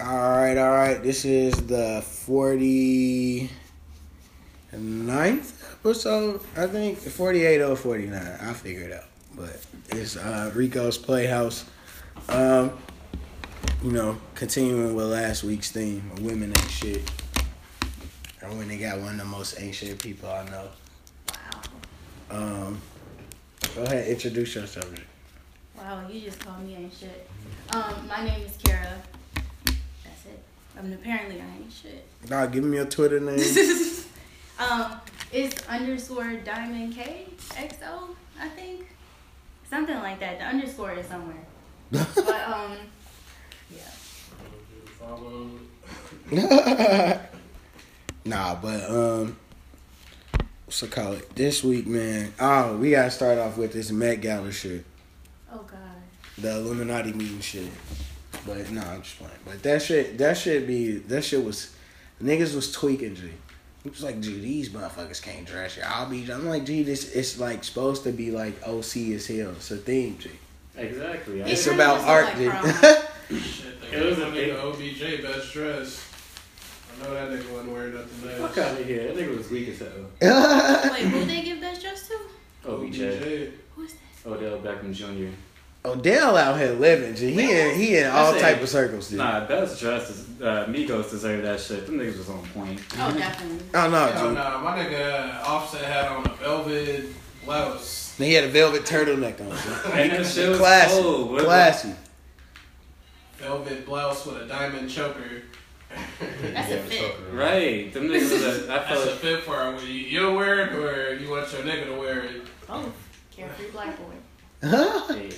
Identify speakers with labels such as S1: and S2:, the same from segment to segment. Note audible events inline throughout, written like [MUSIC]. S1: All right, all right. This is the 49th episode, I think. 48 or 49. I'll figure it out. But it's uh, Rico's Playhouse. Um, you know, continuing with last week's theme of women ain't shit. I went and got one of the most ancient people I know. Um, go ahead, introduce yourself.
S2: Wow, you just called me ain't shit. Um, my name is Kara. That's it. I mean, apparently I ain't shit. [LAUGHS]
S1: Nah, give me your Twitter name. [LAUGHS]
S2: um, it's underscore diamond K XO, I think. Something like that. The underscore is somewhere. but, um, yeah.
S1: [LAUGHS] nah, but um, what's it call it? This week, man. Oh, we gotta start off with this Met Gala shit,
S2: Oh, God.
S1: the Illuminati meeting shit. But nah, I'm just playing. But that shit, that shit be that shit was niggas was tweaking G. It was like, G, these motherfuckers can't dress you. I'll be. I'm like, G, this it's like supposed to be like OC as hell. It's a theme, G.
S3: Exactly. I-
S2: It
S1: It's
S2: really
S1: about
S2: just
S1: art,
S2: look like
S1: G.
S4: Shit, they
S3: It was a
S4: got
S3: big-
S4: the OBJ best dress. I know that nigga wasn't wearing nothing else.
S3: Fuck out of here. That nigga was weak as hell.
S1: [LAUGHS]
S2: Wait, who they give best dress to?
S3: OBJ.
S4: OBJ.
S2: Who's that?
S3: Odell Beckham Jr.
S1: Odell Oh, out here living, G. He in he in all
S3: I say-
S1: type of circles, G.
S3: Nah, best dressed is, uh, Migos deserve that shit. Them niggas was on point.
S2: Oh, definitely.
S1: I don't
S4: Hell
S1: know, G.
S4: nah, my nigga Offset had on a velvet blouse.
S1: He had a velvet turtleneck on. G.
S3: And that shit was
S1: Classy.
S3: cold. What- [LAUGHS]
S1: Classy.
S4: Velvet blouse with a diamond choker.
S2: That's a fit.
S3: Right. Them niggas was a, I
S4: That's a
S3: felt
S4: fit for him. You- You'll wear it or you want your nigga to wear it.
S2: Oh, carefree black boy.
S3: hey,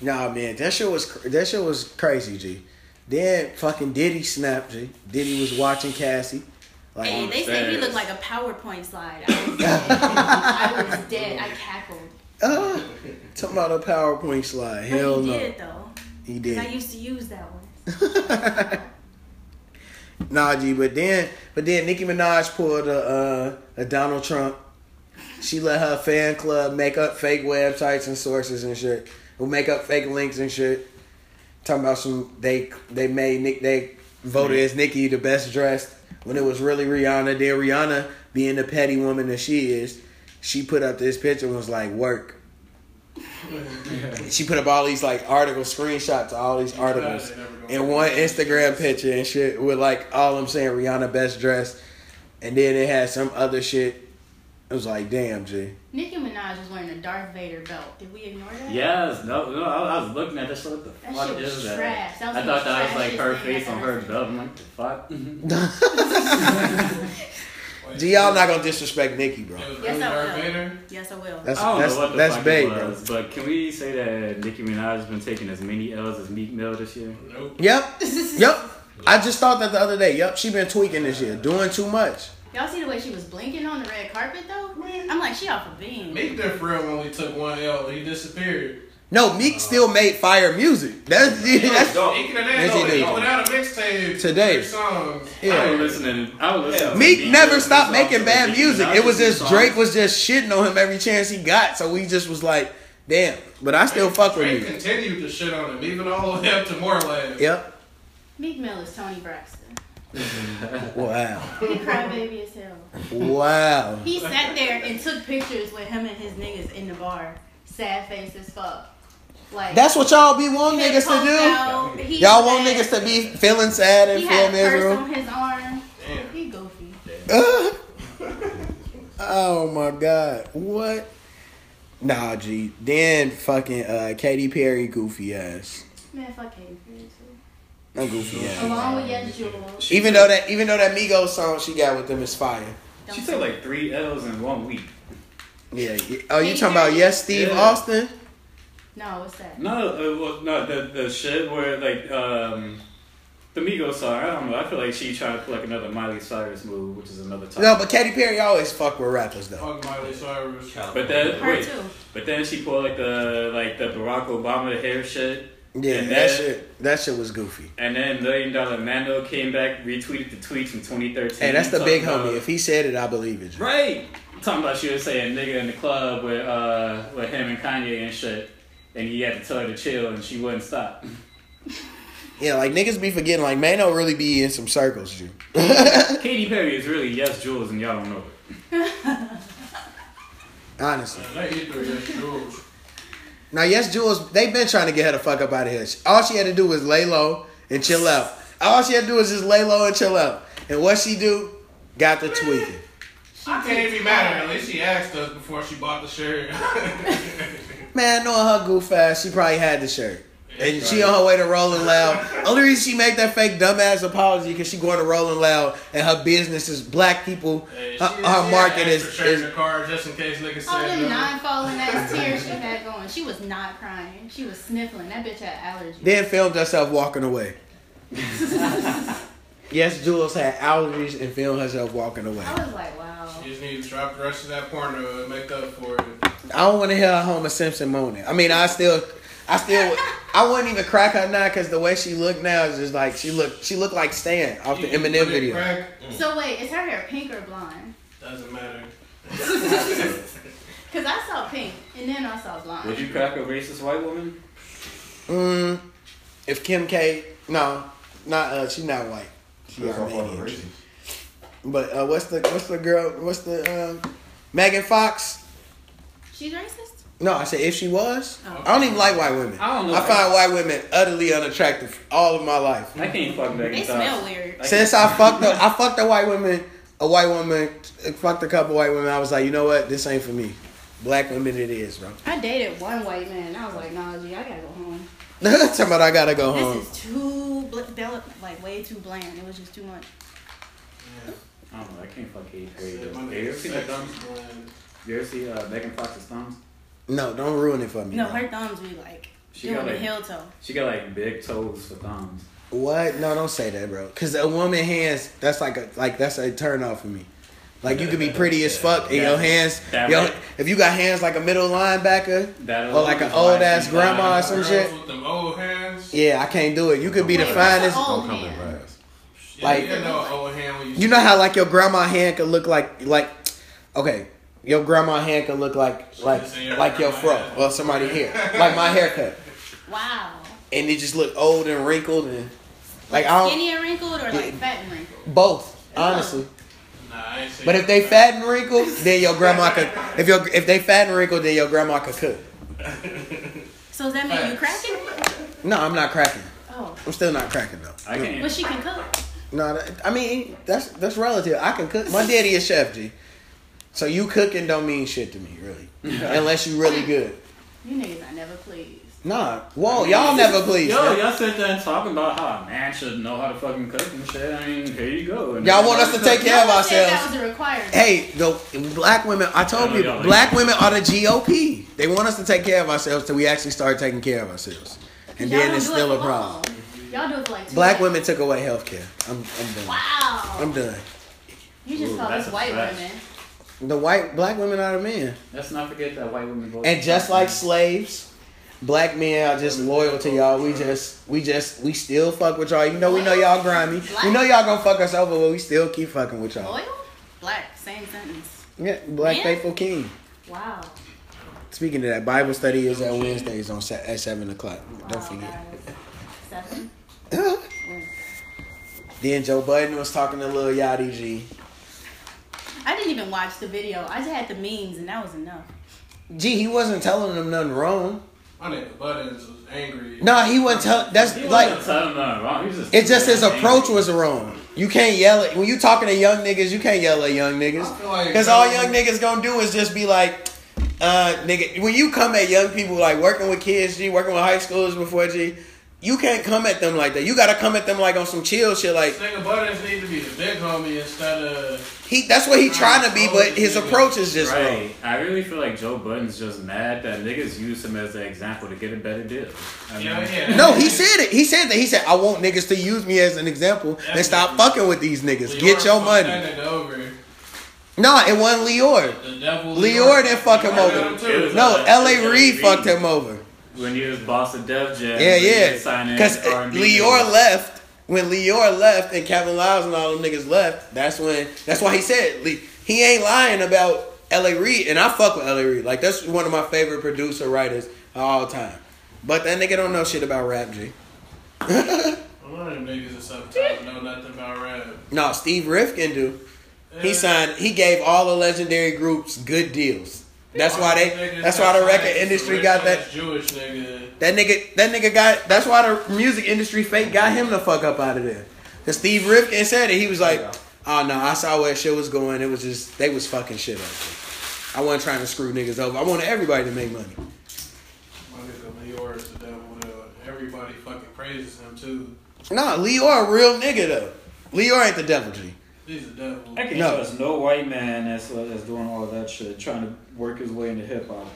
S1: Nah, man, that shit was cr- that shit was crazy, G. Then fucking Diddy snapped, G. Diddy was watching Cassie. Like,
S2: Hey, they say he
S3: upstairs.
S2: looked like a PowerPoint slide. I was dead. I was dead. I cackled.
S1: ah, talking about a PowerPoint slide.
S2: But
S1: Hell
S2: he
S1: no,
S2: did it though.
S1: he
S2: 'cause I
S1: did.
S2: used to use that one.
S1: [LAUGHS] Nah, G. But then, but then Nicki Minaj pulled a, uh, a Donald Trump. She let her fan club make up fake websites and sources and shit. Who make up fake links and shit. Talking about some they they made Nick they voted as Nicki the best dressed when it was really Rihanna. Then Rihanna being the petty woman that she is, she put up this picture and was like work. she put up all these like article screenshots, of all these articles,
S4: they never gonna
S1: and one Instagram picture and shit with like all I'm saying Rihanna best dressed, and then it had some other shit. It was like damn, G.
S2: Nicki Minaj was wearing a Darth Vader belt. Did we ignore that?
S3: [LAUGHS] yes, no, no, I, I was looking at that shit. What the
S2: That
S3: fuck
S2: shit was
S3: is that?
S2: trash. That was
S3: I thought
S2: the
S3: that was like her
S2: trashiest thing
S3: face
S2: I've
S3: on
S2: ever
S3: her
S2: seen.
S3: belt. I'm like, the fuck?
S4: Like,
S1: G, y'all not gonna disrespect Nikki, bro.
S4: It was
S2: Yes,
S4: really
S2: I
S4: Darth
S2: will.
S4: Vader.
S2: Yes, I will.
S1: That's
S3: [LAUGHS] I don't
S1: that's
S3: know what the
S1: that's
S3: fuck
S1: big,
S3: it
S1: bro.
S3: was, but can we say that Nicki Minaj has been taking as many L's as Meek Mill this year?
S4: Nope.
S1: Yep, yep. I just thought that the other day. Yep, she been tweaking this year, doing too much.
S2: [LAUGHS] Y'all see the way she was blinking on the red carpet though? I'm like, she off a beam.
S4: Meek Diff Real only took one L. He disappeared.
S1: No, Meek still made fire music. That's [LAUGHS] that's
S4: He could
S1: Yes,
S4: have
S1: he
S4: had
S1: did.
S4: no. He put out a mixtape.
S1: Today.
S4: three Songs.
S3: I
S1: yeah.
S3: was listening. I was listening. to
S1: Meek never
S3: Mill
S1: stopped
S3: songs
S1: making
S3: and
S1: bad
S3: Nicki
S1: music. It was
S3: Minaj's
S1: just
S3: songs.
S1: Drake was just shitting on him every chance he got. So we just was like, damn. But I still fuck
S4: Drake
S1: with you.
S4: continued to shit on him, even all the way up to Moreland.
S1: Yep.
S2: Meek Mill is Tony Braxton.
S1: Wow.
S2: He crybaby as hell.
S1: Wow.
S2: He sat there and took pictures with him and his niggas in the bar. Sad face as fuck. Like
S1: That's what y'all be wanting
S2: hip
S1: niggas to do.
S2: post out. He
S1: Y'all want
S2: had-
S1: niggas to be feeling sad and
S2: He had
S1: feel
S2: a purse
S1: miserable.
S2: on his arm.
S4: Damn.
S2: He
S1: [LAUGHS]
S2: goofy.
S1: Oh my god. What? Nah, G. Then fucking uh Katy Perry goofy ass.
S2: Man, fuck Katy Perry too.
S1: I'm goofy ass.
S2: Along with Yes Jewels.
S1: Even though that even though that Migos song she got with them is fire.
S3: She took like three L's in one week.
S1: Yeah. yeah. Oh, you
S2: Katy
S1: talking about
S2: Perry?
S1: yes, Steve
S3: Yeah.
S1: Austin?
S2: No, what's that?
S3: No, uh, well, no, the the shit where like um, the Migos song. I don't know. I feel like she tried to put like another Miley Cyrus move, which is another topic.
S1: No, but Katy Perry always fuck with rappers though.
S4: Fuck Miley Cyrus.
S3: But then
S2: Her
S3: wait,
S2: too.
S3: but then she pulled like the like the Barack Obama hair shit,
S1: Yeah, that
S3: And then-
S1: shit that shit was goofy.
S3: and then Million Dollar Mando came back, retweeted the tweets from 2013.
S1: Hey, that's the
S3: talking
S1: big
S3: about-
S1: homie. If he said it, I believe it. G.
S3: Right. Talking about she was saying nigga in the club
S1: [LAUGHS]
S3: with uh with him and Kanye and shit, and he had to tell her to chill, and she wouldn't stop.
S1: Yeah, like niggas be forgetting. Like Mano really be in some circles, dude.
S3: Katy Perry is really yes Jules, and y'all don't know it.
S1: Honestly.
S4: That either is Jules.
S1: Now, yes, Jules, they been trying to get her to fuck up out of here. All she had to do was lay low and chill out. All she had to do was just lay low and chill out. And what she do? Got the tweaking.
S4: She can't even be mad at her. At least she asked us before she bought
S1: [LAUGHS]
S4: the shirt.
S1: Man, knowing her goof ass, she probably had the shirt. And she on her way to Rolling Loud. Only reason she make that fake dumbass apology because she going to Rolling Loud and her business is black people.
S4: Hey, she-
S1: Her, her
S4: she had
S1: market
S4: extra
S1: is,
S4: shirt in
S1: is
S4: the car just in case niggas
S2: All
S4: said
S3: uh,
S2: them
S4: no.
S2: non-falling ass tears she had going. She was not crying. She was sniffling. That bitch had allergies.
S1: then filmed herself walking
S4: [LAUGHS]
S1: away. yes, Jules had allergies and filmed herself walking away.
S2: I was like, wow.
S4: You just need to drop the rest of that porno and make up for it.
S1: I don't want to hear Homer Simpson moaning. I mean, I still, I still, I wouldn't even crack her now because the way she looked now is just like she looked, she looked like Stan off the
S4: You- you put
S1: Eminem
S4: it
S1: video.
S4: Crack,
S2: So wait, is her hair pink or blonde?
S4: doesn't matter.
S2: Cause I saw pink and then I saw
S3: Would
S2: blonde.
S3: you crack a racist white woman?
S1: Mm, if Kim K, no, not uh, she's not white. She
S5: That's all part of
S1: Armenian.
S5: racism.
S1: But uh, what's the what's the girl? What's the um, Megan Fox?
S2: She's racist.
S1: No, I said if she was,
S2: Oh.
S1: I don't even like white women.
S3: I don't know.
S1: I find white women utterly unattractive all of my life.
S3: I can't fuck Megan
S2: They
S3: Fox.
S2: smell weird.
S3: I
S1: Since I fucked up, I fucked a white woman, a white woman, uh, fucked a couple white women. I was like, you know what? This ain't for me. Black women, it is, bro. [LAUGHS]
S2: I dated one white man and I was like, nah, gee, I gotta go home.
S1: Talking about I gotta go
S3: Uh-huh.
S1: home.
S2: This is too bl- they look like way too bland. It was just too much.
S3: I don't know. I can't fuck Katy Perry.
S4: Said my
S3: though.
S4: nigga
S3: You ever seen her
S4: sex
S3: thumbs?
S4: is blind.
S3: You ever see uh, Megan Fox's thumbs?
S1: no, don't ruin it for me.
S2: No,
S1: bro.
S2: her thumbs be like
S3: She
S2: doing
S3: got
S2: the
S3: like-
S2: heel toe.
S3: She got like big toes for thumbs.
S1: What? No, don't say that, bro. Cause a woman hands, that's like a like that's a turn off for me. Like you could be pretty as fuck, and your hands,
S3: That
S1: yo,
S3: right.
S1: if you got hands like a middle linebacker,
S3: That
S1: Or Oh, like an old-ass grandma or some
S4: Girls
S1: shit.
S4: With them old hands.
S1: yeah, I can't do it. You could be the
S2: Wait, what's
S1: finest.
S2: an old
S5: Don't come
S2: Oh, man?
S5: in class.
S4: Yeah,
S1: Like-
S4: you know, an old hand when you.
S1: You know how like your grandma hand could look like like okay, your grandma hand could look like like
S4: Just in your
S1: like your fro
S4: grandma hand.
S1: or somebody here, like my haircut,
S2: Wow.
S1: and it just look old and wrinkled and like I don't
S2: Skinny and wrinkled or like fat and wrinkled?
S1: both honestly.
S4: Nah, I ain't seen
S1: But if they fat and wrinkled, then your grandma could. If your if they fat and wrinkled, then your grandma could cook.
S2: So does that mean you cracking?
S1: No, I'm not cracking.
S2: Oh.
S1: I'm still not cracking though.
S3: I can't.
S2: But she can cook.
S1: No, that, I mean that's that's relative. I can cook. My daddy is chef G, so you cooking don't mean shit to me
S4: [LAUGHS]
S1: really, unless you really good.
S2: You niggas I never pleased.
S1: Nah, whoa, y'all never please.
S3: Yo,
S1: man.
S3: y'all sit there and talking about how a man should know how to fucking cook and shit. I mean, here you go. And
S1: Y'all want us to take
S2: No
S1: care of
S2: one said
S1: ourselves.
S2: that was a requirement.
S1: Hey, the black women. I told
S3: Yeah,
S1: you,
S3: y'all ain't-
S1: black women are the GOP. They want us to take care of ourselves till we actually start taking care of ourselves, and
S2: Y'all
S1: then
S2: don't
S1: it's
S2: do it
S1: still a
S2: for
S1: problem.
S2: long. Y'all do it for like two
S1: Black
S2: days.
S1: women took away health care. I'm, I'm done.
S2: Wow.
S1: I'm done.
S2: You just
S3: Ooh,
S2: call
S3: that's
S2: us
S3: a
S2: white
S3: fact.
S2: women.
S1: The white black women are the men,
S3: Let's not forget that white women vote.
S1: and just like slaves, black men are just loyal to y'all. We just, we just, we still fuck with y'all. Even though we know y'all grimy, we know y'all gonna fuck us over, but we still keep fucking with y'all.
S2: Loyal? Black. Same sentence.
S1: Yeah, black
S2: Man?
S1: faithful king.
S2: Wow.
S1: Speaking of that, Bible study is at Wednesdays on Sa- at seven o'clock.
S2: Wow,
S1: Don't forget. [LAUGHS]
S2: guys. Seven. Ooh.
S1: Then Joe Budden was talking to Lil Yachty G.
S2: I didn't even watch the video. I just had the memes and that was enough.
S1: Gee, he wasn't telling them nothing wrong.
S4: My nigga Buttons was angry.
S1: No, he wasn't telling. That's
S3: He
S1: like
S3: wasn't telling nothing wrong. He was just
S1: it's just his approach was wrong. You can't yell at when you talking to young niggas. You can't yell at young
S4: I feel like-
S1: niggas because all young niggas gonna do is just be like, uh, nigga. When you come at young people like working with kids, G, working with high schoolers before G, you can't come at them like that. You gotta come at them like on some chill shit. Like
S4: This nigga Buttons need to be the big homie instead of.
S1: he, that's what he trying to be, but his approach is just wrong.
S3: Right. I really feel like Joe Budden's just mad that niggas used him as an example to get a better deal. I mean,
S4: Yeah, yeah.
S1: No, he said it. He said that. He said, "I want niggas to use me as an example and stop fucking with these niggas. Get
S4: Leora
S1: your
S4: fucked
S1: money."
S4: that nigga over.
S1: Nah, it wasn't Leor.
S4: The devil.
S1: Leora didn't fuck him
S4: Leora
S1: over.
S4: did him too.
S3: It was-
S1: No, L.A.
S3: L.A.
S1: Reid
S3: Reid.
S1: fucked him over.
S3: When he was boss of Def Jam,
S1: Yeah,
S3: he
S1: yeah.
S3: was signing
S1: Because
S3: R&B
S1: Leor
S3: deals.
S1: left when Leor left and Kevin Lyles and all them niggas left. That's when. That's why he said Le- he ain't lying about L.A. Reid, and I fuck with L.A. Reid. Like that's one of my favorite producer writers of all time. But that nigga don't know shit about rap, G.
S4: One of them niggas is sometimes know nothing about rap.
S1: No, Steve Rifkin do. He
S4: Yeah.
S1: signed. He gave all the legendary groups good deals. That's why they.
S4: Niggas
S1: That's why the
S4: outside
S1: record
S4: is a
S1: industry
S4: rich
S1: got that.
S4: ass Jewish nigga.
S1: That nigga, that nigga got. That's why the music industry fake got him the fuck up out of there. Cause Steve Rifkin said it. He was like,
S3: Yeah.
S1: "Oh no, I saw where shit was going. It was just they was fucking shit up. I wasn't trying to screw niggas over. I wanted everybody to make money.
S4: My nigga Leor is the devil. though. Everybody fucking praises him too.
S1: Nah, Leor a real nigga though. Leor ain't the devil, G.
S4: He's the devil.
S3: I can
S1: No.
S3: trust no white man that's uh, that's doing all that shit, trying to work his way into hip hop.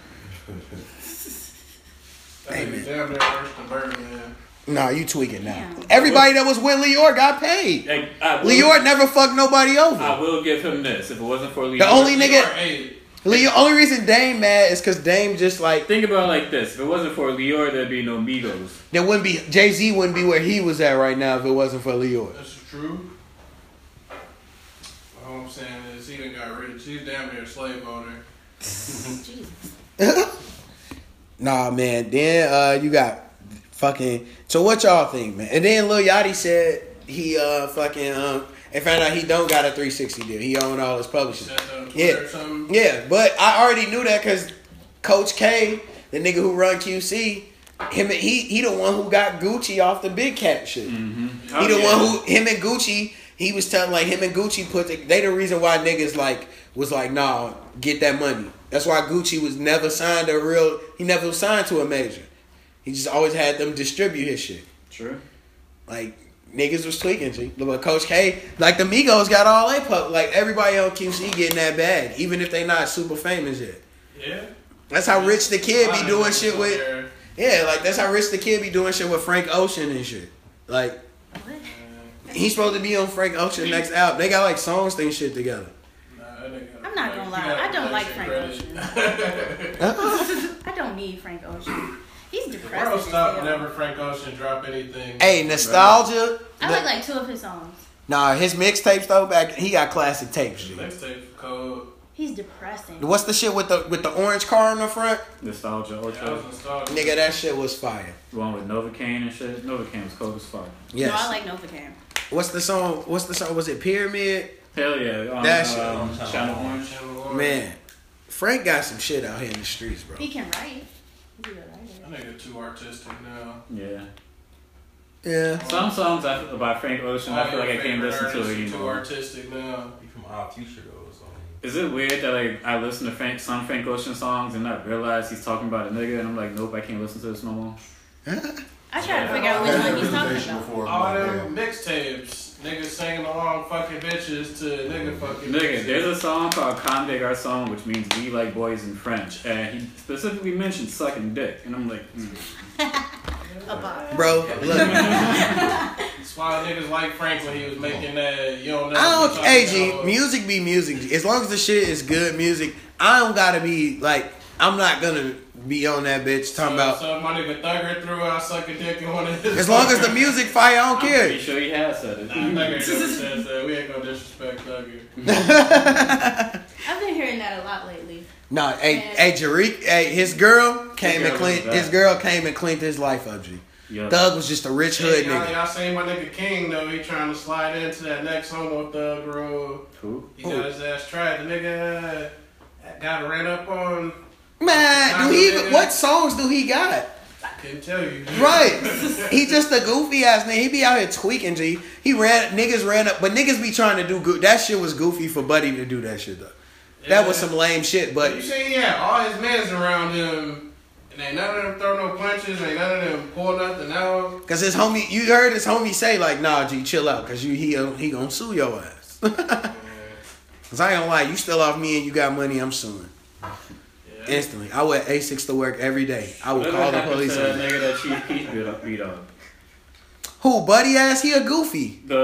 S4: That nigga damn near worse than Birdman.
S1: Nah, you tweaking now.
S2: Yeah.
S1: Everybody that was with Leor got paid.
S3: Like, I will,
S1: Leor never fucked nobody
S3: I
S1: over.
S3: will give him this. If it wasn't for Leor,
S1: The only
S4: Leor
S1: nigga-
S4: hated.
S1: Leor. Only reason Dame mad is cause Dame just like
S3: think about it like this: if it wasn't for Leor, there'd be no Migos.
S1: there wouldn't be Jay Z wouldn't be where he was at right now if it wasn't for Leor.
S4: That's true. All I'm saying is he done got rich. He's damn near a slave owner.
S1: Mm-hmm.
S2: Jesus.
S1: Nah, man. Then uh, you got fucking. So what y'all think, man? And then Lil Yachty said he uh fucking um and found out he don't got a 360 deal. He owned all his publishing.
S4: Said that on Twitter
S1: Yeah,
S4: or
S3: Mm-hmm.
S4: something.
S1: yeah. But I already knew that because Coach K, the nigga who run QC, him and he he the one who got Gucci off the big cat shit.
S3: Oh,
S1: He the
S3: yeah.
S1: one who him and Gucci. He was telling like him and Gucci put the, they the reason why niggas like was like nah get that money. That's why Gucci was never signed a real. He never was signed to a major. He just always had them distribute his shit.
S3: True.
S1: Like niggas was tweaking. G. But Coach K, like the Migos got all they pub. Like everybody on QC getting that bag, even if they not super famous yet.
S4: Yeah.
S1: That's how rich the kid
S4: Lot
S1: be
S4: of
S1: doing
S4: niggas
S1: shit
S4: out
S1: with.
S4: there,
S1: Yeah, like that's how rich the kid be doing shit with Frank Ocean and shit. Like
S2: What?
S4: man.
S1: He's supposed to be on Frank Ocean next album. They got like songs thing shit together.
S4: Nah, that nigga-
S2: I'm not gonna lie. I don't like Frank Ocean.
S4: [LAUGHS]
S2: I don't need Frank Ocean. He's depressed.
S4: World
S2: as
S4: stop
S2: hell.
S4: never Frank Ocean drop anything.
S1: Hey, nostalgia.
S2: I like like two of his songs.
S1: nah, his mixtapes though back he got classic tapes. G.
S4: Next tape code.
S2: He's depressing.
S1: What's the shit with the with the orange car in the front?
S3: Nostalgia or
S4: Yeah, I was
S3: the
S4: nostalgic.
S1: Nigga, that shit was fire.
S3: one with Novocaine and shit. Novocaine was cold as fuck.
S1: Yes.
S2: No, I like Novocaine.
S1: what's the song? What's the song? Was it Pyramid?
S3: Hell yeah. Um,
S1: That shit.
S3: um, Channel Orange.
S4: Channel
S1: Man, Frank got some shit out here in the streets, bro.
S2: He can write. He's a good writer.
S4: Orange. That nigga too artistic now.
S3: Yeah.
S1: Yeah.
S3: Some songs I, by Frank Ocean,
S4: Oh,
S3: I feel like I can't listen to it
S4: Artists Too
S3: anymore.
S4: artistic now.
S5: He from our future though, so
S3: Is it weird that like I listen to Frank, some Frank Ocean songs and I realize he's talking about a nigga and I'm like, nope, I can't listen to this no more.
S2: I try to figure out which one he's talking about.
S5: before.
S4: All
S5: like,
S4: them mixtapes, niggas singing along fucking bitches to nigga fucking.
S3: Nigga,
S4: music.
S3: there's a song called Conde Garçon, which means we like boys in French, and he specifically mentioned sucking dick, and I'm like, mm.
S2: A bop.
S1: Bro, look.
S4: That's why niggas like Frank when he was making that. You don't know.
S1: I
S4: what
S1: don't.
S4: you're
S1: Hey,
S4: talking
S1: G,
S4: about.
S1: music be music. G. As long as the shit is good music, I don't gotta be like. I'm not gonna be on that bitch talking about.
S4: So, so my nigga Thugger threw out suck a dick in one of his.
S1: As long as the music fire, I don't
S3: I'm
S1: care.
S3: pretty sure he has said it.
S4: [LAUGHS] Nah, Thugger never says that. We ain't gonna disrespect Thugger.
S2: I've been hearing that a lot lately.
S1: No, hey,
S2: Yeah.
S1: hey, Jerick, hey, his girl came
S3: girl
S1: and cleaned
S3: was
S1: his
S3: bad.
S1: girl came and cleaned his life up. G.
S3: Yup.
S1: Thug was just a rich hood
S4: Hey, y'all,
S1: nigga.
S4: y'all seen my nigga King though? He trying to slide into that next homo thug rule.
S3: Who?
S4: He got his ass tried. The nigga uh, got ran up on.
S1: Man, do he even,
S4: Nigga.
S1: what songs do he got?
S4: Couldn't tell you.
S3: [LAUGHS]
S1: Right, he just a goofy ass nigga. He be out here tweaking. G. He ran niggas ran up, but niggas be trying to do good. That shit was goofy for Buddy to do that shit though. That was some lame shit, but
S4: You see, yeah, all his men's around him, and ain't none of them throw no punches, ain't none of them pull nothing out.
S1: Cause his homie, you heard his homie say like, "Nah, G, chill out," cause you he uh, he gonna sue your ass. [LAUGHS] Cause I ain't gonna lie, you still off me and you got money, I'm suing
S4: Yeah.
S1: instantly. I wear a six to work every day. I would
S3: Whatever
S1: call the
S3: happened
S1: police.
S3: to
S1: on
S3: that
S1: you.
S3: nigga that Chief Keef beat up? Beat up?
S1: Who buddy ass? He a goofy.
S3: The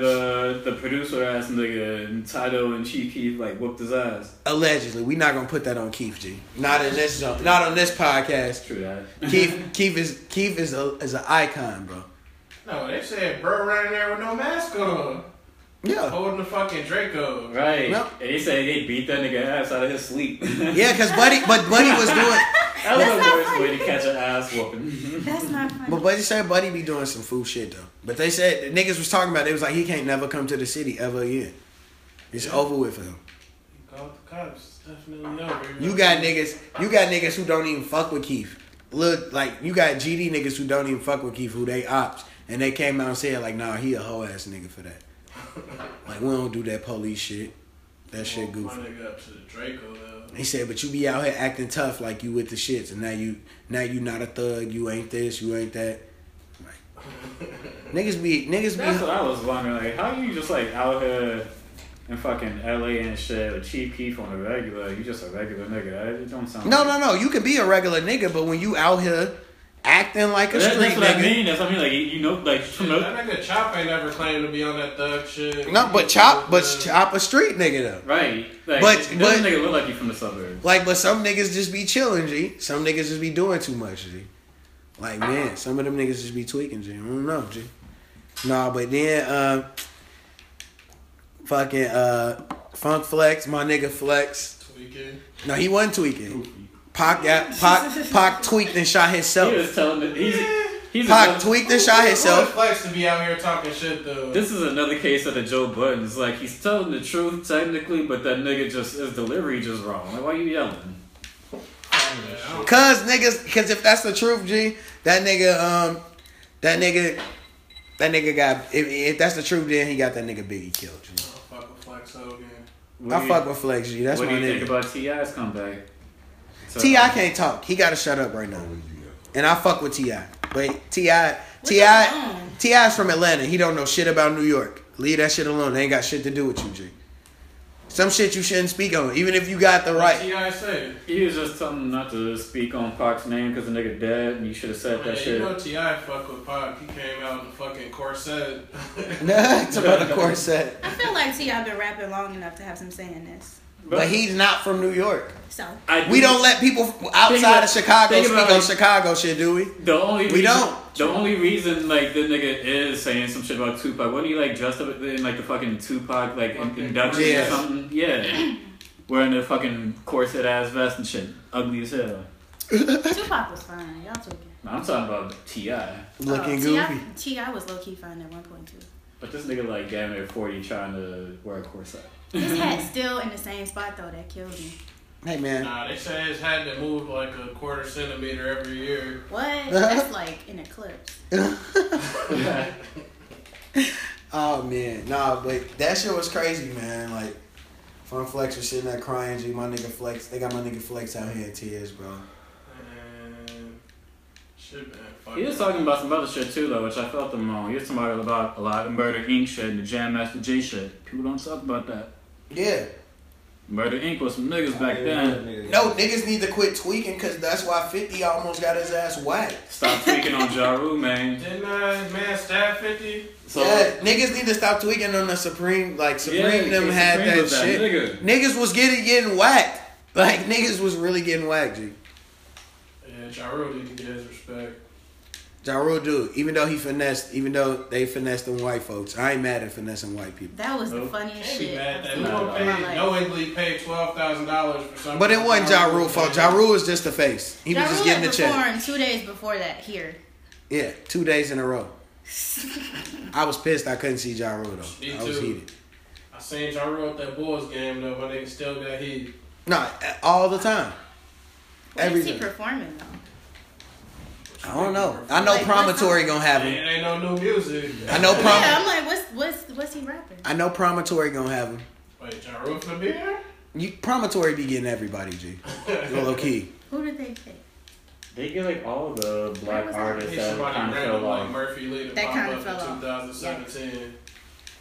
S3: the the producer ass nigga and Tato and Chief Keef like whooped his ass.
S1: Allegedly, we not gonna put that on Keith G. Not in this zone. Not on this podcast.
S3: True that.
S1: Keith Keith is Keith is a is an icon, bro.
S4: No, they said bro running there with no mask on,
S1: Yeah.
S4: holding the fucking Draco.
S3: Right.
S1: Yep.
S3: And he said they beat that nigga ass out of his sleep. [LAUGHS]
S1: Yeah, cause buddy, but buddy was doing.
S3: That was
S2: That's
S3: the
S2: not
S3: worst
S2: funny.
S3: way to catch an
S1: [LAUGHS]
S3: ass whooping.
S2: That's not funny.
S1: But Buddy said Buddy be doing some fool shit though. But they said the niggas was talking about it, it was like he can't never come to the city ever again. It's over with for him.
S4: Called the cops. Definitely no.
S1: You got niggas you got niggas who don't even fuck with Keith. Look like you got GD niggas who don't even fuck with Keith who they ops and they came out and said like nah he a hoe ass nigga for that. Like we don't do that police shit. That shit
S4: My
S1: goofy.
S4: nigga up to the Draco though.
S1: He said, but you be out here acting tough like you with the shits, and now you now you not a thug. You ain't this. You ain't that. Like, niggas be niggas
S3: That's
S1: be.
S3: what I was wondering. Like, how you just like out here in fucking LA and shit with Chief Keef on the regular? You just a regular nigga. That- It don't sound.
S1: No,
S3: like-
S1: no, no. You can be a regular nigga, but when you out here acting like a
S3: That-
S1: street
S3: that's what I
S1: nigga,
S3: mean. That's what I mean. Like, you know, like from
S4: Shit,
S3: the,
S4: that nigga Chop ain't ever claimed to be on that thug shit.
S1: no, but chop, but chop a street nigga though.
S3: right. Like,
S1: But-
S3: doesn't
S1: but-
S3: nigga look like you from the suburbs.
S1: Like, but some niggas just be chilling, G. Some niggas just be doing too much, G. Like, man, some of them niggas just be tweaking, G. I don't know, G. Nah, but then, uh, fucking, uh, Funk Flex, my nigga Flex.
S4: Tweaking.
S1: No, he wasn't tweaking.
S3: Goofy.
S1: Pac got Pac Pac tweaked and shot
S3: He
S1: himself.
S3: was telling the, he's he's
S1: Pac
S3: another,
S1: tweaked and shot
S4: Who
S1: himself.
S4: would flex to be out here talking shit though.
S3: this is another case of the Joe Buttons. Like he's telling the truth technically, but that nigga just his delivery just wrong. Like why you yelling?
S4: Yeah, I don't-
S1: Cause niggas, cause if that's the truth, G, that nigga, um, that nigga, that nigga got. If, if that's the truth, then he got that nigga Biggie killed. G.
S4: I don't fuck with Flex Hogan.
S3: What do
S1: I
S3: you-
S1: fuck with Flex G. That's
S3: what
S1: my
S3: do you think
S1: nigga.
S3: about uh, Ti's comeback? So-
S1: Ti can't talk. He gotta shut up right now. And I fuck with Ti, but Ti
S2: What's
S1: Ti
S2: wrong?
S1: Ti's from Atlanta. He don't know shit about New York. Leave that shit alone. They ain't got shit to do with you, G. Some shit you shouldn't speak on, even if you got the
S4: What
S1: right.
S4: T.I. say?
S3: He was just telling him not to speak on Pac's name because the nigga dead, and you should have said that
S4: Yeah, you
S3: shit.
S4: know T.I. fuck with Pac. He came out in the fucking corset.
S1: [LAUGHS]
S4: [LAUGHS]
S1: Nah, it's about the corset.
S2: I feel like T.I. been rapping long enough to have some say in this.
S1: But he's not from New York.
S2: So,
S3: I
S1: We don't let people
S3: Think
S1: outside
S3: about-
S1: of Chicago
S3: think
S1: speak
S3: about
S1: on
S3: it. Uh,
S1: Chicago shit, do we?
S3: The only
S1: We
S3: reason,
S1: don't.
S3: The only reason like the nigga is saying some shit about Tupac, wasn't he like dressed up in like the fucking Tupac like in-
S4: Fucking
S3: induction
S1: yeah.
S3: or something? Yeah, wearing the fucking corset ass vest and shit, ugly as hell.
S2: Tupac was fine. Y'all talking.
S3: I'm talking about Ti,
S1: Looking
S2: Oh,
S1: goofy.
S2: T.I. T.I. was low key fine at one point too.
S3: but this nigga like damn near forty trying to wear a corset.
S1: [LAUGHS]
S2: His hat still in the same spot though that killed me.
S1: Hey man,
S4: Nah, they say his had to move like a quarter centimeter every year.
S1: [LAUGHS]
S2: What? That's like in eclipse.
S1: oh man, nah, but that shit was crazy, man. Like, Fun Flex was sitting there crying. G, my nigga Flex, they got my nigga Flex out here in tears, bro.
S4: And shit, man. Fuck
S3: He was talking about some other shit too, though, which I felt them wrong. He was talking about a lot of Murder Inc. shit and the Jam Master J shit. People don't talk about that.
S1: Yeah,
S3: Murder Inc. was some niggas back then.
S1: no niggas need to quit tweaking, cause that's why Fifty almost got his ass whacked.
S3: Stop tweaking on Ja Rule, man.
S4: Didn't uh, man stab 50?
S3: So,
S1: yeah, niggas need to stop tweaking on the Supreme. Like Supreme, them
S3: Supreme
S1: had that
S3: was that
S1: shit. Niggas was getting getting whacked. Like niggas was really getting whacked, G.
S4: Yeah, Ja Rule need to get his respect.
S1: Ja Rule do, even though he finessed, even though they finessed them white folks. I ain't mad at finessing white people.
S2: That was the
S3: Nope.
S2: funniest
S4: Can't be
S2: shit.
S4: mad
S2: I've
S4: at that
S2: seen in
S4: no
S3: Nah,
S2: my
S4: paid,
S2: life.
S4: no League paid twelve thousand dollars for something.
S1: But it wasn't Ja Rule fault. Ja Rule was just a face. He
S2: Ja
S1: was just
S2: Rule
S1: getting the
S2: had
S1: check.
S2: performed two days before that here.
S1: Yeah, two days in a
S2: [LAUGHS]
S1: row. I was pissed I couldn't see Ja Rule though.
S4: Me
S1: I was
S4: too.
S1: heated.
S4: I seen Ja Rule at that Bulls game though. My nigga still got heat.
S1: No, all the time.
S2: What is he
S1: Everything.
S2: performing though?
S1: I don't know. I know
S2: Like, what's
S1: Promontory gonna have
S4: It
S1: him.
S4: ain't no new music.
S1: I know Prom.
S2: Yeah, I'm like, what's what's what's he rapping?
S1: I know Promontory gonna have him.
S4: Wait, Ja Rule for the beer?
S1: You Promontory be getting everybody,
S4: [LAUGHS]
S1: G. Low key.
S2: Who did they pick?
S3: They get like all the
S2: Where
S3: black
S2: was
S3: artists
S4: Need
S3: that kind
S4: somebody
S3: of fell
S4: random like
S3: off.
S4: Murphy Lee to
S2: That
S4: pop
S2: kinda
S4: up
S2: fell
S4: in
S2: off.
S4: 2017.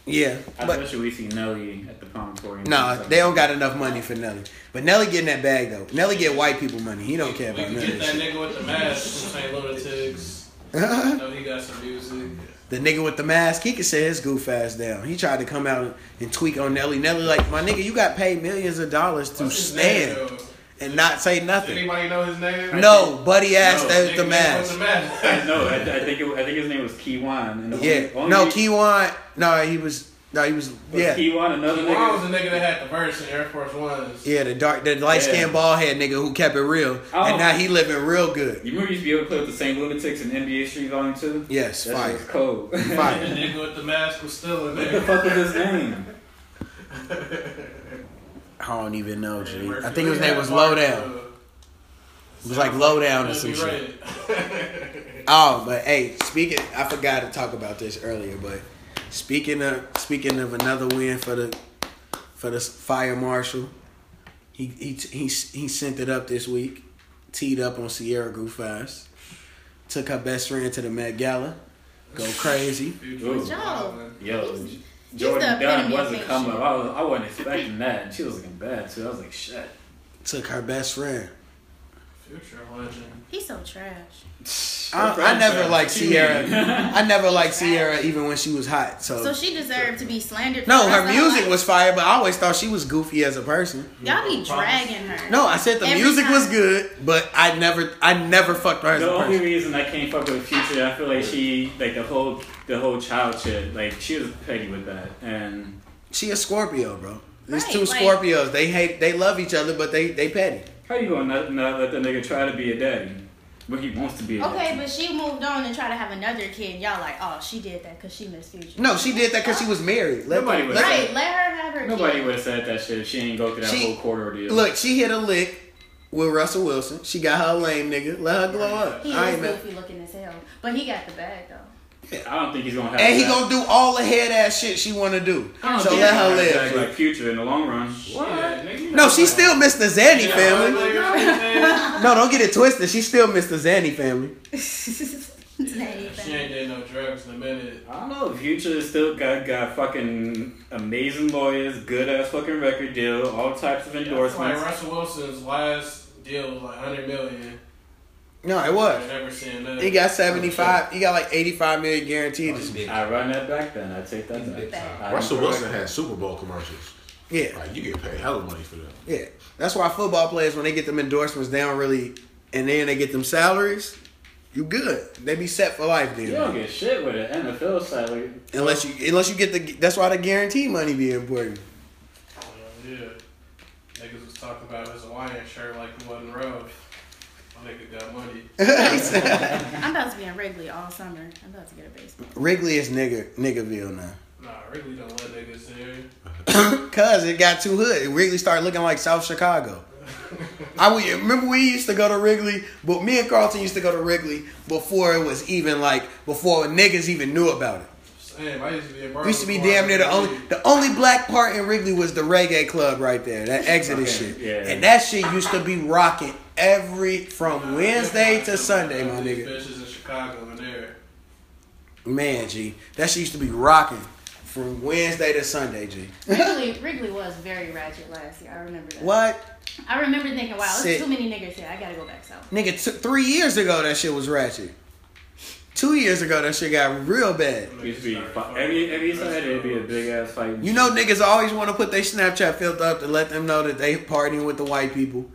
S1: Yeah,
S3: I
S1: but
S3: bet you we see Nelly at the promontory.
S1: Nah, they
S3: [LAUGHS]
S1: don't got enough money for Nelly. But Nelly getting that bag though. Nelly get white people money. He don't care
S4: We
S1: about
S4: can
S1: none
S4: get
S1: of
S4: that
S1: that
S4: nigga with the mask from St. Lunatics.
S1: [LAUGHS]
S4: I
S1: shit.
S4: know he got some music.
S1: the nigga with the mask, he could sit his goof ass down. He tried to come out and tweak on Nelly. Nelly like, my nigga, you got paid millions of dollars to
S4: What's his name,
S1: stand
S4: though?
S1: and not say
S4: Does
S1: nothing.
S4: anybody know his name?
S1: No, buddy ass,
S3: No,
S1: that's the
S4: Nigga with
S1: mask.
S4: the mask.
S3: No, I, I think it, I think his name was Key One. And the
S1: Yeah,
S3: only,
S1: no,
S3: only-
S1: Keywan. No, he was No, he was
S3: Was
S1: yeah.
S3: Kiwan another
S4: Juwan was
S3: nigga?
S4: the nigga that had the verse in Air Force Ones.
S1: Yeah, the dark, the light skinned
S3: Yeah.
S1: bald head nigga who kept it real, and
S3: Oh.
S1: now he living real good.
S3: You remember you used to be able to play with the same lunatics in NBA Street Volume 2?
S1: Yes,
S3: That shit
S1: fire,
S3: was cold. what [LAUGHS]
S4: The
S1: fire.
S4: [LAUGHS] nigga with the mask was still in
S3: the
S4: there.
S3: fuck was his name?
S1: I don't even know, G.
S4: Mercury
S1: I think his name
S4: had
S1: was
S4: parts,
S1: Lowdown.
S4: uh,
S1: It was like Lowdown or
S4: Let
S1: some
S4: me
S1: shit.
S4: rate [LAUGHS] it.
S1: Oh, but hey, speaking, I forgot to talk about this earlier, but speaking of speaking of another win for the for the fire marshal, he he he he sent it up this week, teed up on Sierra grew fast, took her best friend to the Met Gala, go crazy.
S3: Ooh.
S2: Joe.
S3: Yo,
S2: He's- the
S3: Jordan
S2: epitome
S3: Dunn
S2: of
S3: wasn't
S2: fake
S3: coming.
S2: shit.
S3: I, was, I wasn't expecting that. And she was looking bad, too. I was like, shit.
S1: Took her best friend.
S4: Future legend.
S2: He's so trash.
S1: I, I never liked Sierra.
S3: [LAUGHS]
S1: I never liked Sierra even when she was hot.
S2: So
S1: So
S2: she deserved to be slandered. for
S1: no,
S2: the
S1: her
S2: rest of
S1: music
S2: life.
S1: was fire, but I always thought she was goofy as a person.
S2: Y'all be dragging her.
S1: No, I said the
S2: Every
S1: music was
S2: time.
S1: good, but I never, I never fucked her as
S3: The
S1: a
S3: only
S1: person.
S3: reason I can't fuck with Future, I feel like she, like the whole, the whole child shit, like she was petty with that, and
S1: She a Scorpio, bro. These
S2: Right,
S1: two
S2: like-
S1: Scorpios, they hate, they love each other, but they they petty.
S3: how you gonna not, not let the nigga try to be a daddy when he wants to be? A
S2: Okay,
S3: daddy?
S2: but she moved on and tried to have another kid. Y'all like, oh, she did that because she missed future.
S1: No, she did that because she was married. Let-
S3: Nobody was
S1: let-
S2: Right, let her have her
S3: nobody
S2: kid.
S3: would have said that shit if she ain't go through that
S1: She-
S3: whole court ordeal.
S1: Look, she hit a lick with Russell Wilson. She got her lame nigga. Let her glow up.
S2: He
S1: I
S2: is
S1: ain't mad.
S2: goofy looking as hell, but he got the bag [LAUGHS] though.
S3: I don't think he's gonna have.
S1: And he
S3: that.
S1: gonna do all the head ass shit she wanna do.
S3: I don't
S1: So
S3: think
S1: let her
S3: he's gonna have
S1: live.
S3: that Like Future in the long run.
S4: Yeah, nigga, you
S1: No,
S4: know
S1: she
S4: what?
S1: still Mr. Zanny
S4: Yeah,
S1: family.
S4: like, you know what I'm saying?
S1: No, don't get it twisted. She still Mr. Zanny family.
S4: She ain't did no drugs in a minute.
S3: I don't know. Future still got got fucking amazing lawyers, good ass fucking record deal, all types of
S4: Like
S3: endorsements.
S4: Russell Wilson's last deal was like 100 million.
S1: No, it
S4: I've
S1: was.
S4: never seen that.
S1: He got seventy five. He got like eighty five million guaranteed.
S5: He's big.
S3: I run that back then. I take that
S5: He's
S3: back.
S5: big time.
S3: I
S6: Russell
S3: run that
S6: Wilson
S3: back.
S6: had Super Bowl commercials.
S1: Yeah.
S6: Like you get paid hella money for that.
S1: Yeah, that's why football players when they get them endorsements, they don't really, and then they get them salaries. You good? They be set for life then,
S3: You don't get shit with an NFL salary.
S1: unless you unless you get the. That's why the guarantee money be important. [LAUGHS]
S4: Oh, yeah. Niggas was talking about his Hawaiian shirt like it wasn't rough. My nigga got money.
S2: I'm about to be in Wrigley all summer. I'm about to get a baseball.
S1: Wrigley is nigger niggerville now,
S4: Nah, Wrigley don't let niggas in.
S1: cause it got too hood. Wrigley started looking like South Chicago. I would, remember we used to go to Wrigley, but me and Carlton used to go to Wrigley before it was even like before niggas even knew about it.
S4: Same, I used to be in
S1: We used to be damn near the only the only black part in Wrigley was the reggae club right there, that exit and
S3: Okay,
S1: shit.
S3: yeah.
S1: And that shit used to be rocking every from Wednesday to Sunday, my
S4: These
S1: nigga.
S4: Bitches in Chicago in there.
S1: Man, G, that shit used to be rocking from Wednesday to Sunday, G.
S2: [LAUGHS] Wrigley, Wrigley was very ratchet last year. I remember that.
S1: What
S2: I remember thinking, wow,
S1: Sit.
S2: it's too many niggas here. I gotta go back south.
S1: nigga? T- three years ago, that shit was ratchet. Two years ago, that shit got real bad.
S3: Used to be fi- every every Saturday it'd be a big ass fight.
S1: You know, niggas always want to put their Snapchat filter up to let them know that they partying with the white people, [LAUGHS]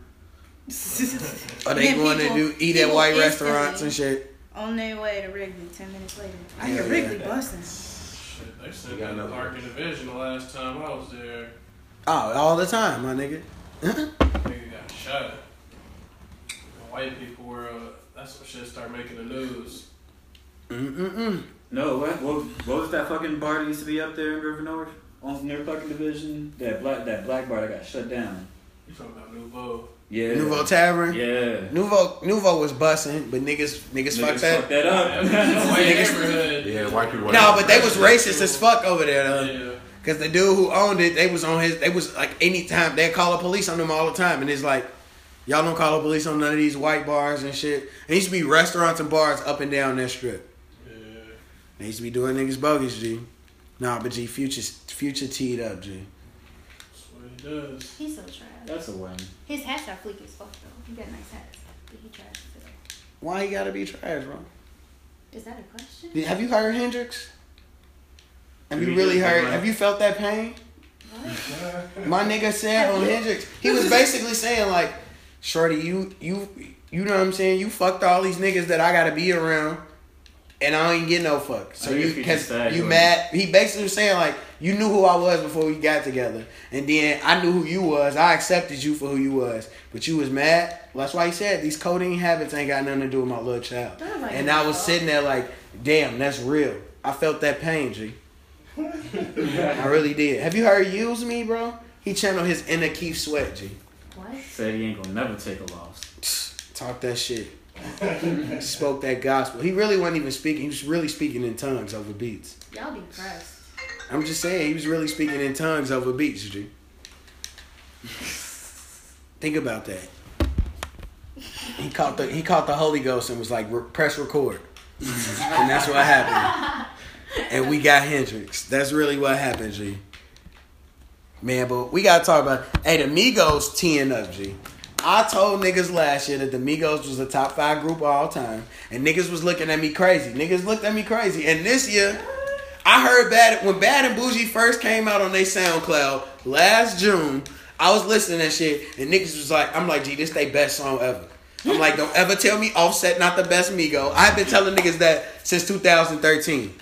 S1: or they
S2: Then
S1: going to
S2: people-
S1: do eat at
S2: people
S1: white restaurants
S2: instantly-
S1: and shit.
S2: On their way to Wrigley, ten minutes later. I hear
S1: Yeah.
S2: Wrigley busting.
S4: Shit, they
S5: You
S4: sent
S5: got
S4: me to
S5: another
S4: Park and Division the last time I was there.
S1: Oh, all the time, my nigga.
S4: Nigga got shot. The white people were, uh, that's when shit started making the news.
S1: Mm-mm-mm.
S3: No, what, what what was that fucking bar that used to be up there in River North on near fucking division? That black that black bar that got shut down.
S4: You talking about Nouveau.
S3: Yeah.
S1: Nouveau Tavern.
S3: Yeah.
S1: Nouveau Nouveau was bussing, but niggas niggas, fucked that.
S3: that
S4: That's a
S3: up.
S4: white neighborhood.
S6: Yeah, white people.
S1: No, but they was racist as fuck over there though.
S4: Yeah.
S1: Cause the dude who owned it, they was on his they was like anytime they call the police on them all the time and it's like Y'all don't call the police on none of these white bars and shit. There used to be restaurants and bars up and down that strip.
S4: Yeah.
S1: They used to be doing niggas bogus, G. Nah, but G, future, future teed up, G.
S4: That's what he does.
S2: He's so trash.
S3: [LAUGHS] That's a win.
S2: His hats are fleek as fuck though. He got nice hats, but he trash as hell.
S1: Why he gotta be trash, bro?
S2: Is that a question?
S1: Did- Have you heard Hendrix? Have
S3: Did
S1: you
S3: he
S1: really
S3: get
S1: heard?
S3: something?
S1: Have you felt that pain? My nigga said on Hendrix, he was basically saying like, "Shorty, you you you know what I'm saying? You fucked all these niggas that I gotta be around, and I ain't get no fuck. So
S3: I think
S1: you,
S3: if you
S1: cause
S3: just said,
S1: you
S3: like-
S1: mad? He basically was saying like you knew who I was before we got together, and then I knew who you was. I accepted you for who you was, but you was mad. Well, that's why he said these coding habits ain't got nothing to do with my little child.
S2: That was like
S1: and
S2: my
S1: I was
S2: fault.
S1: sitting there like, damn, that's real. I felt that pain, G. I really did. Have you heard "Use Me," bro? He channeled his inner Keith Sweat, G.
S2: What?
S3: Said he ain't gonna never take a loss.
S1: Talk that shit. Spoke that gospel. He really wasn't even speaking. He was really speaking in tongues over beats.
S2: Y'all be pressed.
S1: I'm just saying, he was really speaking in tongues over beats, G. Think about that. He caught the he caught the Holy Ghost and was like, "Re- press record, and that's what happened. And we got Hendrix. That's really what happened, G. Man, but we gotta talk about. Hey, the Migos teeing up, G. I told niggas last year that the Migos was a top five group of all time, and niggas was looking at me crazy. Niggas looked at me crazy, and this year, I heard bad when Bad and Bougie first came out on their SoundCloud last June. I was listening to that shit, and niggas was like, "I'm like, G, this they best song ever." I'm like, "Don't ever tell me Offset not the best Migo." I've been telling niggas that since 2013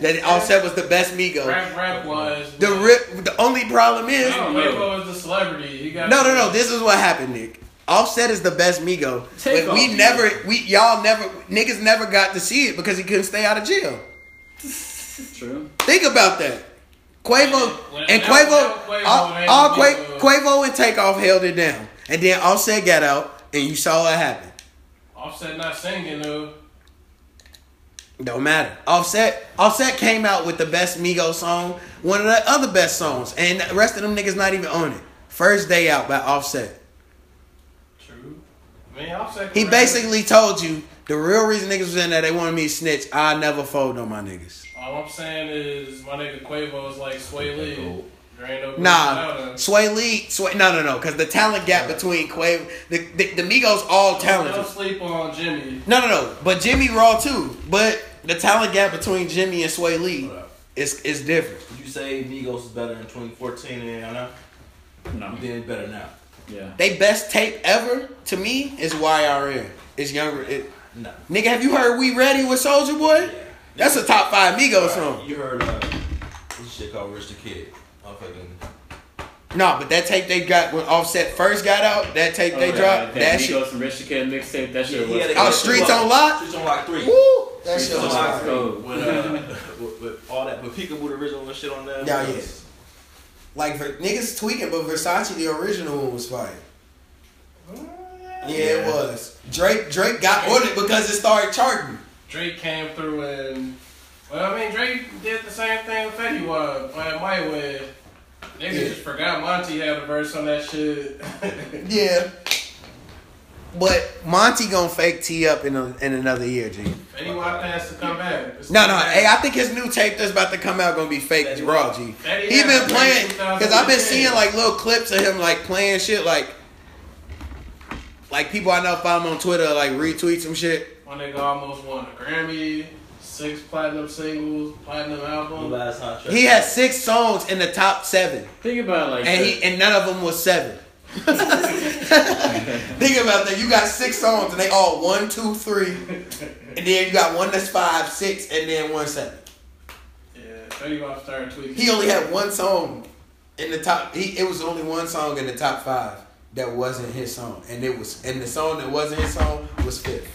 S1: that Offset was the best Migo.
S4: Rap, rap was
S1: The rip, the only problem is
S4: Hey, Quavo is the celebrity. He got
S1: no, no, no. This is what happened, Nick. Offset is the best Migo,
S3: Take
S1: but we
S3: off,
S1: never, we y'all never, niggas never got to see it because he couldn't stay out of jail.
S3: True.
S1: Think about that. Quavo
S4: When-
S1: and
S4: when
S1: Quavo,
S4: Quavo made
S1: all, all Qua-
S4: Migo-
S1: Quavo and Takeoff held it down, and then Offset got out, and you saw what happened.
S4: Offset not singing though.
S1: Don't matter. Offset Offset came out with the best Migo song, one of the other best songs, and the rest of them niggas not even on it. First day out by Offset.
S4: True. Man, Offset. can
S1: He
S4: rap.
S1: basically told you the real reason niggas was in there, they wanted me to snitch. I never fold on my niggas.
S4: All I'm saying is my nigga Quavo is like Sway Lee. There ain't no good without
S1: Nah,
S4: him.
S1: Sway Lee, Sway, no, no, no, because the talent gap between Quavo, the, the, the Migos all
S4: Don't
S1: talented.
S4: sleep on Jimmy.
S1: No, no, no, but Jimmy Raw too. But the talent gap between Jimmy and Sway Lee is, is different.
S5: You say Migos is better in 2014 than they are now?
S3: No.
S5: Then it's better now.
S3: Yeah.
S1: They best tape ever to me is YRN. It's younger. It,
S5: No.
S1: nigga, have you heard We Ready with Soldier Boy? That's a top five Migos song.
S5: You heard uh, this shit called Rich the Kid. Motherfucking.
S1: Nah, but that tape they got when Offset first got out, that
S3: Oh,
S1: tape
S4: Oh,
S1: they dropped, that shit.
S3: Migos and Rich the Kid mixtape. That shit
S5: Yeah, he
S3: was.
S5: had a-
S1: Oh, Streets on Lock?
S5: Streets on Lock 3.
S1: Woo! That
S5: Streets
S1: shit
S5: on
S1: was fire.
S5: Lock 3.
S3: fire.
S5: With, uh, with, with all that. With Peekaboo the original and shit on there.
S1: Yeah, yes. Like, ver- niggas tweaking, but Versace, the original one, was fire. Yeah, it was. Drake Drake got on it because it started charting.
S4: Drake came through and well, I mean Drake did the same thing with Fetty Wap playing my way. Niggas
S1: Yeah.
S4: just forgot Monty had a verse on that shit. [LAUGHS]
S1: Yeah. But Monty gonna fake T up in, a, in another year, G.
S4: Fetty Wap has to come back. It's
S1: No, no.
S4: like-
S1: Hey, I think his new tape that's about to come out gonna be fake raw G.
S4: That
S1: He
S4: is
S1: been playing
S4: $20,000
S1: because I've been
S4: a
S1: seeing
S4: day.
S1: like little clips of him like playing shit like, like people I know follow him on Twitter like retweet some shit.
S4: My nigga almost won a Grammy, six platinum singles, platinum
S5: The
S4: album.
S5: last contract.
S1: He has six songs in the top seven,
S3: Think about it like
S1: and
S3: that.
S1: he and none of them was seven. [LAUGHS] Think about that. You got six songs, and they all one, two, three, and then you got one that's five, six, and then one seven.
S4: Yeah, Fetty Wap started tweaking.
S1: He only had one song in the top. He it was only one song in the top five that wasn't his song, and it was and the song that wasn't his song was fifth.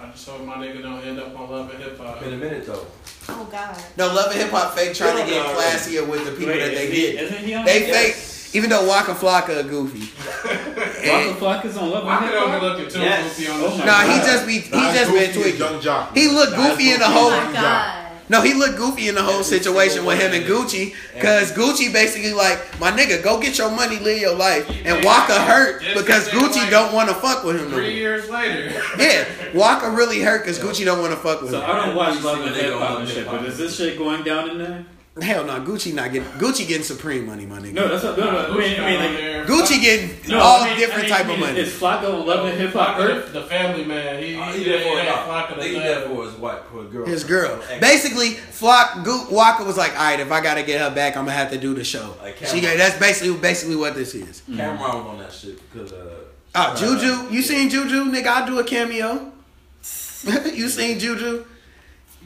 S4: I just hope my nigga don't end up on Love and Hip Hop.
S5: Been a minute though.
S2: Oh God.
S1: No, Love and Hip Hop fake trying to get classier with the people
S3: Wait,
S1: that they
S3: is he-
S1: did.
S3: Isn't he on?
S1: They
S5: Yes.
S1: fake, even though Waka Flocka a goofy.
S3: Waka
S1: And-
S3: Flock is on Love and
S4: Waka
S3: Hip
S4: don't be
S3: Hop.
S4: looking too
S5: Yes.
S4: goofy on
S3: Oh
S4: the
S3: my
S4: show.
S1: Nah, he
S5: God.
S1: just be he
S6: Nas
S1: just
S6: Goofy
S1: been
S6: is
S1: tweaking.
S6: Young Jock.
S1: He looked
S6: Nas
S1: goofy in the
S6: Goofy
S1: whole-
S2: Oh
S6: is
S2: my
S6: Young Jock.
S2: God.
S1: No, he looked goofy in the whole
S5: Every
S1: situation
S5: single
S1: with him
S5: one.
S1: and Gucci, cause Gucci basically like, my nigga, go get your money, live your life, and Waka hurt because Gucci don't want to fuck with him no
S4: Three
S1: more.
S4: years later.
S1: Yeah, Waka really hurt because Gucci don't want to fuck with
S3: So
S1: him.
S3: I don't watch Love and
S5: They
S3: Hip
S5: don't
S3: Hop
S5: love
S3: and shit,
S5: hip hop.
S3: but is this shit going down in there?
S1: Hell no, Gucci not getting Gucci getting supreme money, my nigga.
S3: No, that's not. No, no. I mean, I mean, like.
S1: Gucci getting
S3: No,
S1: all
S3: I mean-
S1: different
S3: I mean,
S1: type
S3: I
S1: of
S3: mean,
S1: money.
S3: Is Flocka on Love and Hip Hop Earth?
S4: The family man. He,
S5: Uh,
S4: he,
S5: He
S4: he,
S5: did for
S4: had flock of
S5: his-
S4: the
S5: he
S4: Thug.
S5: did for his wife, for a girl.
S1: His girl, basically, Flock Gu- Waka was like, all right, if I gotta get her back, I'm gonna have to do the show.
S5: Like
S1: She,
S5: Cameron.
S1: that's basically basically what this is.
S5: Cameron was on that shit because uh.
S1: Oh, [LAUGHS]
S5: uh,
S1: Juju, you seen Juju, nigga? I do a cameo. you seen Juju?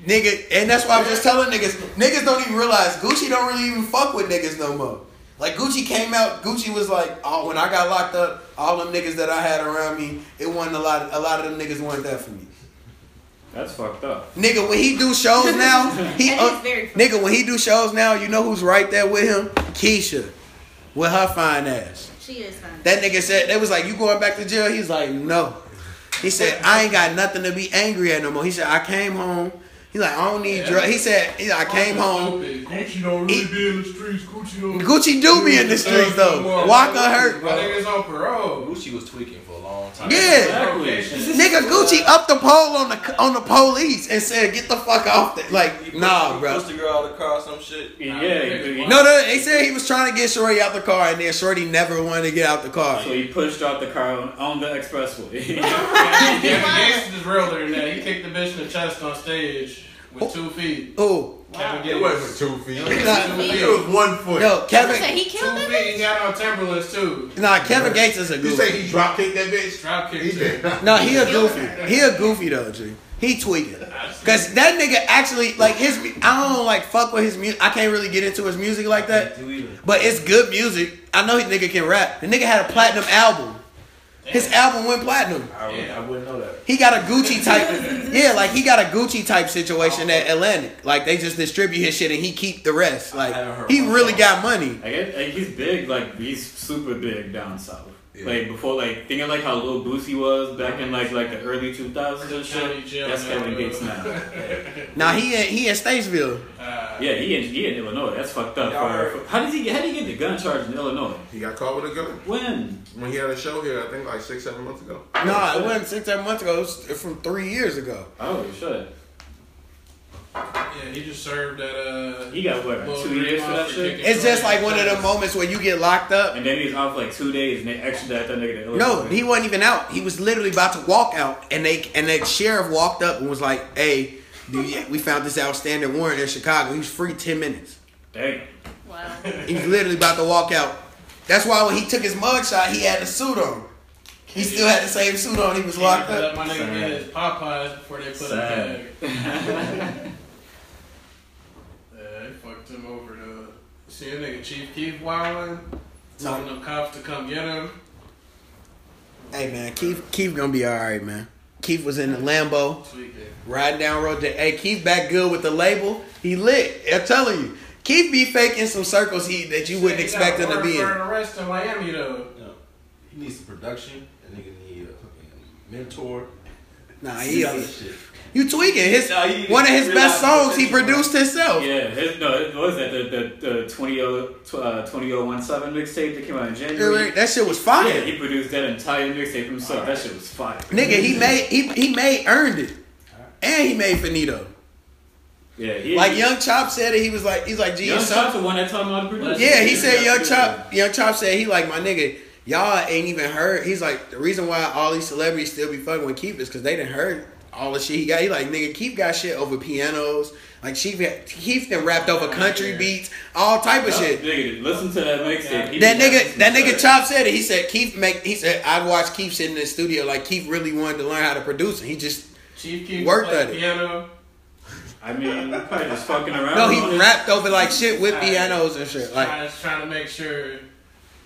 S1: Nigga, and that's why I'm just telling niggas, niggas don't even realize Gucci don't really even fuck with niggas no more. Like Gucci came out, Gucci was like, oh, when I got locked up, all them niggas that I had around me, it wasn't a lot. A lot of them niggas weren't that for me.
S3: That's fucked up.
S1: Nigga, when he do shows now, he uh,
S2: That is very funny.
S1: nigga when he do shows now, you know who's right there with him? Keisha, with her fine ass.
S2: She is fine.
S1: That nigga said they was like, "You going back to jail?" He's like, "No." He said, "I ain't got nothing to be angry at no more." He said, "I came home." He like, "I don't need drugs." He said, he like, "I came home."
S4: Gucci don't really be in the streets. Gucci don't. Uh,
S1: Gucci do be in the streets though. Walker
S4: My
S1: hurt.
S4: nigga's
S1: [LAUGHS]
S4: on parole.
S5: Gucci was tweaking for a long time.
S1: Yeah.
S3: Exactly.
S1: Nigga, Gucci up the pole on the on the police and said, "Get the fuck off that!"
S5: He
S1: Like,
S5: pushed-
S1: nah,
S5: he
S1: bro.
S5: Pushed the girl out of the car, or some shit.
S3: Yeah, he-
S1: No, no, they said he was trying to get Shorty out the car, and then Shorty never wanted to get out the car.
S3: so he pushed out the car on- on the expressway.
S4: Yeah, Gates is realer than that. He kicked the bitch in the chest on stage with two feet.
S1: Oh,
S4: Kevin
S6: It
S4: Gates.
S6: wasn't for two feet.
S4: It
S6: It
S4: was two feet.
S6: was one foot.
S1: no,
S2: You said
S1: Kevin.
S2: he
S4: Two
S2: killed that
S4: feet and
S2: bitch?
S4: got on Timberlands too.
S1: Nah, Kevin Gates is a
S6: You say
S1: goofy.
S6: he drop kicked that bitch?
S4: Drop
S6: He
S4: kicked
S6: did.
S4: her.
S1: No, he a
S2: killed
S1: goofy. He a goofy though, G. He tweaking. Cause that nigga actually like his. mu- I don't like fuck with his music. I can't really get into his music like
S3: [LAUGHS]
S1: that.
S5: Do either.
S1: But it's good music. I know he nigga can rap. The nigga had a platinum album. His album went platinum.
S5: I, really-
S4: Yeah.
S5: I wouldn't know that.
S1: He got a Gucci type. Yeah, like he got a Gucci type situation at Atlantic. Like they just distribute his shit and he keep the rest. Like
S5: haven't heard
S1: he
S5: one
S1: really
S5: song.
S1: got money.
S3: I guess like, he's big, like he's super big down south.
S6: Yeah.
S3: Like before, like thinking like how Lil Boosie was back in like like the early 2000s and
S4: County
S3: shit.
S4: jail
S3: That's
S4: now,
S3: Kevin
S4: uh,
S3: Gates now.
S1: Now he in, he in Statesville.
S4: Uh,
S3: Yeah, he in, he in Illinois. That's fucked up.
S5: Y'all
S3: For,
S5: heard-
S3: for, how did he how did he get the gun charge in Illinois?
S6: [LAUGHS] He got caught with a gun
S3: When?
S6: when he had a show here. I think like six, seven months ago.
S1: No, it wasn't six seven months ago. It was from three years ago.
S3: Oh shit!
S4: yeah, he just served at uh.
S3: He got what
S4: Lil
S3: two
S4: Green
S3: years for that
S4: Monster
S3: shit,
S4: kicking
S1: It's just like
S4: Shorty
S1: one of the
S4: ass.
S1: moments where you get locked up.
S3: and then he's off like two days, and they extradited that nigga to Illinois.
S1: No, he wasn't even out. He was literally about to walk out, and they and that sheriff walked up and was like, "Hey, do you- we found this outstanding warrant in Chicago. He was free ten minutes.
S3: Damn.
S2: Wow.
S1: He was literally about to walk out. That's why when he took his mugshot, he had a suit on. He still had the same suit on. He was locked
S4: Let
S1: up.
S4: my nigga
S3: Sad.
S4: get his Popeyes before they put him
S3: Sad.
S4: in. Yeah, they fucked him over though. See a nigga Chief Keith wildin', telling them cops to come get him.
S1: Hey man, Keith, Keith gonna be all right, man. Keith was in the Lambo.
S4: Tweaking.
S1: Riding down road to hey Keith back good with the label. He lit. I'm telling you. Keith be faking some circles he that you wouldn't
S4: He got
S1: expect him to be
S4: warrant
S1: in.
S4: For an arrest in Miami though.
S5: No. He needs some production. That nigga need a fucking mentor.
S1: Nah, he
S5: Some
S1: you
S5: shit.
S1: tweaking. His
S5: Nah, he-
S1: one of his best
S5: realize-
S1: songs he produced himself.
S3: Yeah, his, no, it was that the the, the 20, tw- uh, 20017 mixtape that came out in January.
S1: That shit was
S3: Yeah,
S1: fire.
S3: he produced that entire mixtape himself. That shit was fire.
S1: Nigga, he made he, he made earned it. And he made Finito.
S3: Yeah, he,
S1: Like Young Chop said it, he was like he's like, gee,
S3: Young
S1: it's
S3: Chop's the one that taught him how to produce.
S1: Yeah, he said Young
S3: Yeah.
S1: Chop. Young Chop said he like my nigga. Y'all ain't even heard. He's like the reason why all these celebrities still be fucking with Keith is because they didn't heard all the shit he got. He like nigga Keith got shit over pianos. Like she Keith then rapped over country beats, all type of
S3: Oh,
S1: shit.
S3: Nigga, listen to that mixtape. He
S1: That
S3: did
S1: nigga, that nigga
S3: shit.
S1: Chop said it. He said Keith make. He said I watched Keith sitting in the studio. Like Keith really wanted to learn how to produce, and he just
S4: Chief Keith
S1: Worked
S4: played
S1: at it.
S4: piano.
S3: I mean, probably just fucking around.
S1: no,
S3: on
S1: he
S3: it.
S1: rapped over like shit with pianos and shit. Like
S4: I was trying to make sure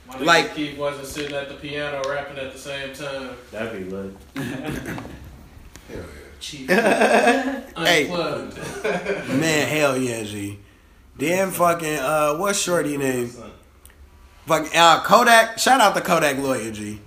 S4: my nigga
S1: Like-
S4: Keith wasn't sitting at the piano rapping at the same time.
S3: That'd be lit.
S6: Hell
S1: [LAUGHS]
S4: Chief
S1: Hey.
S4: unplugged. [LAUGHS]
S1: man, hell yeah, G. Then fucking uh, what's Shorty name? Fucking uh, Kodak. Shout out to Kodak lawyer G.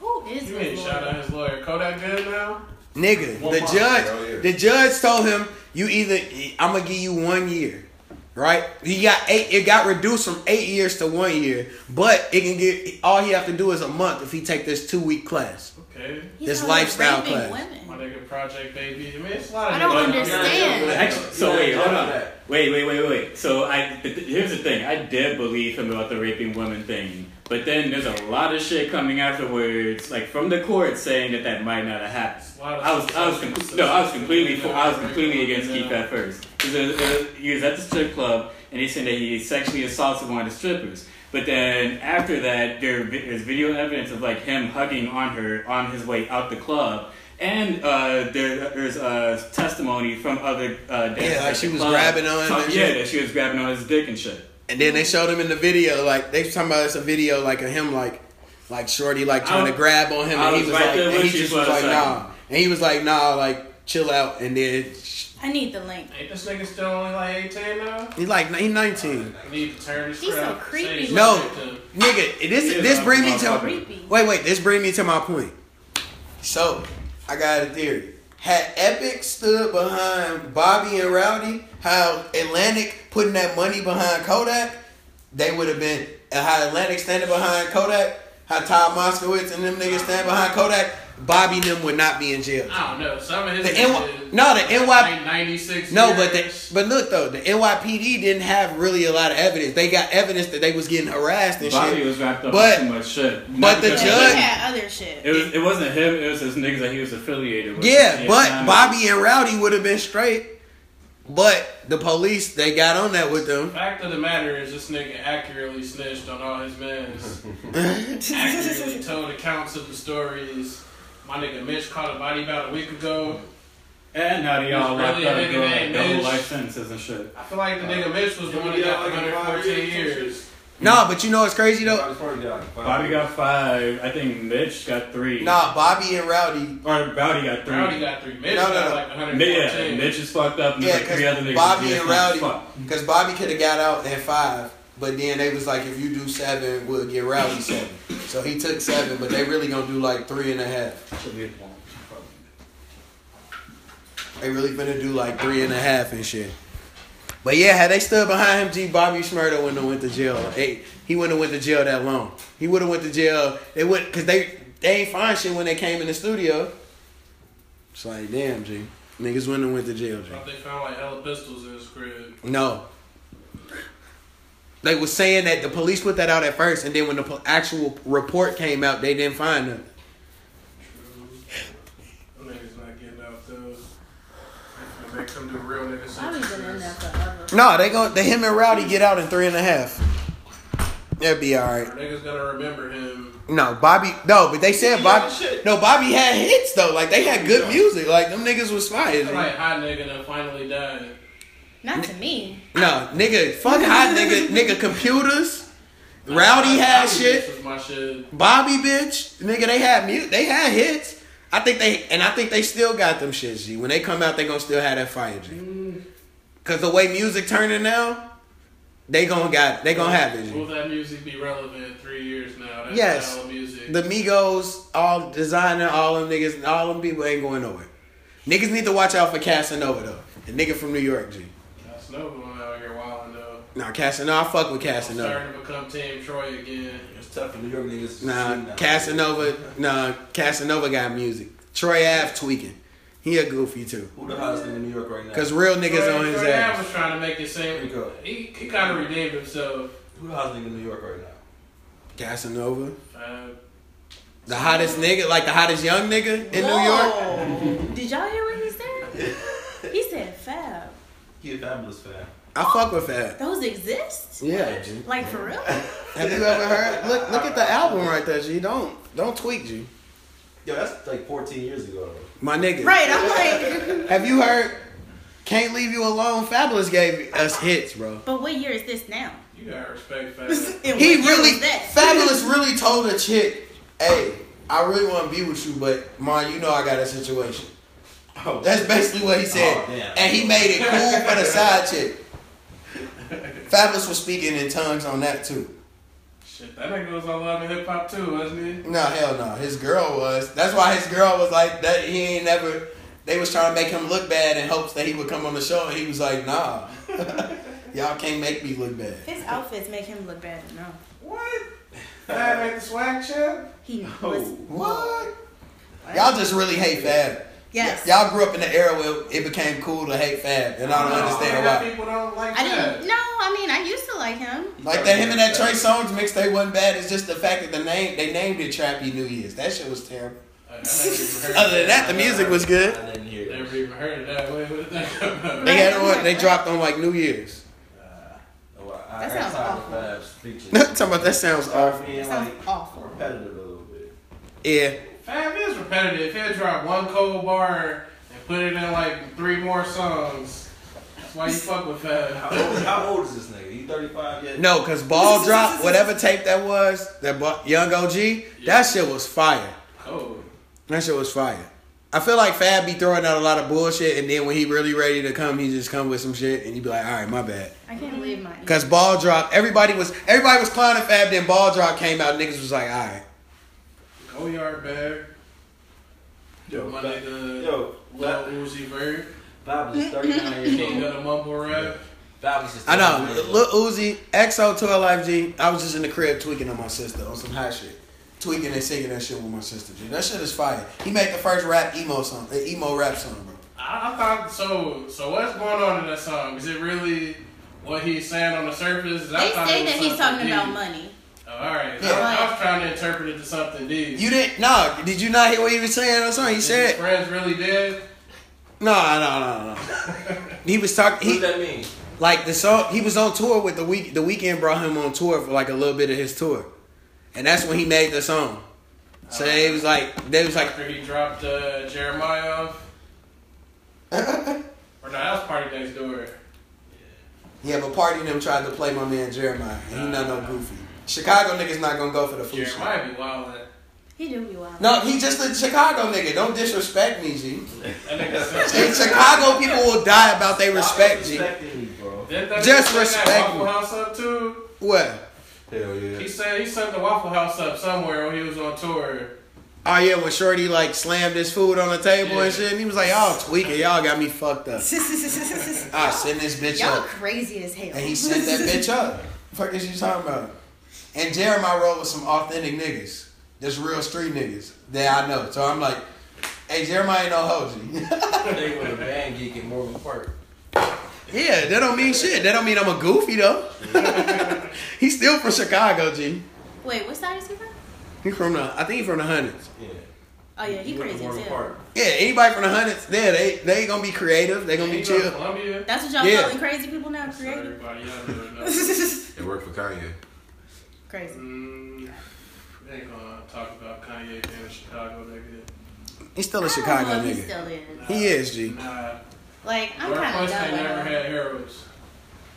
S2: Who is
S4: You
S2: this
S4: ain't shout out
S2: lawyer?
S4: his lawyer. Kodak good now?
S1: Nigga,
S4: One
S1: the
S4: month.
S6: Hell yeah.
S1: judge. The judge told him, "You either I'm gonna give you one year, right? He got eight. It got reduced from eight years to one year, but it can get. All he have to do is a month if he take this two week class.
S4: Okay.
S2: He's
S1: This
S2: out here
S1: lifestyle
S2: raping
S1: class.
S4: My
S2: Women.
S4: nigga Project Baby. I mean, it's a lot of
S2: I don't
S4: niggas out here.
S2: understand.
S3: Actually, so wait, hold on.
S5: Yeah.
S3: Wait, wait, wait, wait. So I but th- here's the thing. I did believe him about the raping women thing, but then there's a lot of shit coming afterwards, like from the court saying that that might not have happened.
S4: A lot of
S3: I was, I was,
S4: sensations.
S3: com- no, I was completely, for, I was completely against
S5: uh,
S3: Keith at first. 'Cause it was- it was- he was at the strip club and he said that he sexually assaulted one of the strippers. But then after that, there vi- there's video evidence of like him hugging on her on his way out the club. And uh, there, there's uh, testimony from other uh, dancers.
S1: Yeah, like
S3: at
S1: she
S3: the
S1: was
S3: club.
S1: grabbing on him
S3: Talk-
S1: and
S3: Yeah,
S1: shit.
S3: that she was grabbing on his dick and shit.
S1: And then they showed him in the video, like they was talking about it's a video like of him like like Shorty like trying
S3: I-
S1: to grab on him
S3: I
S1: and he
S3: was
S1: was
S3: right
S1: like
S3: there
S1: and
S3: with
S1: he
S3: you
S1: just
S3: for
S1: was
S3: a
S1: like
S3: second.
S1: nah. And he was like, nah, like chill out and then sh-
S2: I need the link.
S4: Ain't this nigga still only like 18 now?
S1: he like he nineteen.
S4: I need to turn this
S2: He's so
S4: around.
S2: creepy.
S4: Say this
S1: No.
S4: shit to him.
S1: Nigga, this
S3: Yeah,
S1: this
S3: I'm-
S1: bring me
S3: I'm
S1: to
S3: fucking-
S2: Creepy.
S1: Wait, wait, this brings me to my point. So, I got a theory. Had Epic stood behind Bobby and Rowdy, how Atlantic putting that money behind Kodak, they would have been, and how Atlantic standing behind Kodak, how Todd Moskowitz and them niggas stand behind Kodak, Bobby and them would not be in jail.
S4: I don't know. Some of his
S1: The NY,
S4: bitches
S1: no, the NY,
S4: like 96
S1: no, but the,
S4: years.
S1: but look though, the NYPD didn't have really a lot of evidence. They got evidence that they was getting harassed and
S3: Bobby
S1: shit.
S3: was wrapped up
S1: But-
S3: in too much shit. Not
S1: but the
S3: because-
S2: Yeah,
S1: judge-
S2: he had other shit.
S3: It, was, it wasn't him, it was his niggas that he was affiliated with.
S1: Yeah,
S3: I
S1: but
S3: know.
S1: Bobby and Rowdy would have been straight. But the police, they got on that with them.
S4: Fact of the matter is, this nigga accurately snitched on all his
S1: [LAUGHS]
S4: mans. accurately told accounts of the stories. My nigga Mitch caught a body about a week ago.
S3: And now they all
S4: It's
S3: locked
S4: really
S3: up
S4: a nigga
S3: doing like
S4: named
S3: double
S4: Mitch.
S3: life sentences and shit.
S4: I feel like the nigga Mitch was the one that got 114 years.
S1: Nah, but you know what's crazy though?
S3: Bobby got five. I think Mitch got three.
S1: Nah, Bobby and Rowdy.
S3: Or Bobby got three.
S4: Rowdy got three. Mitch
S1: No, no,
S4: got
S1: no.
S4: like
S3: Mi- yeah,
S4: 114.
S3: Mitch is fucked up. And
S1: Yeah,
S3: like three other
S1: because
S3: niggas
S1: Bobby
S3: is
S1: and
S3: fucked as
S1: Rowdy,
S3: fuck.
S1: because Bobby could have got out at five, but then they was like, if you do seven, we'll get Rowdy seven. So he took seven, but they really gonna do like three and a half. They really finna do like three and a half and shit. But yeah, had they stood behind him, G. Bobby Schmurda wouldn't have went to jail. Hey, he wouldn't have went to jail that long. He would have went to jail. They would, cause they they ain't find shit when they came in the studio. It's like damn, G. Niggas wouldn't have went to jail, G.
S4: I think they found like hella pistols in his crib.
S1: No. They was saying that the police put that out at first, and then when the po- actual report came out, they didn't find them.
S4: Them niggas not getting out those. They finna Make them do real nigga
S2: Bobby's been in there
S4: sentences.
S2: forever.
S1: No, they go. They him and Rowdy get out in three and a half. That'd be all right.
S4: Niggas gotta remember him.
S1: No, Bobby. No, but they said Bobby.
S4: shit.
S1: No, Bobby had hits though. Like they had good music. Like them niggas was fire.
S4: He's like
S1: G.
S4: hot nigga that finally died.
S2: Not to me.
S1: No, nigga, fuck hot nigga, nigga computers. Rowdy had shit.
S4: This was my shit.
S1: Bobby bitch, nigga, they had mute, they had hits. I think they and I think they still got them shits. G. When they come out, they gonna still have that fire G. Cause the way music turning now, they gonna got they gonna have it.
S4: Will
S1: G.
S4: that music be relevant three years now? That's
S1: Yes.
S4: style of music.
S1: The Migos, all designer, all them niggas, all them people ain't going nowhere. Niggas need to watch out for Casanova though. The nigga from New York, G.
S4: That's no going out here wilding though.
S1: Nah, Casanova, I fuck with
S4: I'm
S1: Casanova.
S4: starting to become Team Troy again.
S5: It's tough for New York niggas. to shoot
S1: Nah,
S5: now.
S1: Casanova, nah, Casanova got music. Troy Ave tweaking. He a goofy too.
S5: Who the hottest nigga in New York right now?
S1: Cause real niggas
S4: Troy,
S1: on his
S4: Troy
S1: ass.
S4: Ave was trying to make it
S5: Here we
S4: seem
S5: go.
S4: he, he kind of redeemed himself.
S5: Who the hottest nigga in New York right now?
S1: Casanova.
S4: Uh,
S1: The hottest nigga, like the hottest young nigga in New York.
S2: Whoa. Did y'all hear what he said?
S1: [LAUGHS]
S2: He said Fab.
S5: He a fabulous fan.
S1: I fuck with that.
S2: Those exist?
S1: Yeah, G.
S2: Like for real?
S1: Have you ever heard? Look, look at the album right there, G. Don't, don't tweak, G.
S5: Yo, that's like 14 years ago.
S1: My nigga.
S2: right, I'm like.
S1: Have you heard? Can't leave you alone. Fabulous gave us hits, bro.
S2: But what year is
S1: [LAUGHS]
S2: this now?
S4: you gotta respect Fab.
S2: And
S1: He
S2: what year
S1: really,
S2: was that?
S1: Fabulous really told a chick, "Hey, I really want to be with you, but ma, you know I got a situation."
S5: Oh,
S1: That's basically what he said,
S5: Oh, damn.
S1: and he made it cool for the side
S5: [LAUGHS]
S1: chick. Fabulous was speaking in tongues on that too.
S4: Shit, that nigga was all out in hip hop too, wasn't he?
S1: No, hell no. His girl was. That's why his girl was like that. He ain't never. They was trying to make him look bad in hopes that he would come on the show, and he was like, "Nah, [LAUGHS] y'all can't make me look bad."
S2: His outfits make him look better. No.
S4: [LAUGHS] What? Fab ain't the swag champ.
S2: He was.
S1: What? Oh. Y'all just really hate Fab.
S2: Yes.
S1: Y'all grew up in the era where it became cool to hate Fab, and I don't understand
S4: why
S1: why.
S4: people don't like
S2: I
S4: Fab.
S2: didn't. No, I mean, I used to like him.
S1: Like that him and that Trey Songz mixtape wasn't bad. It's just the fact that the name they named it Trappy New Year's. That shit was terrible.
S4: I- I never even heard
S1: Other than that, the music was
S5: I
S1: good.
S5: didn't hear
S4: Never
S5: that.
S4: even heard of that. Wait, [LAUGHS] what did that come out?
S1: They had it on. They dropped on like New Year's.
S5: Oh, I, I
S2: That
S5: heard
S2: sounds
S5: Tyler
S1: [LAUGHS]
S2: awful.
S5: Fab's features.
S1: [LAUGHS] Talking about that sounds
S5: Start
S1: awful.
S5: being
S2: Sounds
S5: like
S2: awful.
S5: repetitive a little bit.
S1: Yeah,
S4: Fab is repetitive. He'll drop one cold bar and put it in like three more songs. That's why you fuck with Fab.
S5: How old, how old is this nigga? He 35 yet?
S1: No, cause ball drop, whatever tape that was, that Ba- young OG, that shit was fire.
S4: Cold.
S1: That shit was fire. I feel like Fab be throwing out a lot of bullshit, and then when he really ready to come, he just come with some shit, and you be like, all right, my bad.
S2: I can't believe my.
S1: Cause ball drop, everybody was everybody was clowning Fab. Then ball drop came out, niggas was like, all right.
S4: Go yard bag.
S5: Yo,
S4: My nigga.
S5: yo,
S4: Lil
S5: Fab
S4: Uzi Vert.
S5: Fab is 39
S4: King
S5: years
S4: of
S5: old.
S4: the mumble rap.
S5: Fab is just
S1: I
S5: 39
S1: know.
S5: years old.
S1: Look, Uzi, XO to Life G. I was just in the crib tweaking on my sister on some hot shit. Tweaking and singing that shit with my sister, G. That shit is fire. He made the first rap emo song, uh, emo rap song, bro.
S4: I, I thought so. So what's going on in that song? Is it really what he's saying on the surface?
S2: They say that he's talking about money.
S4: Oh, all right.
S1: Yeah.
S4: I, I was trying to interpret it to something deep.
S1: You didn't? No, did you not hear what he was saying on the song? He
S4: Is his
S1: said,
S4: friends really dead.
S1: no, no, no, no. He was talking.
S5: What
S1: He,
S5: does that mean?
S1: Like the song, he was on tour with the week. The weekend brought him on tour for like a little bit of his tour, and that's when he made the song. So
S4: Uh-huh.
S1: it was like they was like,
S4: After he dropped uh, Jeremiah
S1: [LAUGHS]
S4: off. or no, that was Party Next Door.
S1: yeah, but Party and them tried to play my man Jeremiah, and he not no goofy. Chicago niggas not gonna go for the food. shit.
S4: Uh-huh. Jeremiah be wildin'.
S2: He do be [LAUGHS] wild.
S1: No, he just a Chicago nigga. Don't disrespect me, G.
S4: That nigga said.
S1: In [LAUGHS] Chicago, people will die about they respect G.
S5: Respecting me, bro.
S4: Didn't that nigga
S1: Just
S4: set
S1: respect
S4: That Waffle House up too.
S1: What?
S6: Hell
S1: [LAUGHS]
S6: yeah.
S4: He said he set the Waffle House up somewhere when he was on tour.
S1: Oh yeah, when Shorty like slammed his food on the table
S4: Yeah.
S1: and shit, and he was like, "Y'all tweaking, y'all got me fucked up." I send this bitch
S2: Y'all
S1: up.
S2: crazy as hell.
S1: And he set that bitch up. Fuck is you talking about? And Jeremiah rolled with some authentic niggas. Just real street niggas that I know. So I'm like, hey, Jeremiah ain't no [LAUGHS] hoji.
S5: Nigga with a band geek in Morgan Park.
S1: yeah, that don't mean shit. That don't mean I'm a goofy though. [LAUGHS] He's still from Chicago, G.
S2: [LAUGHS] Wait, what side is he from?
S1: He from the I think he from the hundreds.
S5: Yeah.
S2: Oh yeah, he
S5: went
S2: crazy
S5: to
S2: as
S5: Morgan
S2: hell.
S5: Park.
S1: Yeah, anybody from the hundreds, yeah, they they gonna be creative, they gonna
S4: He
S1: be
S4: go to
S1: chill.
S4: Columbia.
S2: That's what y'all
S1: Yeah.
S2: calling crazy people now,
S1: [LAUGHS]
S4: So
S2: creative.
S4: Everybody out there
S2: [LAUGHS]
S4: knows.
S2: crazy.
S6: It worked for Kanye.
S4: Mm, they ain't gonna talk about Kanye being a Chicago nigga.
S1: He's still a
S2: I
S1: Chicago
S2: don't know if he
S1: nigga.
S2: still is.
S1: He is G.
S4: Nah,
S2: Like I'm kind of
S4: Northwest
S2: done
S4: ain't never
S2: with him.
S4: had heroes.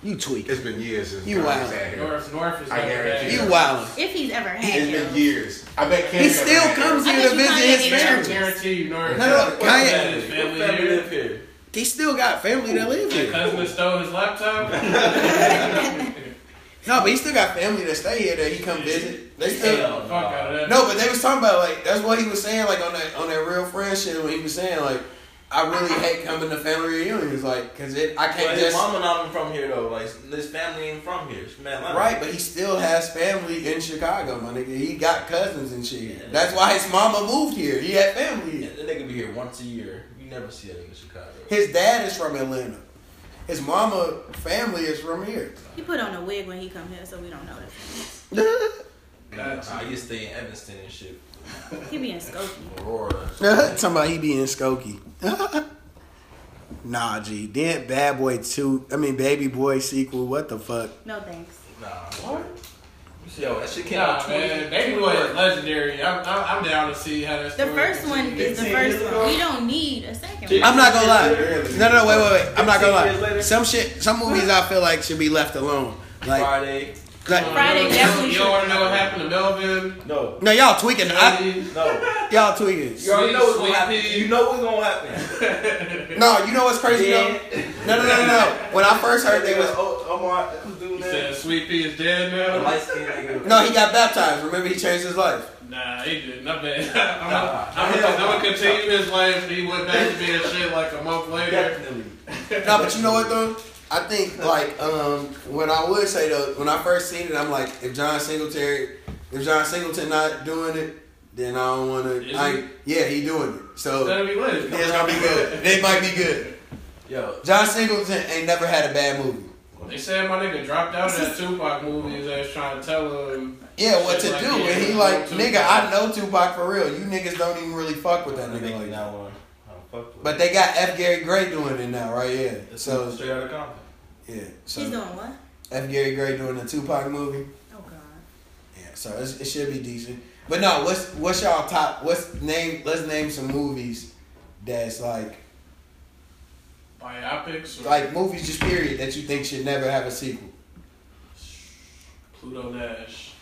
S1: You tweak.
S6: It's been years since
S1: You
S6: Kanye's
S1: wild.
S6: had hair.
S4: North North is
S6: I
S4: never had
S6: guarantee
S1: You
S4: heroes.
S1: wildin'.
S2: If he's ever had
S6: It's been
S2: heroes.
S6: years. I bet Kanye.
S1: He
S6: never
S1: still
S6: had
S1: comes
S6: hair.
S1: here to
S2: I bet you
S1: visit
S2: Kanye
S1: his
S2: ain't
S1: family.
S4: I guarantee you North.
S1: No, no,
S4: North
S1: Kanye-
S4: had his family
S5: Fab
S4: here.
S5: live here.
S1: He still got family that live
S4: His
S1: here.
S4: cousin stole his laptop.
S1: No, but he still got family that stay here that he come visit. They still
S4: [LAUGHS]
S5: Hell
S4: Fuck out of that.
S1: no, but they was talking about like that's what he was saying like on that on that real friendship when he was saying like I really hate coming to family reunions like because it I
S5: But
S1: can't
S5: his
S1: just
S5: mama not from here though. Like his family ain't from here. She's from Atlanta.
S1: right, but he still has family in Chicago, my nigga. He got cousins and shit.
S5: Yeah.
S1: That's why his mama moved here. He had family.
S5: Yeah,
S1: Here.
S5: that nigga be here once a year. You never see that nigga in Chicago.
S1: His dad is from Atlanta. His mama family is from here.
S2: He put on a wig when he come here, so we don't know that.
S4: That's-
S5: I used to stay in Evanston and shit.
S2: He be in Skokie.
S5: Aurora.
S1: [LAUGHS] Talking about he being Skokie. [LAUGHS] nah, G. Then Bad Boy 2, I mean, Baby Boy sequel, what the fuck?
S2: No thanks.
S5: Nah. Yo, that shit came out
S4: Nah,
S5: 20
S4: man, Baby Boy is legendary. I'm, I'm, I'm down to see how that's
S2: The first one is the first one. We don't need a second one.
S1: I'm not gonna lie. No, no, no, wait, wait, wait. I'm not gonna
S5: 15 years
S1: lie.
S5: later.
S1: Some shit, some movies I feel like should be left alone. Like,
S5: Friday.
S1: like
S2: Friday
S4: you,
S2: definitely
S4: You
S2: should.
S4: don't want to know what happened to Melvin?
S1: [LAUGHS]
S5: No.
S1: no, y'all tweaking. I,
S4: Andy?
S5: No.
S1: y'all tweaking.
S5: You already know what's gonna
S4: Sleepy.
S5: happen. You know what's gonna happen.
S1: No, you know uh, what's crazy though? No, no, no, no, no. When I first heard they was,
S5: oh, Omar, who's doing
S4: He
S5: that? [LAUGHS]
S4: said Sweet Pea is dead
S5: The
S4: now.
S5: light
S1: [LAUGHS]
S5: skinned nigga.
S1: no, he got baptized. Remember, he changed his life.
S4: Nah, he didn't. I bet. I'm,
S5: Nah.
S4: I'm, I'm, gonna continue his life. He went back to being shit like a month later.
S5: Definitely.
S1: No, but you know what though? I think like um when I would say though, when I first seen it, I'm like, if John Singletary, if John Singleton not doing it, then I don't want
S4: Is he?
S1: to. I yeah, he doing it, so yeah,
S4: That'll be lit.
S1: it's gonna be good. It might be good.
S5: Yo.
S1: John Singleton ain't never had a bad movie.
S4: They said my nigga dropped out of that Tupac movie. His ass trying to tell him.
S1: Yeah, what to
S4: Shit like
S1: do?
S4: that.
S1: And he like,
S4: Tupac.
S1: nigga, I know Tupac for real. You niggas don't even really fuck with that
S5: That
S1: nigga like that.
S5: nigga now on. I don't fuck with
S1: But
S5: it.
S1: they got F. Gary Gray doing it now, right? Yeah.
S5: It's
S1: So
S5: straight out of Compton.
S1: yeah.
S2: She's
S1: So
S2: doing what?
S1: F. Gary Gray doing the Tupac movie.
S2: Oh god.
S1: Yeah, so it's, it should be decent. But no, what's what's y'all top? What's name? Let's name some movies that's like
S4: Biopics or
S1: like movies just period that you think should never have a sequel.
S4: Pluto Nash.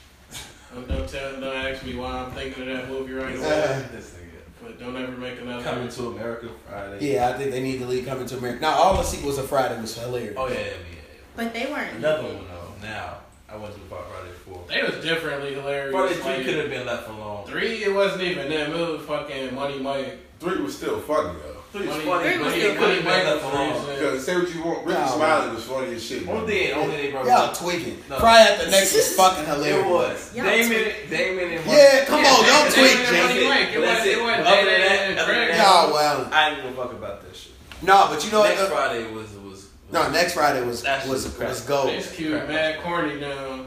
S4: Don't, don't tell, don't ask me why I'm thinking of that movie right now.
S1: Uh,
S5: This nigga.
S4: But don't ever make another.
S5: Coming to America Friday.
S1: yeah, I think they need to leave Coming to America. Now all the sequels of Friday was hilarious.
S5: Oh yeah, yeah, yeah.
S2: But they
S5: yeah.
S2: weren't.
S5: Another one though. Now I went to about Friday Four.
S4: They was differently hilarious.
S5: Friday Three
S4: like,
S5: could have been left alone.
S4: three, it wasn't even them. It was fucking Money Mike.
S6: Three was still funny though.
S5: Three
S4: Money,
S5: was funny,
S2: Three
S5: but
S2: was
S4: Money,
S5: it could
S2: still
S5: have
S4: Money
S5: been
S4: Mike
S5: left
S4: was
S5: alone.
S4: freezing.
S6: Because say what you want, Ricky
S1: No.
S6: Smiley was funny as shit. man.
S5: Only thing, only they brought.
S1: Y'all tweaking.
S5: No.
S1: Friday at the next
S5: [LAUGHS]
S1: is fucking
S5: It
S1: hilarious.
S5: was.
S2: Y'all
S5: Damon, Damon and
S1: Yeah, come
S4: Yeah,
S1: on, don't
S4: Damon
S1: tweak,
S4: and
S1: Jason.
S4: Money Mike. It
S5: That's
S4: wasn't- it
S5: it.
S4: wasn't
S5: Other than
S4: Damon
S5: that-
S4: and
S5: other than
S4: Craig.
S5: that-
S1: Y'all wild.
S5: I didn't give a fuck about that shit.
S1: No, but you know
S5: Next
S1: what?
S5: Friday was was.
S1: No, next Friday was
S5: That shit
S1: was
S5: was crap.
S1: was gold.
S4: Ice Cube, mad corny now.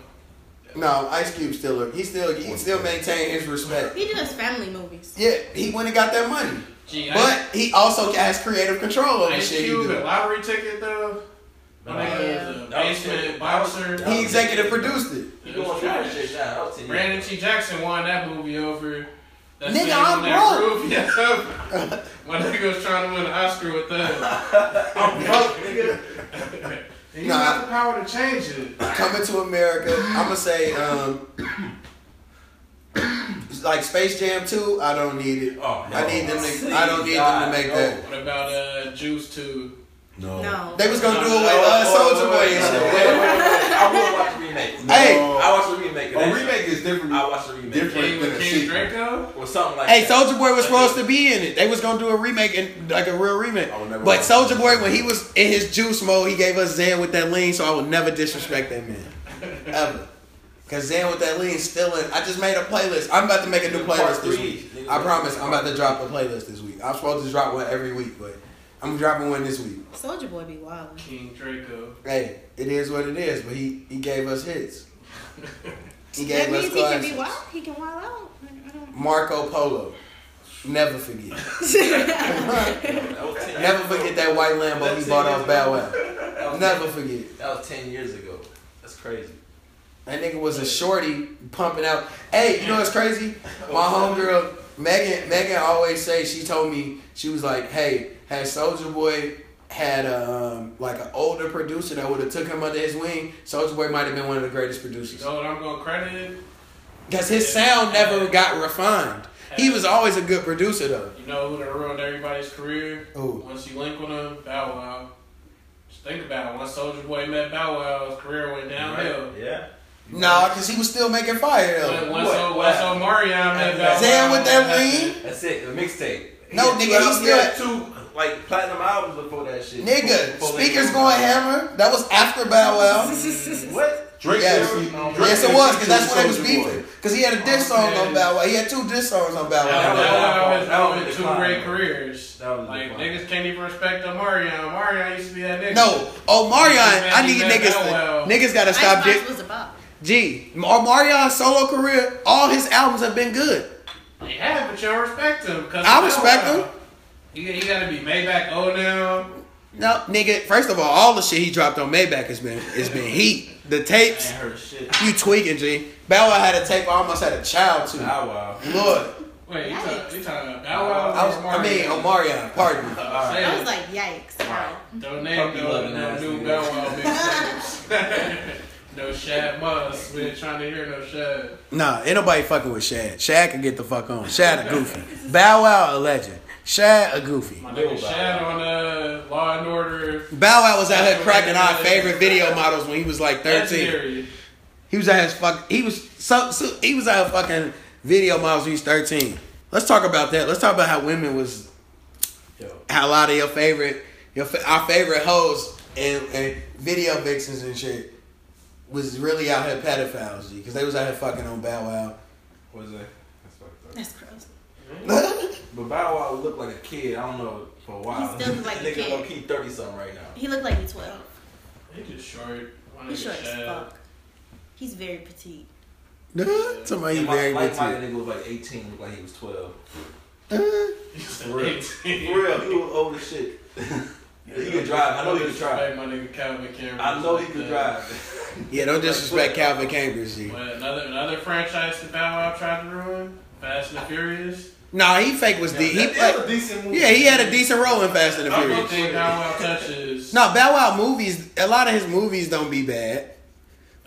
S1: No, Ice Cube still he still he still maintained his respect.
S2: He does family movies.
S1: Yeah, he went and got that money,
S4: Gee, Ice,
S1: but he also has creative control over
S4: Ice
S1: shit. He,
S4: Cube and
S1: do.
S4: lottery ticket though. My
S5: Nah.
S4: nigga was a
S5: That was
S4: basement
S5: shit.
S4: boxer.
S5: That
S1: he executive produced it.
S5: You going that shit now? I'll tell you.
S4: Brandon T. Jackson won that movie over. That's
S1: Nigga,
S4: it,
S1: I'm
S4: when that
S1: broke. [LAUGHS]
S4: Roof, yeah, over. My nigga was trying to win an Oscar with that.
S1: [LAUGHS]
S5: I'm broke, nigga.
S4: And [LAUGHS] you
S1: Nah.
S4: have the power to change it.
S1: Coming to America, I'm gonna say, um, like Space Jam 2, I don't need it.
S5: Oh,
S1: I need them to- I don't need them to make that.
S4: What about uh, Juice 2?
S6: No.
S2: No.
S1: They was gonna do it with uh, Soldier Boy and shit.
S5: Wait, wait, wait, wait. I will watch the remake.
S6: No.
S1: Hey.
S5: I watched the remake.
S1: Oh,
S6: A remake is different.
S5: I watched the remake.
S6: Different.
S4: King with
S6: Like,
S4: King
S6: shit.
S4: Draco?
S5: Or something like
S1: Hey,
S5: that.
S1: Soldier Boy was supposed to be in it. They was gonna do a remake and like a real remake.
S6: I would never
S1: But
S6: watch
S1: Soldier
S6: it.
S1: Boy, when he was in his juice mode, he gave us Zan with that lean, so I will never disrespect that man. Ever. Cause Zan with that lean still in I just made a playlist. I'm about to make a new
S5: Part
S1: playlist this
S5: three.
S1: week. I promise I'm about to drop a playlist this week. I'm supposed to drop one every week, but I'm dropping one this week.
S2: Soldier Boy be wild.
S4: King Draco.
S1: Hey, it is what it is, but he, he gave us hits. He gave
S2: That means
S1: us
S2: he can be
S1: classics.
S2: wild. He can wild out. I don't-
S1: Marco Polo. Never forget. [LAUGHS]
S5: That was 10
S1: Never
S5: years
S1: forget
S5: ago.
S1: that white Lambo he
S5: That's
S1: bought
S5: it.
S1: off Bow Wow.
S5: That was
S1: Never forget.
S5: That was 10 years ago. That's crazy.
S1: That nigga was a shorty pumping out. Hey, you know what's crazy? My homegirl Megan Megan always say she told me she was like, hey, had Soldier Boy had a um, like an older producer that would have took him under his wing, Soldier Boy might have been one of the greatest
S4: You
S1: producers.
S4: know what I'm going to credit?
S1: Cause his sound never got refined. He was always a good producer though.
S4: You know who done ruined everybody's career?
S1: Ooh.
S4: Once you link with him, Bow Wow. Just think about it. Once Soldier Boy met Bow Wow, his career went downhill.
S5: Right? Yeah.
S1: Nah, cause he was still making fire though.
S4: Once, once,
S5: What?
S4: O- once Omarion met Bow Wow.
S1: Zan with that lean.
S5: That's it. The mixtape.
S1: No,
S5: He
S1: nigga,
S5: had-
S1: he
S5: he had two like platinum albums before that shit.
S1: Nigga,
S5: Before they-
S1: speakers going hammer. That was after
S2: [LAUGHS]
S1: Bow Wow.
S5: What?
S6: Drake
S1: Yes.
S6: is- Drake
S1: Yes, it
S6: is
S1: was, because
S6: featuring
S1: that's when they was
S6: Soulja
S1: beefing.
S6: Boy.
S1: Because he had a diss
S4: Oh,
S1: song on
S4: man.
S1: Bow Wow. He had two diss songs on Bow
S4: Bow
S1: Wow.
S4: Wow has
S5: That was
S4: ruined two
S5: decline.
S4: great careers.
S5: That was
S4: Like
S5: decline.
S4: niggas can't even respect Omarion. Omarion used to be that nigga.
S1: No, oh Marion, I need
S4: Man,
S1: niggas.
S4: Bow Wow.
S1: To, niggas gotta stop.
S2: Icebox
S1: Di-
S2: was a bop.
S1: G, oh Marion's solo career, all his albums have been good.
S4: They have, but y'all respect him. 'cause
S1: I
S4: of
S1: respect
S4: Bow Wow.
S1: him.
S4: You, you gotta be Maybach O now.
S1: No, nigga. First of all, all the shit he dropped on Maybach has been has been heat. The tapes,
S5: Man, her shit.
S1: you tweaking, G. Bow Wow had a tape. I almost had a child to.
S5: Bow Wow.
S1: Lord,
S4: Wait, you talking, you talking about Bow Wow or
S1: I, was, I
S4: Omarion?
S1: mean, oh Marion, pardon me.
S5: All right.
S4: Say
S2: I
S4: it.
S2: was like, yikes.
S4: Right. Don't name
S5: Puppy
S4: no,
S5: loving
S4: no
S5: ass
S4: new
S5: nigga.
S4: Bow Wow mixtapes. [LAUGHS] no Shad Moss. We ain't trying to hear no Shad.
S1: Nah, ain't nobody fucking with Shad. Shad can get the fuck on. Shad a goofy. Bow Wow a legend. Shad a goofy.
S4: My
S5: Little
S4: nigga
S5: Bow
S4: Shad
S5: Wow.
S4: on uh, Law and Order.
S1: Bow Wow was out here cracking our favorite video models when he was like thirteen.
S4: Legendary.
S1: He was out his fuck. He was so, so he was out here fucking video models when he was thirteen. Let's talk about that. Let's talk about how women was
S5: Yo.
S1: how a lot of your favorite your fa- our favorite hoes and, and video vixens and shit was really out here pedophiles because they was out here fucking on Bow
S5: Was it? That's fucked up.
S2: That's gross.
S1: Wow.
S5: But Bow Wow looked like a kid. I don't know for a while.
S2: He still look like a
S5: [LAUGHS] Nigga
S2: kid.
S5: low key thirty something right now.
S2: He looked like he's 12.
S4: He just short. My nigga
S2: He's short as
S4: Shad.
S2: fuck. He's very petite.
S1: [LAUGHS] Somebody
S5: And my,
S1: very
S5: like
S1: good
S5: my
S1: too.
S5: nigga looked like eighteen. Looked like he was twelve.
S1: Uh,
S4: [LAUGHS] He's
S5: For real. For
S4: 18.
S5: real. He was old as shit. [LAUGHS] He can drive. I know he can drive.
S4: Disrespect My nigga Calvin Cameron.
S5: I know he
S4: like
S5: can
S4: that.
S5: drive.
S1: Yeah, don't disrespect Calvin Cambridge, G.
S4: But another another franchise that Bow Wow tried to ruin, Fast and the Furious.
S1: Nah, he fake was deep. He
S5: That- that's
S1: played.
S5: a decent movie.
S1: Yeah, he had a decent role in Fast and the
S4: I
S1: Furious.
S4: don't think Bow Wow touches.
S1: No, Bow Wow movies. A lot of his movies don't be bad,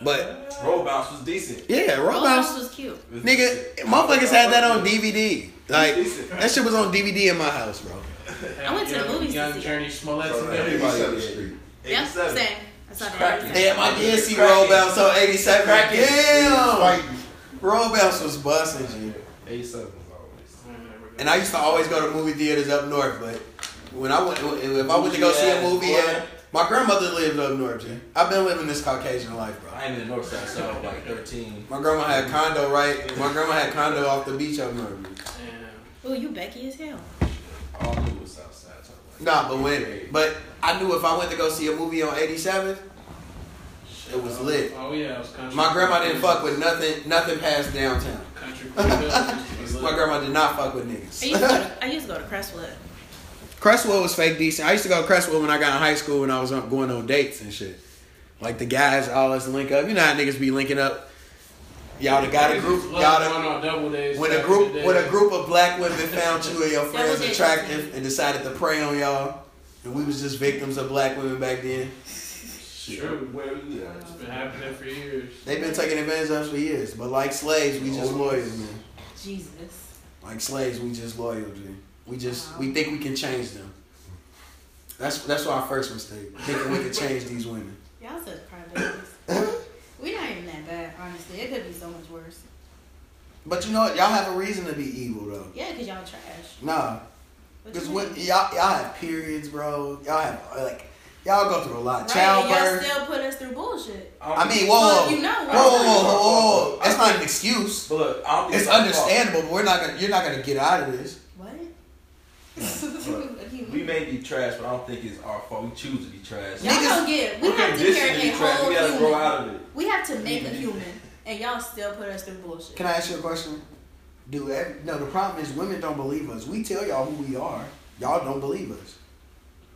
S1: but
S5: Roll bounce was decent.
S1: yeah,
S2: Roadhouse
S1: Roadhouse,
S2: was cute.
S1: nigga, motherfuckers had that on DVD. Like that shit was on DVD in my house, bro.
S4: Hell,
S2: I went to the
S4: young-
S2: movies to
S4: Young
S2: see it.
S4: Journey Smollett's
S6: So
S4: and
S6: everybody
S4: everybody.
S6: on the street.
S2: Yeah,
S5: 87.
S2: same. I saw
S5: Cracking.
S2: that.
S1: Yeah, my did see Roll Bounce on '87.
S5: Cracking.
S1: Damn,
S6: Fighting.
S1: Roll Bounce was busting, G.
S5: 87 was always.
S1: and I used to always go to movie theaters up north. But when I went, if I went to go see a movie, yeah, my grandmother lived up north. G. I've been living this Caucasian life, bro.
S5: I ain't in the north side, so I was like 13.
S1: My grandma had condo right. My grandma had condo off the beach up north. G.
S2: Oh, you Becky as hell.
S5: All I knew was south side. So I was like,
S1: Nah, but when, but I knew if I went to go see a movie on 87th, it was lit.
S4: Oh yeah, it was country.
S1: My grandma didn't fuck with nothing, nothing past downtown.
S4: Country Club
S1: [LAUGHS]
S4: Hills.
S1: My grandma did not fuck with
S2: I used to go
S1: niggas. [LAUGHS]
S2: to, I used to, go to Crestwood.
S1: Crestwood was fake decent. I used to go to Crestwood when I got in high school when I was on, going on dates and shit. Like the guys always link up. You know how niggas be linking up. Y'all done got a group. Y'all done,
S4: Going on double days.
S1: when a
S4: back
S1: group
S4: in the day.
S1: when a group of black women found you and your friends
S2: was it.
S1: attractive and decided to prey on y'all, and we was just victims of black women back then.
S4: True. It's been happening for years.
S1: They've been taking advantage of us for years, but like slaves, we just loyal, man.
S2: Jesus.
S1: Like slaves, we just loyal, G. We just we think we can change them. That's that's our first mistake, thinking we can change these women.
S2: Y'all such private.
S1: [LAUGHS]
S2: We're not even that bad, honestly. It could be so much worse.
S1: But you know what? Y'all have a reason to be evil though.
S2: Yeah, because y'all trash.
S1: Nah,
S2: What you
S1: cause
S2: mean?
S1: what y'all y'all have periods, bro. Y'all have like y'all go through a lot.
S2: Right, and
S1: Childbirth.
S2: Y'all still put us through bullshit.
S1: I mean, whoa,
S2: Well,
S1: whoa,
S2: you know
S1: whoa,
S2: why.
S1: whoa, whoa, whoa, whoa. That's not an excuse.
S5: But look, I don't think
S1: It's
S5: our fault.
S1: understandable, but we're not gonna you're not gonna get out of this.
S2: What? [LAUGHS] what do you mean?
S5: We may be trash, but I don't think it's our fault. We choose to be trash.
S2: y'all
S1: niggas-
S2: don't get it. We
S5: We're
S2: have to
S5: conditioned
S2: carry
S5: to
S2: a
S5: be trash.
S2: whole
S5: We gotta
S2: human.
S5: grow out of it.
S2: We have to make a human, and y'all still put us through bullshit.
S1: Can I ask you a question? Do every, no. The problem is women don't believe us. We tell y'all who we are. Y'all don't believe us.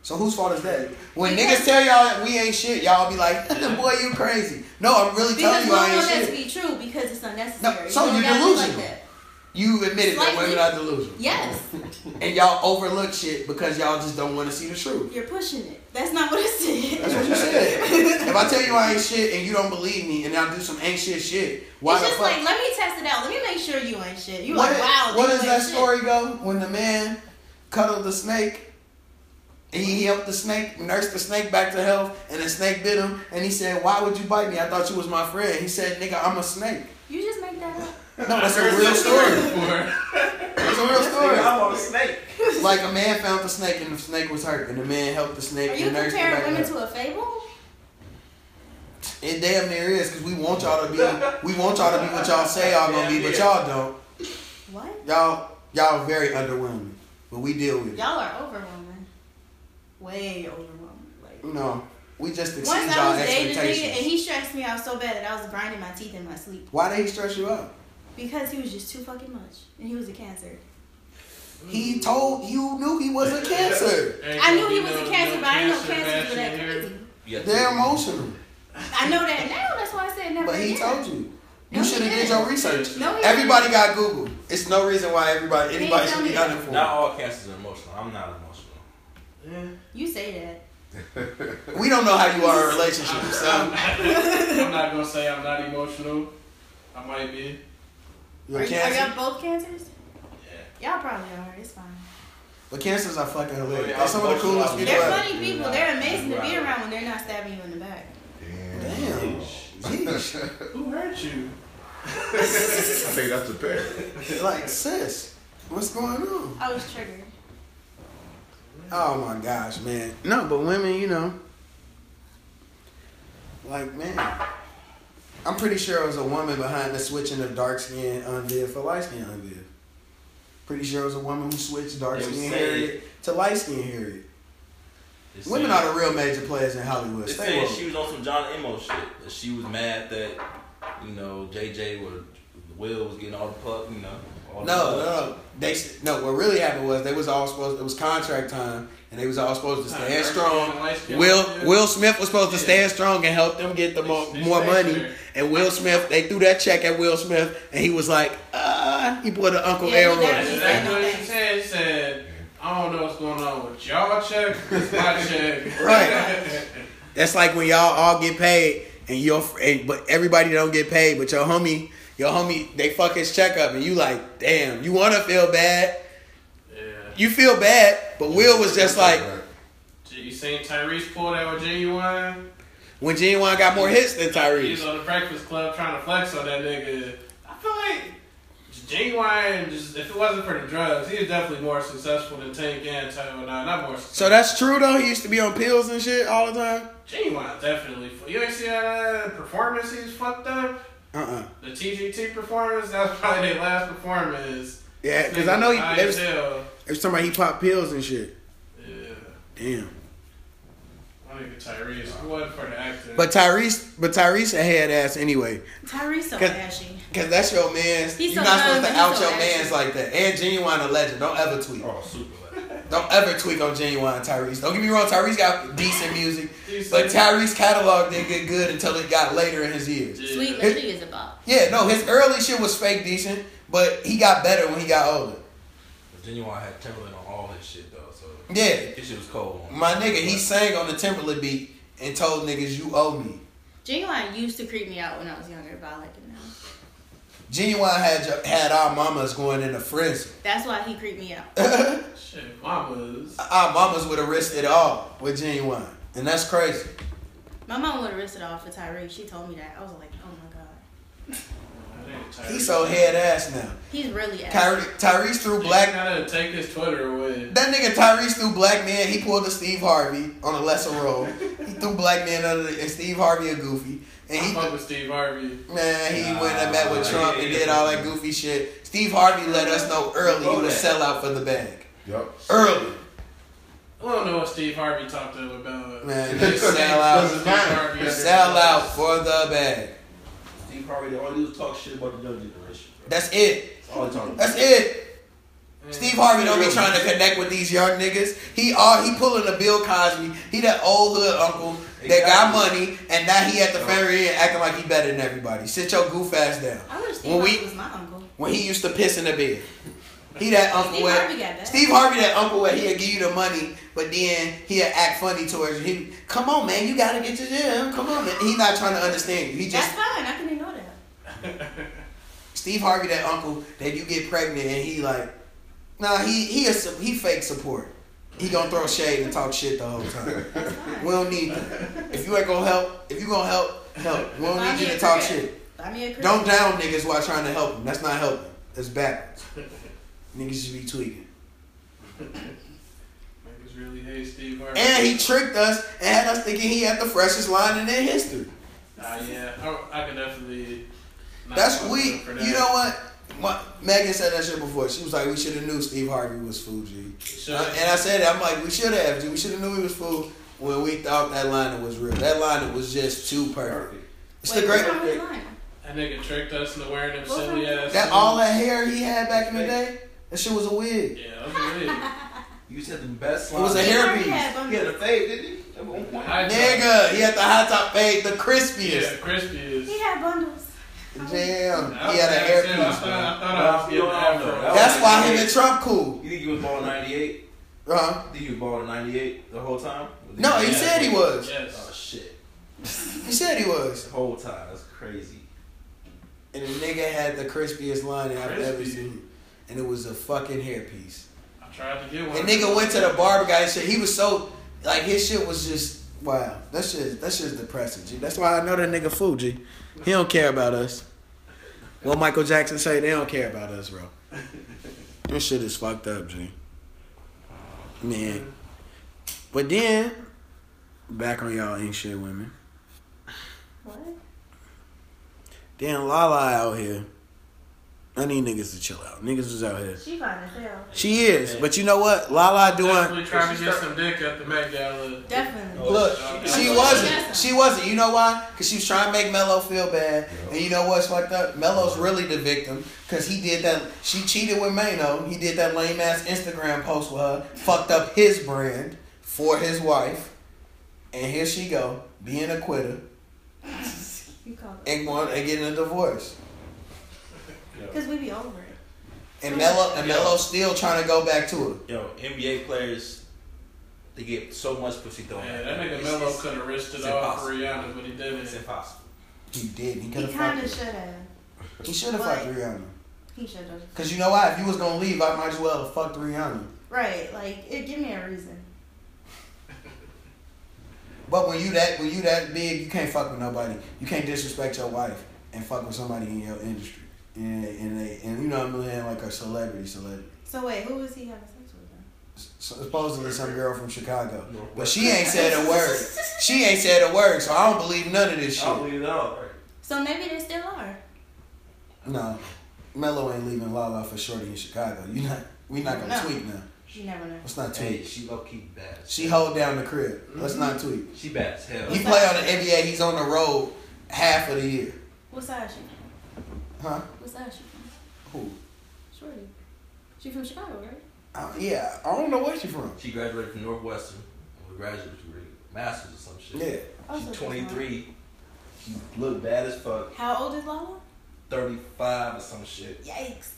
S1: So whose fault is that? When
S2: Because-
S1: niggas tell y'all that we ain't shit, y'all be like, [LAUGHS] "Boy, you crazy." No, I'm really
S2: because
S1: telling
S2: we
S1: you I ain't
S2: don't want that to
S1: shit.
S2: be true because it's unnecessary.
S1: so
S2: You don't
S1: you're
S2: gotta be
S1: delusional.
S2: Like that.
S1: You admitted that
S2: Slightly.
S1: women are delusional,
S2: Yes,
S1: and y'all overlook shit because y'all just don't want to see the truth.
S2: you're pushing it. That's not what I
S1: That's
S2: said.
S1: what you
S2: [LAUGHS]
S1: said. if I tell you I ain't shit and you don't believe me, and I do some ain't shit shit, why
S2: it's
S1: the
S2: just
S1: fuck?
S2: like let me test it out. Let me make sure you ain't shit. You
S1: what
S2: like wow.
S1: what
S2: you
S1: does
S2: ain't
S1: that
S2: shit.
S1: story go? When the man cuddled the snake and he helped the snake, nursed the snake back to health, and the snake bit him, and he said, Why would you bite me? I thought you was my friend. He said, Nigga, I'm a snake.
S2: You just make that up.
S1: No, that's a real story.
S4: [LAUGHS] Before.
S1: That's a real
S5: Nigga,
S1: story.
S5: I'm on a snake.
S1: Like a man found the snake and the snake was hurt, and the man helped the snake
S2: Are you
S1: and nursed it back
S2: comparing
S1: to
S2: women
S1: health.
S2: to a fable?
S1: It damn near is, cause we want y'all to be, we want y'all to be what y'all say y'all gonna be, but y'all don't.
S2: What?
S1: Y'all, y'all very underwhelming, but we deal with it.
S2: Y'all are overwhelming. Way overwhelming. Like
S1: No, we just exceed
S2: once
S1: y'all
S2: I was dating a nigga
S1: expectations.
S2: and he stressed me out so bad that I was grinding my teeth in my sleep
S1: Why did he stress you out?
S2: because he was just too fucking much and he was a cancer. Mm.
S1: He told you knew he
S5: [LAUGHS]
S1: was a cancer.
S2: I knew he was a cancer, but I didn't know cancers were that crazy.
S5: Yeah.
S1: They're emotional,
S2: I know that now. That's why I said never.
S1: but he
S2: again.
S1: told you.
S2: No,
S1: You
S2: he
S1: should have did
S2: didn't.
S1: your research.
S2: No, he
S1: Everybody got Google. It's no reason why everybody
S2: didn't
S1: anybody
S2: tell
S1: should
S2: me
S1: be
S2: that.
S5: Not
S1: uninformed.
S5: all cancers are emotional. I'm not emotional.
S2: You say that.
S1: We don't know how you are in a relationship, so
S4: Um, [LAUGHS] I'm not gonna say I'm not emotional. I might be.
S1: you're
S2: are,
S1: a
S2: you, are
S1: cancer.
S2: y'all both cancers? Yeah. Y'all probably are. It's fine.
S1: But cancers are fucking hilarious.
S5: Yeah,
S1: They're some of the
S5: emotional.
S1: coolest people
S2: They're
S1: ever.
S2: funny people. They're amazing to be around when they're not stabbing you in the back.
S1: Damn. Jeez.
S4: Who hurt you?
S6: I think that's a pair.
S1: Like, sis, what's going on?
S2: I was triggered.
S1: Oh my gosh, man. No, but women, you know, like man, I'm pretty sure it was a woman behind the switching of dark skin unviv for light skin unviv. Pretty sure it was a woman who switched dark
S5: They were
S1: skin
S5: saying-
S1: Harriet to light skin Harriet.
S5: They're
S1: Women
S5: saying-
S1: are the real major players in Hollywood.
S5: They
S1: Stay
S5: saying
S1: woke.
S5: she was on some John Emo shit. That she was mad that, you know, JJ was Will was getting all the puck, you know. All
S1: No,
S5: the
S1: no,
S5: [LAUGHS] puck.
S1: no. They s- no. What really happened was they was all supposed. It was contract time, and they was all supposed to stand strong. Will Will Smith was supposed to stand strong and help them get the mo-
S4: They- they
S1: more
S4: stay
S1: money.
S4: there.
S1: And Will Smith, they threw that check at Will Smith, and he was like, "Ah!" He put an Uncle
S2: Yeah, he
S1: Elroy.
S2: definitely-
S4: That's exactly what she said. She said, I don't know what's going on with y'all check.
S1: [LAUGHS]
S4: It's my check.
S1: Right. That's like when y'all all get paid, and your fr- and but everybody don't get paid, but your homie, your homie, they fuck his check up, and you like, damn, you wanna feel bad,
S4: [LAUGHS] yeah.
S1: you feel bad, but Will was just like,
S4: You seen Tyrese pull that with genuine?
S1: when Genuine got more hits than
S4: He's
S1: Tyrese.
S4: on the Breakfast Club trying to flex on that nigga. I feel like genuine, just if it wasn't for the drugs, he is definitely more successful than Tank and Tyrone. Not more.
S1: So that's true though. He used to be on pills and shit all the time.
S4: genuine, definitely. You ain't see that uh, performance he's fucked up.
S1: Uh uh
S4: The TGT performance. That's [LAUGHS] probably their last performance.
S1: Yeah, because I know
S4: High
S1: he, every,
S4: as hell.
S1: every time he popped pills and shit.
S4: Yeah.
S1: Damn.
S4: My nigga Tyrese. It wasn't for the acting.
S1: But Tyrese, but Tyrese a head ass anyway.
S2: Tyrese so
S1: Cause-
S2: ashy.
S1: Cause that's your man's.
S2: He's
S1: You're
S2: so
S1: not
S2: young,
S1: supposed
S2: but
S1: to
S2: he's
S1: out
S2: so
S1: your
S2: nasty.
S1: man's like that. And genuine a legend. Don't ever tweak.
S6: Oh, super. Like,
S1: Don't ever tweak on genuine Tyrese. Don't get me wrong. Tyrese got decent music,
S4: Decent.
S1: but Tyrese catalog didn't get good until it got later in his years.
S4: Yeah.
S2: Sweet Liberty is a bop.
S1: Yeah, no, his early shit was fake decent, but he got better when he got older.
S5: But Genuine had Timberland on all his shit though, so
S1: Yeah,
S5: his shit was cold. On
S1: My nigga, he sang on the Timberland beat and told niggas you owe me.
S2: Genuine used to creep me out when I was younger, but I like him now.
S1: Genuine had your- had our mamas going in a frenzy. [LAUGHS]
S2: That's why he creeped me out.
S4: Shit, mamas.
S1: Our mamas would have risked it all with Genuine, and that's crazy.
S2: My mom would have risked it all for Tyrese. She told me that. I was like, oh my god,
S4: That ain't Tyrese.
S1: He's so head ass now.
S2: he's really ashy.
S1: Tyre- Tyrese threw
S4: You
S1: black.
S4: gotta take his Twitter away.
S1: That nigga Tyrese threw black man. He pulled a Steve Harvey on a lesser role. He threw black man under the, and Steve Harvey a goofy. And
S4: I
S1: he
S4: fuck with Steve Harvey.
S1: man, he went and met with
S5: Nah,
S1: Trump
S5: yeah,
S1: and
S5: yeah.
S1: did all that goofy shit. Steve Harvey let us know early he was a sellout for the bag.
S6: Yup.
S1: Early.
S4: I don't know what Steve Harvey talked to him about.
S1: Man, [LAUGHS]
S4: He
S1: sell
S4: said
S1: out.
S4: Steve Harvey under-
S1: Sell out for the bag.
S5: Steve Harvey, all he was talk shit about the young generation. Bro.
S1: That's it.
S5: That's all he talking about.
S1: That's it.
S4: Man,
S1: Steve Harvey don't be trying to connect with these young niggas. He all he pulling a Bill Cosby. He that old hood uncle that got money, and now he at the ferry and acting like he better than everybody. Sit your goof ass down.
S2: I wish Steve
S1: When
S2: Harvey
S1: we-
S2: was my uncle.
S1: When he used to piss in the bed, he that uncle.
S2: Steve
S1: where-
S2: Harvey got that.
S1: Steve Harvey, that uncle where he'll give you the money, but then he'll act funny towards you. He, come on, man, you gotta get your gym. Come on, man. He not trying to understand you. He
S2: That's
S1: just
S2: fine. I can ignore that.
S1: Steve Harvey, that uncle that you get pregnant and he like, nah, he he a, su- he fake support. He gonna throw shade and talk shit the whole time.
S2: That's fine.
S1: We don't need that. If you ain't gonna help, if you gonna help, help. We don't
S2: Buy
S1: need
S2: me
S1: you
S2: a
S1: to talk
S2: crib.
S1: shit.
S2: Buy me a crib.
S1: Don't down niggas while trying to help them. That's not helping. That's backwards. Niggas should be tweaking.
S4: Niggas really hate Steve Harvey.
S1: And he tricked us and had us thinking he had the freshest line in their history.
S4: Ah, yeah, I, I could definitely. not
S1: That's
S4: fuck with him
S1: weak.
S4: for that.
S1: You know what? My, Megan said that shit before. She was like, "We should have knew Steve Harvey was Fuji."
S4: Should've-
S1: Uh, and I said, that, I'm like, we should have. We should have knew he was fooled when we thought that liner was real. That liner was just too perfect.
S5: Perfect.
S1: It's
S2: Wait,
S1: the
S2: what's
S1: great.
S2: wrong with his line?
S4: That nigga tricked us into wearing them
S2: What
S4: silly
S2: was
S4: ass.
S1: That all that hair he had back in the day, that shit was a wig.
S4: Yeah, that was weird.
S5: You said the best
S1: It
S5: line.
S1: was a
S2: Steve Harvey
S1: hairpiece.
S2: had bum-
S5: He had a fade, didn't he? At one point.
S4: High top.
S1: Nigga, he had the high top fade, the
S4: Yeah,
S1: crispiest.
S4: crispy as.
S2: He had bundles.
S1: Damn,
S4: I
S1: he had a
S4: was mad, too. I
S1: hairpiece.
S4: thought,
S1: man.
S4: I thought I was getting
S5: Nah, I don't know.
S4: afro.
S5: That was-
S1: That's why him and Trump cool.
S5: You think he was born in '98?
S1: Huh?
S5: Think you was born in '98 the whole time?
S1: No, he
S4: Yeah.
S1: said he was.
S5: Oh
S4: Yes.
S5: shit!
S1: He said he was.
S5: The whole time. That's crazy.
S1: And the nigga had the crispiest line that I've ever
S4: Crispy.
S1: seen. And it was a fucking hairpiece.
S4: I tried to get one.
S1: And nigga went to the barber guy and shit. He was so like his shit was just wow. That shit that shit's depressing, G. That's why I know that nigga fool, G. He don't care about us. Well Michael Jackson say they don't care about us, bro. This shit is fucked up, G. Man. But then back on y'all ain't shit women.
S2: What?
S1: Then Lala out here. I need niggas to chill out. Niggas is out here.
S2: She fine as hell.
S1: She is, but you know what? Lala doing.
S4: Definitely trying to get some dick at the Met Gala.
S2: Definitely.
S1: Look, she wasn't. She wasn't. You know why? Because she was trying to make Mello feel bad. And you know what's fucked up? Mello's really the victim because he did that. She cheated with Mano. He did that lame ass Instagram post with her. Fucked up his brand for his wife. And here she go being a quitter
S2: You call it.
S1: and going and getting a divorce.
S2: Because we be over it.
S1: And Mello and Mello still trying to go back to it.
S5: Yo, NBA players, they get so much pussy thrown
S4: Yeah, that
S5: at them.
S4: nigga
S5: It's-
S4: Melo
S5: it's-
S4: could have risked it
S5: it's
S4: all for
S5: impossible.
S4: Rihanna, but he didn't.
S5: It's impossible.
S1: He did. He could
S2: He
S1: have fucked.
S2: kind of
S1: her.
S2: should have.
S1: He should have
S2: But-
S1: fucked Rihanna.
S2: He should have.
S1: Cause you know why? If you was gonna leave, I might as well have fucked Rihanna.
S2: Right. Like, it, give me a reason.
S1: But when you that when you that big, you can't fuck with nobody. You can't disrespect your wife and fuck with somebody in your industry. And and they and you know what I'm saying like a celebrity celebrity.
S2: So, wait, who was he having sex with then?
S1: S- Supposedly some girl from Chicago, but she ain't said a word. She ain't said a word, so I don't believe none of this
S5: I don't
S1: shit.
S5: believe it at all.
S2: So maybe they still are.
S1: No, Mello ain't leaving Lala for Shorty in Chicago. You not we not gonna
S2: No.
S1: tweet now.
S2: You never know.
S1: Let's not
S5: Hey,
S1: tweet.
S5: she low key bad.
S1: She hold down the crib. Let's not tweet.
S5: She bad as hell.
S1: He play on the NBA. He's on the road half of the year.
S2: What side she from?
S1: Huh?
S2: What side she from?
S1: Who?
S2: Shorty. She from Chicago, right?
S1: Uh, yeah, I don't know where she from.
S5: She graduated from Northwestern with a graduate degree, masters or some shit.
S1: Yeah.
S2: Also
S5: She's
S2: from
S5: 23. She look bad as fuck.
S2: How old is Lala?
S5: 35 or some shit.
S2: Yikes.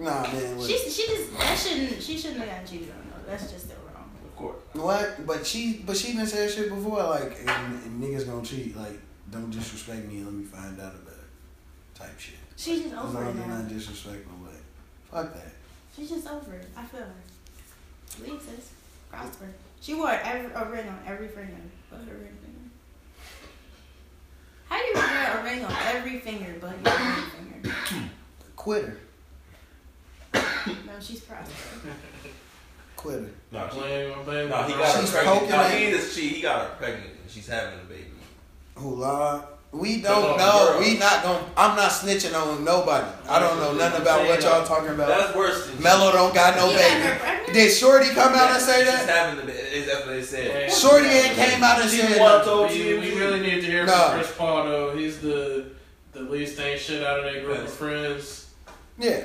S1: Nah, man.
S2: She,
S1: What?
S2: she just, that shouldn't, she shouldn't have gotten cheated on, though. That's just still wrong.
S5: Of course.
S1: what? But she, but she done said shit before. Like, and, and niggas gonna cheat. Like, don't disrespect me. Let me find out about it. Type shit.
S2: She's just
S1: As
S2: over
S1: long
S2: it
S1: as you're
S2: now.
S1: not disrespectful, like, fuck that.
S2: She's just over it. I feel her. Leave sis. Prosper. She wore every, a ring on every finger. But her ring finger. How do you wear a ring on every finger but your ring finger?
S1: Quitter.
S2: No, she's Prosper.
S1: Quitter.
S5: No, she,
S4: Blame, I'm blaming
S5: no, he
S4: her.
S5: got
S1: She's
S5: her pregnant.
S1: poking
S5: No,
S1: at-
S5: he is she. He got her pregnant and she's having a baby.
S1: Who lied? We
S4: on,
S1: don't know.
S5: girl.
S1: We not gonna. I'm not snitching on nobody. I don't know nothing about what y'all talking about.
S5: That's worse than
S1: Mello don't got no
S2: You got her
S1: baby.
S2: pregnant?
S1: Did Shorty come out and say
S5: she's
S1: that?
S5: having the baby. That's what they said.
S4: Yeah.
S1: Shorty ain't came out and
S5: She
S1: said
S5: the one
S1: nothing.
S5: told
S4: We,
S5: you.
S4: we really need to hear
S1: Nah.
S4: from Chris Paul though. He's the the least ain't shit out of that group of
S5: Yes.
S4: friends.
S1: Yeah.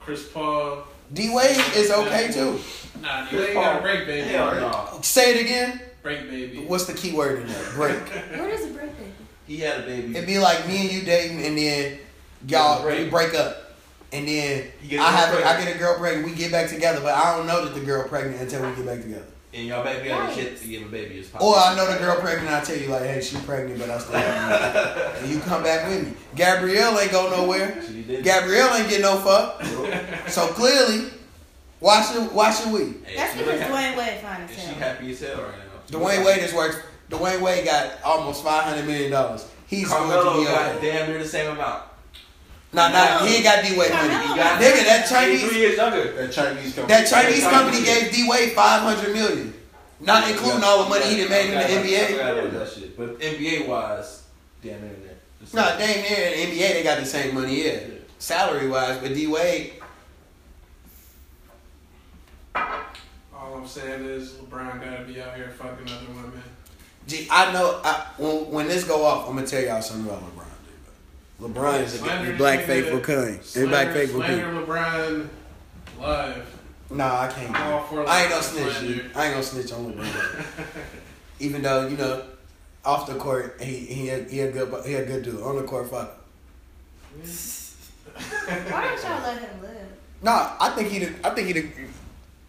S4: Chris Paul.
S1: D Wade is okay too.
S4: Nah, dude,
S5: Chris
S4: they ain't got
S5: Paul.
S4: a break baby.
S5: Hell no.
S1: Say it again.
S4: Break baby.
S1: What's the key word in that?
S5: [LAUGHS]
S1: Break.
S2: Where does a break baby?
S5: He had a
S1: It'd
S5: baby.
S1: be like me and you dating, and then y'all
S5: Break.
S1: we break up, and then
S5: You get a
S1: I have
S5: girl
S1: I get a girl pregnant. We get back together, but I don't know that the girl pregnant until we get back together.
S5: And y'all back together
S2: Right.
S5: shit to give a baby is possible.
S1: Or I know the girl pregnant. I tell you like, hey, she pregnant, but I still have
S5: [LAUGHS]
S1: you. and you come back with me. Gabrielle ain't go nowhere.
S5: She did.
S1: Gabrielle ain't get no
S5: [LAUGHS]
S1: fuck. So clearly, why should why should we?
S5: Hey,
S2: That's
S5: she
S2: because
S5: look
S2: Dwayne Wade fine
S5: And
S2: as
S5: she
S2: hell.
S5: happy as hell right now.
S1: Dwayne Wade is worth. Dwayne Wade got almost five hundred million dollars. He's going
S5: Carmelo
S1: to be uh, okay.
S5: got damn near the same amount.
S1: No, no, he ain't got D Wade money.
S2: Carmelo
S5: got-
S1: Nigga, that
S5: He's three
S1: Chinese
S5: years younger.
S6: That Chinese company.
S1: that Chinese company gave D Wade five hundred million, not including all the money he done made in the
S5: I
S1: NBA.
S5: forgot about that shit. But NBA wise, damn near there. It's
S1: No,
S5: like-
S1: damn near in the NBA they got the same money, yeah, salary wise. But D Wade,
S4: All I'm saying is LeBron gotta be out here fucking other women.
S1: gee, I know I, when when this go off, I'm gonna tell y'all something about LeBron. dude. LeBron is
S4: Slander
S1: a black
S4: nigga.
S1: faithful kind. A black
S4: Slander,
S1: faithful kind.
S4: slander LeBron live.
S1: Nah, I can't.
S4: I'm all for
S1: I ain't gonna
S4: LeBron
S1: snitch. dude.
S4: slander.
S1: I ain't gonna snitch on
S5: [LAUGHS]
S1: LeBron. Even though you know, off the court he he a, he a good bu- he a good dude. On the court, fuck. him.
S2: Why
S4: [LAUGHS]
S2: don't y'all let him live?
S1: Nah, I think he the- I think he the,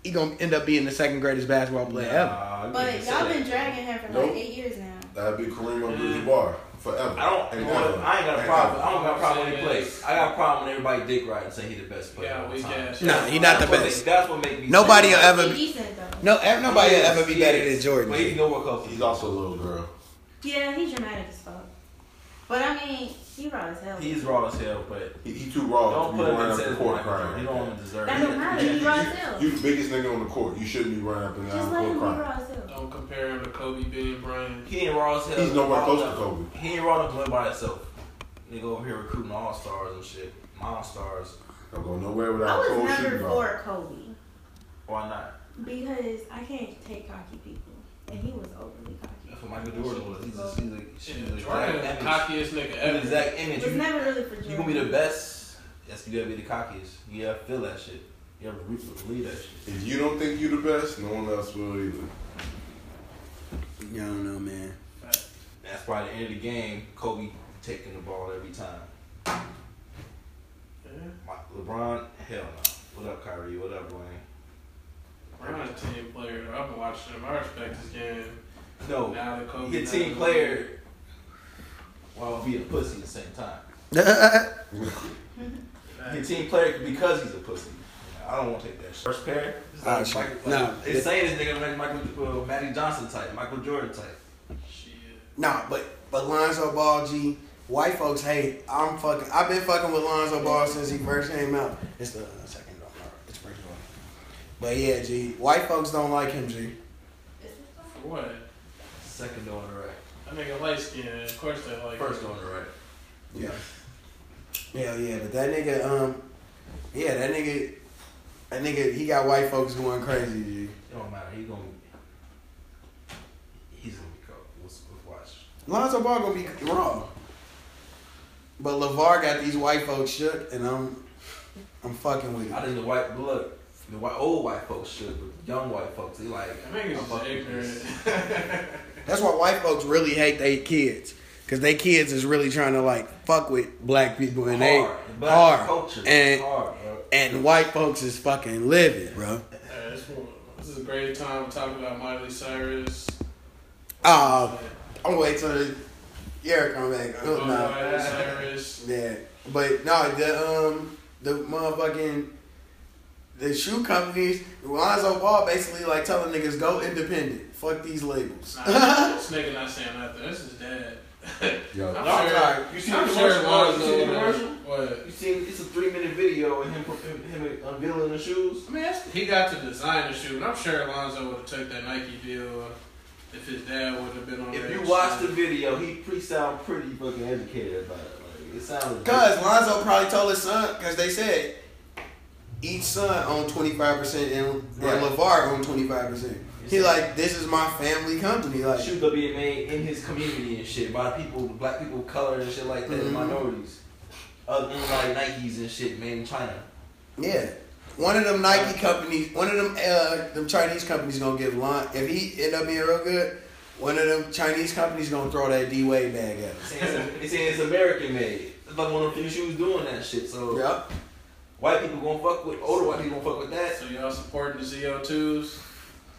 S1: he gonna end up being the second greatest basketball player ever.
S5: Nah, you
S2: But
S5: can't say
S2: y'all
S5: that.
S2: been dragging him for
S6: Nope.
S2: like eight years now.
S6: That'd be Kareem Abdul-Jabbar forever.
S5: I don't.
S6: And
S5: you know what?
S6: ever.
S5: I ain't got a
S6: And
S5: problem.
S6: ever.
S5: I don't got a problem with any
S4: Yeah.
S5: place. I got a problem when everybody dick ride and say he the best player.
S4: Yeah,
S5: of all
S4: we
S5: time.
S4: gas.
S1: No, he not the
S5: That's what
S1: best.
S5: make- that's what make me.
S1: Nobody will
S5: sad.
S1: ever
S2: He
S1: be
S2: decent though.
S1: no. ev- Nobody will
S5: Yes,
S1: ever be better
S5: yes.
S1: than Jordan.
S5: But he
S1: dude.
S5: can go work off.
S6: He's also a little girl.
S2: Yeah, he's dramatic as fuck. But I mean, he raw as hell.
S5: He's raw as hell, but
S6: He, he too raw
S5: don't
S6: to be
S5: put him
S6: running
S5: in
S6: up the
S5: says
S6: court
S5: He
S6: crying.
S5: don't even deserve
S2: that
S5: it.
S2: don't matter. He's raw as hell.
S6: You the biggest nigga on the court. You shouldn't be running up and down
S2: Just
S6: the
S2: let him
S6: court
S2: be raw
S6: crying.
S2: as hell.
S4: Don't compare him to Kobe being Bryant.
S5: He ain't raw as hell.
S6: He's nowhere
S5: Raw
S6: close to
S5: enough.
S6: Kobe.
S5: He ain't raw enough to win by himself. Nigga over here recruiting all stars and shit. mile stars.
S6: Don't go nowhere
S2: I
S6: without a
S2: was
S6: cold
S2: never
S6: shooting guard.
S2: for Kobe
S5: Why not?
S2: because I can't take cocky people, and he was overly
S5: That's
S2: cocky.
S5: what Michael Jordan was. He's, a, he's, a, he's
S4: Shit,
S5: the
S4: Jordan is
S5: exact
S4: the
S5: image.
S4: cockiest nigga
S5: He's the
S4: ever.
S5: exact
S2: It
S5: image.
S2: was
S5: You,
S2: never really for Jordan.
S5: you gonna be the best. Yes, you gotta be the cockiest. You gotta feel that shit. You gotta re- believe that shit.
S6: If you don't think you the best, no one else will either.
S1: Yeah, I don't know,
S5: [LAUGHS]
S1: man. [LAUGHS]
S5: That's why at the end of the game, Kobe taking the ball every time.
S4: Yeah.
S5: My, LeBron, hell no. What up, Kyrie? What up, Wayne?
S4: Brian's a team player. though. I've been watching him. I respect his game.
S5: No,
S4: Now that Kobe,
S5: he a team player. Why would be a pussy at the same time? He a team player because he's a pussy. I don't want to take that shit. First pair. It's
S1: Ah,
S5: like
S1: shit.
S5: Michael, like,
S1: No.
S5: it's saying this nigga like Michael, uh, Magic Johnson type, Michael Jordan type.
S4: Shit.
S1: Nah, but but Lonzo Ball, G. White folks hate. I'm fucking. I've been fucking with Lonzo Ball since he first came out. It's the uh, second. no, no, It's first one. But yeah, G. White folks don't like him, G.
S4: For what?
S5: Second door on the right.
S4: That nigga light skinned. Of course they like
S5: First
S4: him.
S5: door on the right.
S1: Yeah. Yeah, yeah. But that nigga, um, yeah, that nigga, that nigga, he got white folks going crazy, G.
S5: It don't matter. He gonna. He's gonna be cold. Let's, let's watch.
S1: Lonzo Ball gonna be raw. But LeVar got these white folks shook, and I'm, I'm fucking with
S5: I
S1: it.
S5: think the white blood, the white old white folks should, but young white folks, they like.
S4: That nigga's
S5: I'm
S4: just
S5: fucking with
S4: ignorant.
S5: [LAUGHS] this.
S1: That's why white folks really hate their kids. Cause they kids is really trying to like fuck with black people and they
S5: hard. Black
S1: hard.
S5: culture.
S1: and
S5: hard, bro.
S1: and white folks is fucking living, bro.
S4: Uh, this, one- this is a great time to talk about Miley Cyrus.
S1: Oh, I'm waiting till the year come back.
S4: Uh,
S1: Oh, no.
S4: Miley Cyrus.
S1: Yeah, but no, the um the motherfucking the shoe companies, Lonzo Ball basically like telling niggas go independent. Fuck these labels.
S4: Nah,
S5: [LAUGHS]
S4: this nigga not saying nothing. This is dead.
S6: Yo,
S5: I'm sorry. You seen
S4: I'm
S5: the
S4: sure
S5: commercial? You seen the
S4: Lonzo-
S5: commercial?
S4: What?
S5: You seen it's a three minute video of him him, him unveiling the shoes.
S4: I mean, that's, he got to design the shoe, and I'm sure Alonzo would have took that Nike deal if his dad wouldn't have been on
S5: If
S4: that
S5: you
S4: shit.
S5: watch the video, he pre sound pretty fucking educated about it. Like, it sounded.
S1: Cause Lonzo probably told his son, cause they said each son owned twenty five percent and
S5: Right.
S1: and Levar owned twenty five percent. He like this is my family company, like
S5: shoes are being made in his community and shit by people, black people, of color and shit like that,
S1: Mhm.
S5: and minorities. Other than like Nikes and shit made in China.
S1: yeah. One of them Nike companies, one of them uh, them Chinese companies gonna give Lon if he end up being real good. One of them Chinese companies gonna throw that D Wade bag at him.
S5: It's saying
S1: [LAUGHS]
S5: it's, saying it's American made. It's like one of the few shoes doing that shit. So
S1: Yep.
S5: white people gonna fuck with older white people gonna fuck with that.
S4: So y'all supporting the ZO2s?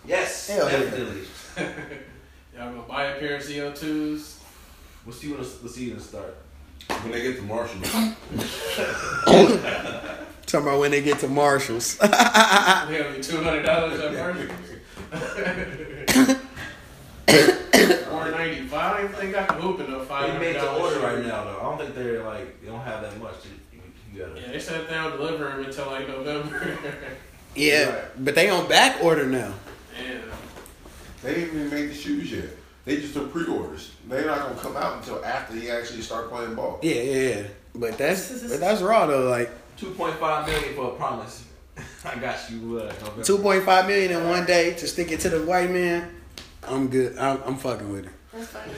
S5: Yes,
S1: Hell yeah.
S5: definitely.
S4: [LAUGHS] Y'all gonna buy a pair of ZO2s?
S5: We'll see when the we'll see when it start.
S6: when they get
S2: [LAUGHS]
S6: to Marshall,
S1: Talking about when they get to Marshalls. [LAUGHS]
S4: They owe me two hundred dollars at
S5: [COUGHS]
S4: Burger. Four ninety five. I don't think I can hoop enough
S5: They
S4: five
S5: made
S4: hundred
S5: to
S4: dollars.
S5: order right now though. I don't think they're like they don't have that much. You, you gotta.
S4: Yeah, they said they don't deliver them until like November. [LAUGHS]
S1: yeah, but they on back order now.
S4: Damn.
S6: they didn't even make the shoes yet. They just took pre-orders. They're not gonna come out until after he actually start playing ball.
S1: Yeah, yeah, yeah. But that's but that's raw though. Like
S5: Two point five million for a promise. [LAUGHS] I got you. Uh, November.
S1: Two point five million in one day to stick it to the white man. I'm good. I'm, I'm fucking with it.
S2: That's funny.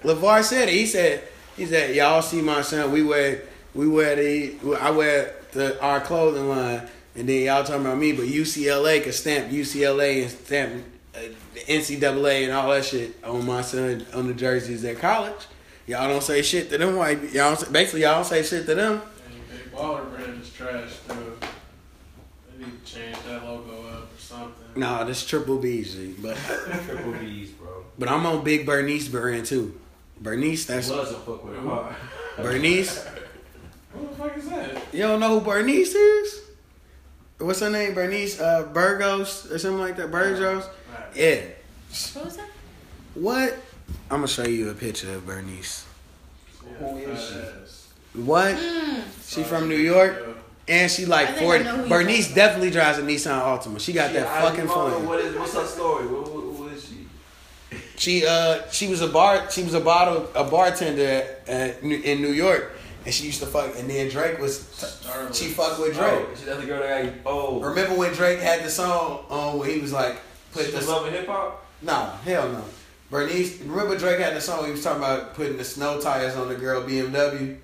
S2: too.
S1: Levar said it. He said he said y'all see my son. We wear we wear the I wear the our clothing line, and then y'all talking about me. But UCLA could stamp UCLA and stamp uh, the NCAA and all that shit on my son on the jerseys at college. Y'all don't say shit to them white. Y'all don't say, basically y'all don't say shit to them.
S4: Dang, Big Baller brand is trash too. They need to change that logo up or something.
S1: Nah, this triple BG. But
S5: triple B's, bro.
S1: but I'm on Big Bernice brand too. Bernice, that's
S5: Bloods don't fuck with it hard.
S1: Bernice.
S4: What the fuck is that?
S1: You don't know who Bernice is? What's her name? Bernice uh, Burgos or something like that. Burgos.
S4: Alright.
S1: Yeah.
S2: What was that?
S1: What? I'm gonna show you a picture of Bernice.
S5: Who
S4: Yeah,
S5: is she?
S4: fat ass.
S1: What?
S2: Mm.
S1: She from New York, and she like
S2: I think I
S1: forty.
S2: know who you
S1: Bernice
S2: talking about.
S1: definitely drives a Nissan Altima. She got
S5: Shit,
S1: that
S5: I-
S1: fucking
S5: Mama,
S1: fun.
S5: What is what's her story? What, what, what is she?
S1: She uh she was a bar she was a bottle a bartender at, at, New- in New York, and she used to fuck. And then Drake was
S4: Starlet.
S1: she fucked with Drake.
S5: Drake. She's the other girl that got. Oh.
S1: Remember when Drake had the song on where he was like,
S5: Put
S1: put
S5: she
S1: the
S5: was loving hip hop?
S1: Nah, hell no. Bernice, remember Drake had the song where he was talking about putting the snow tires on the girl BMW?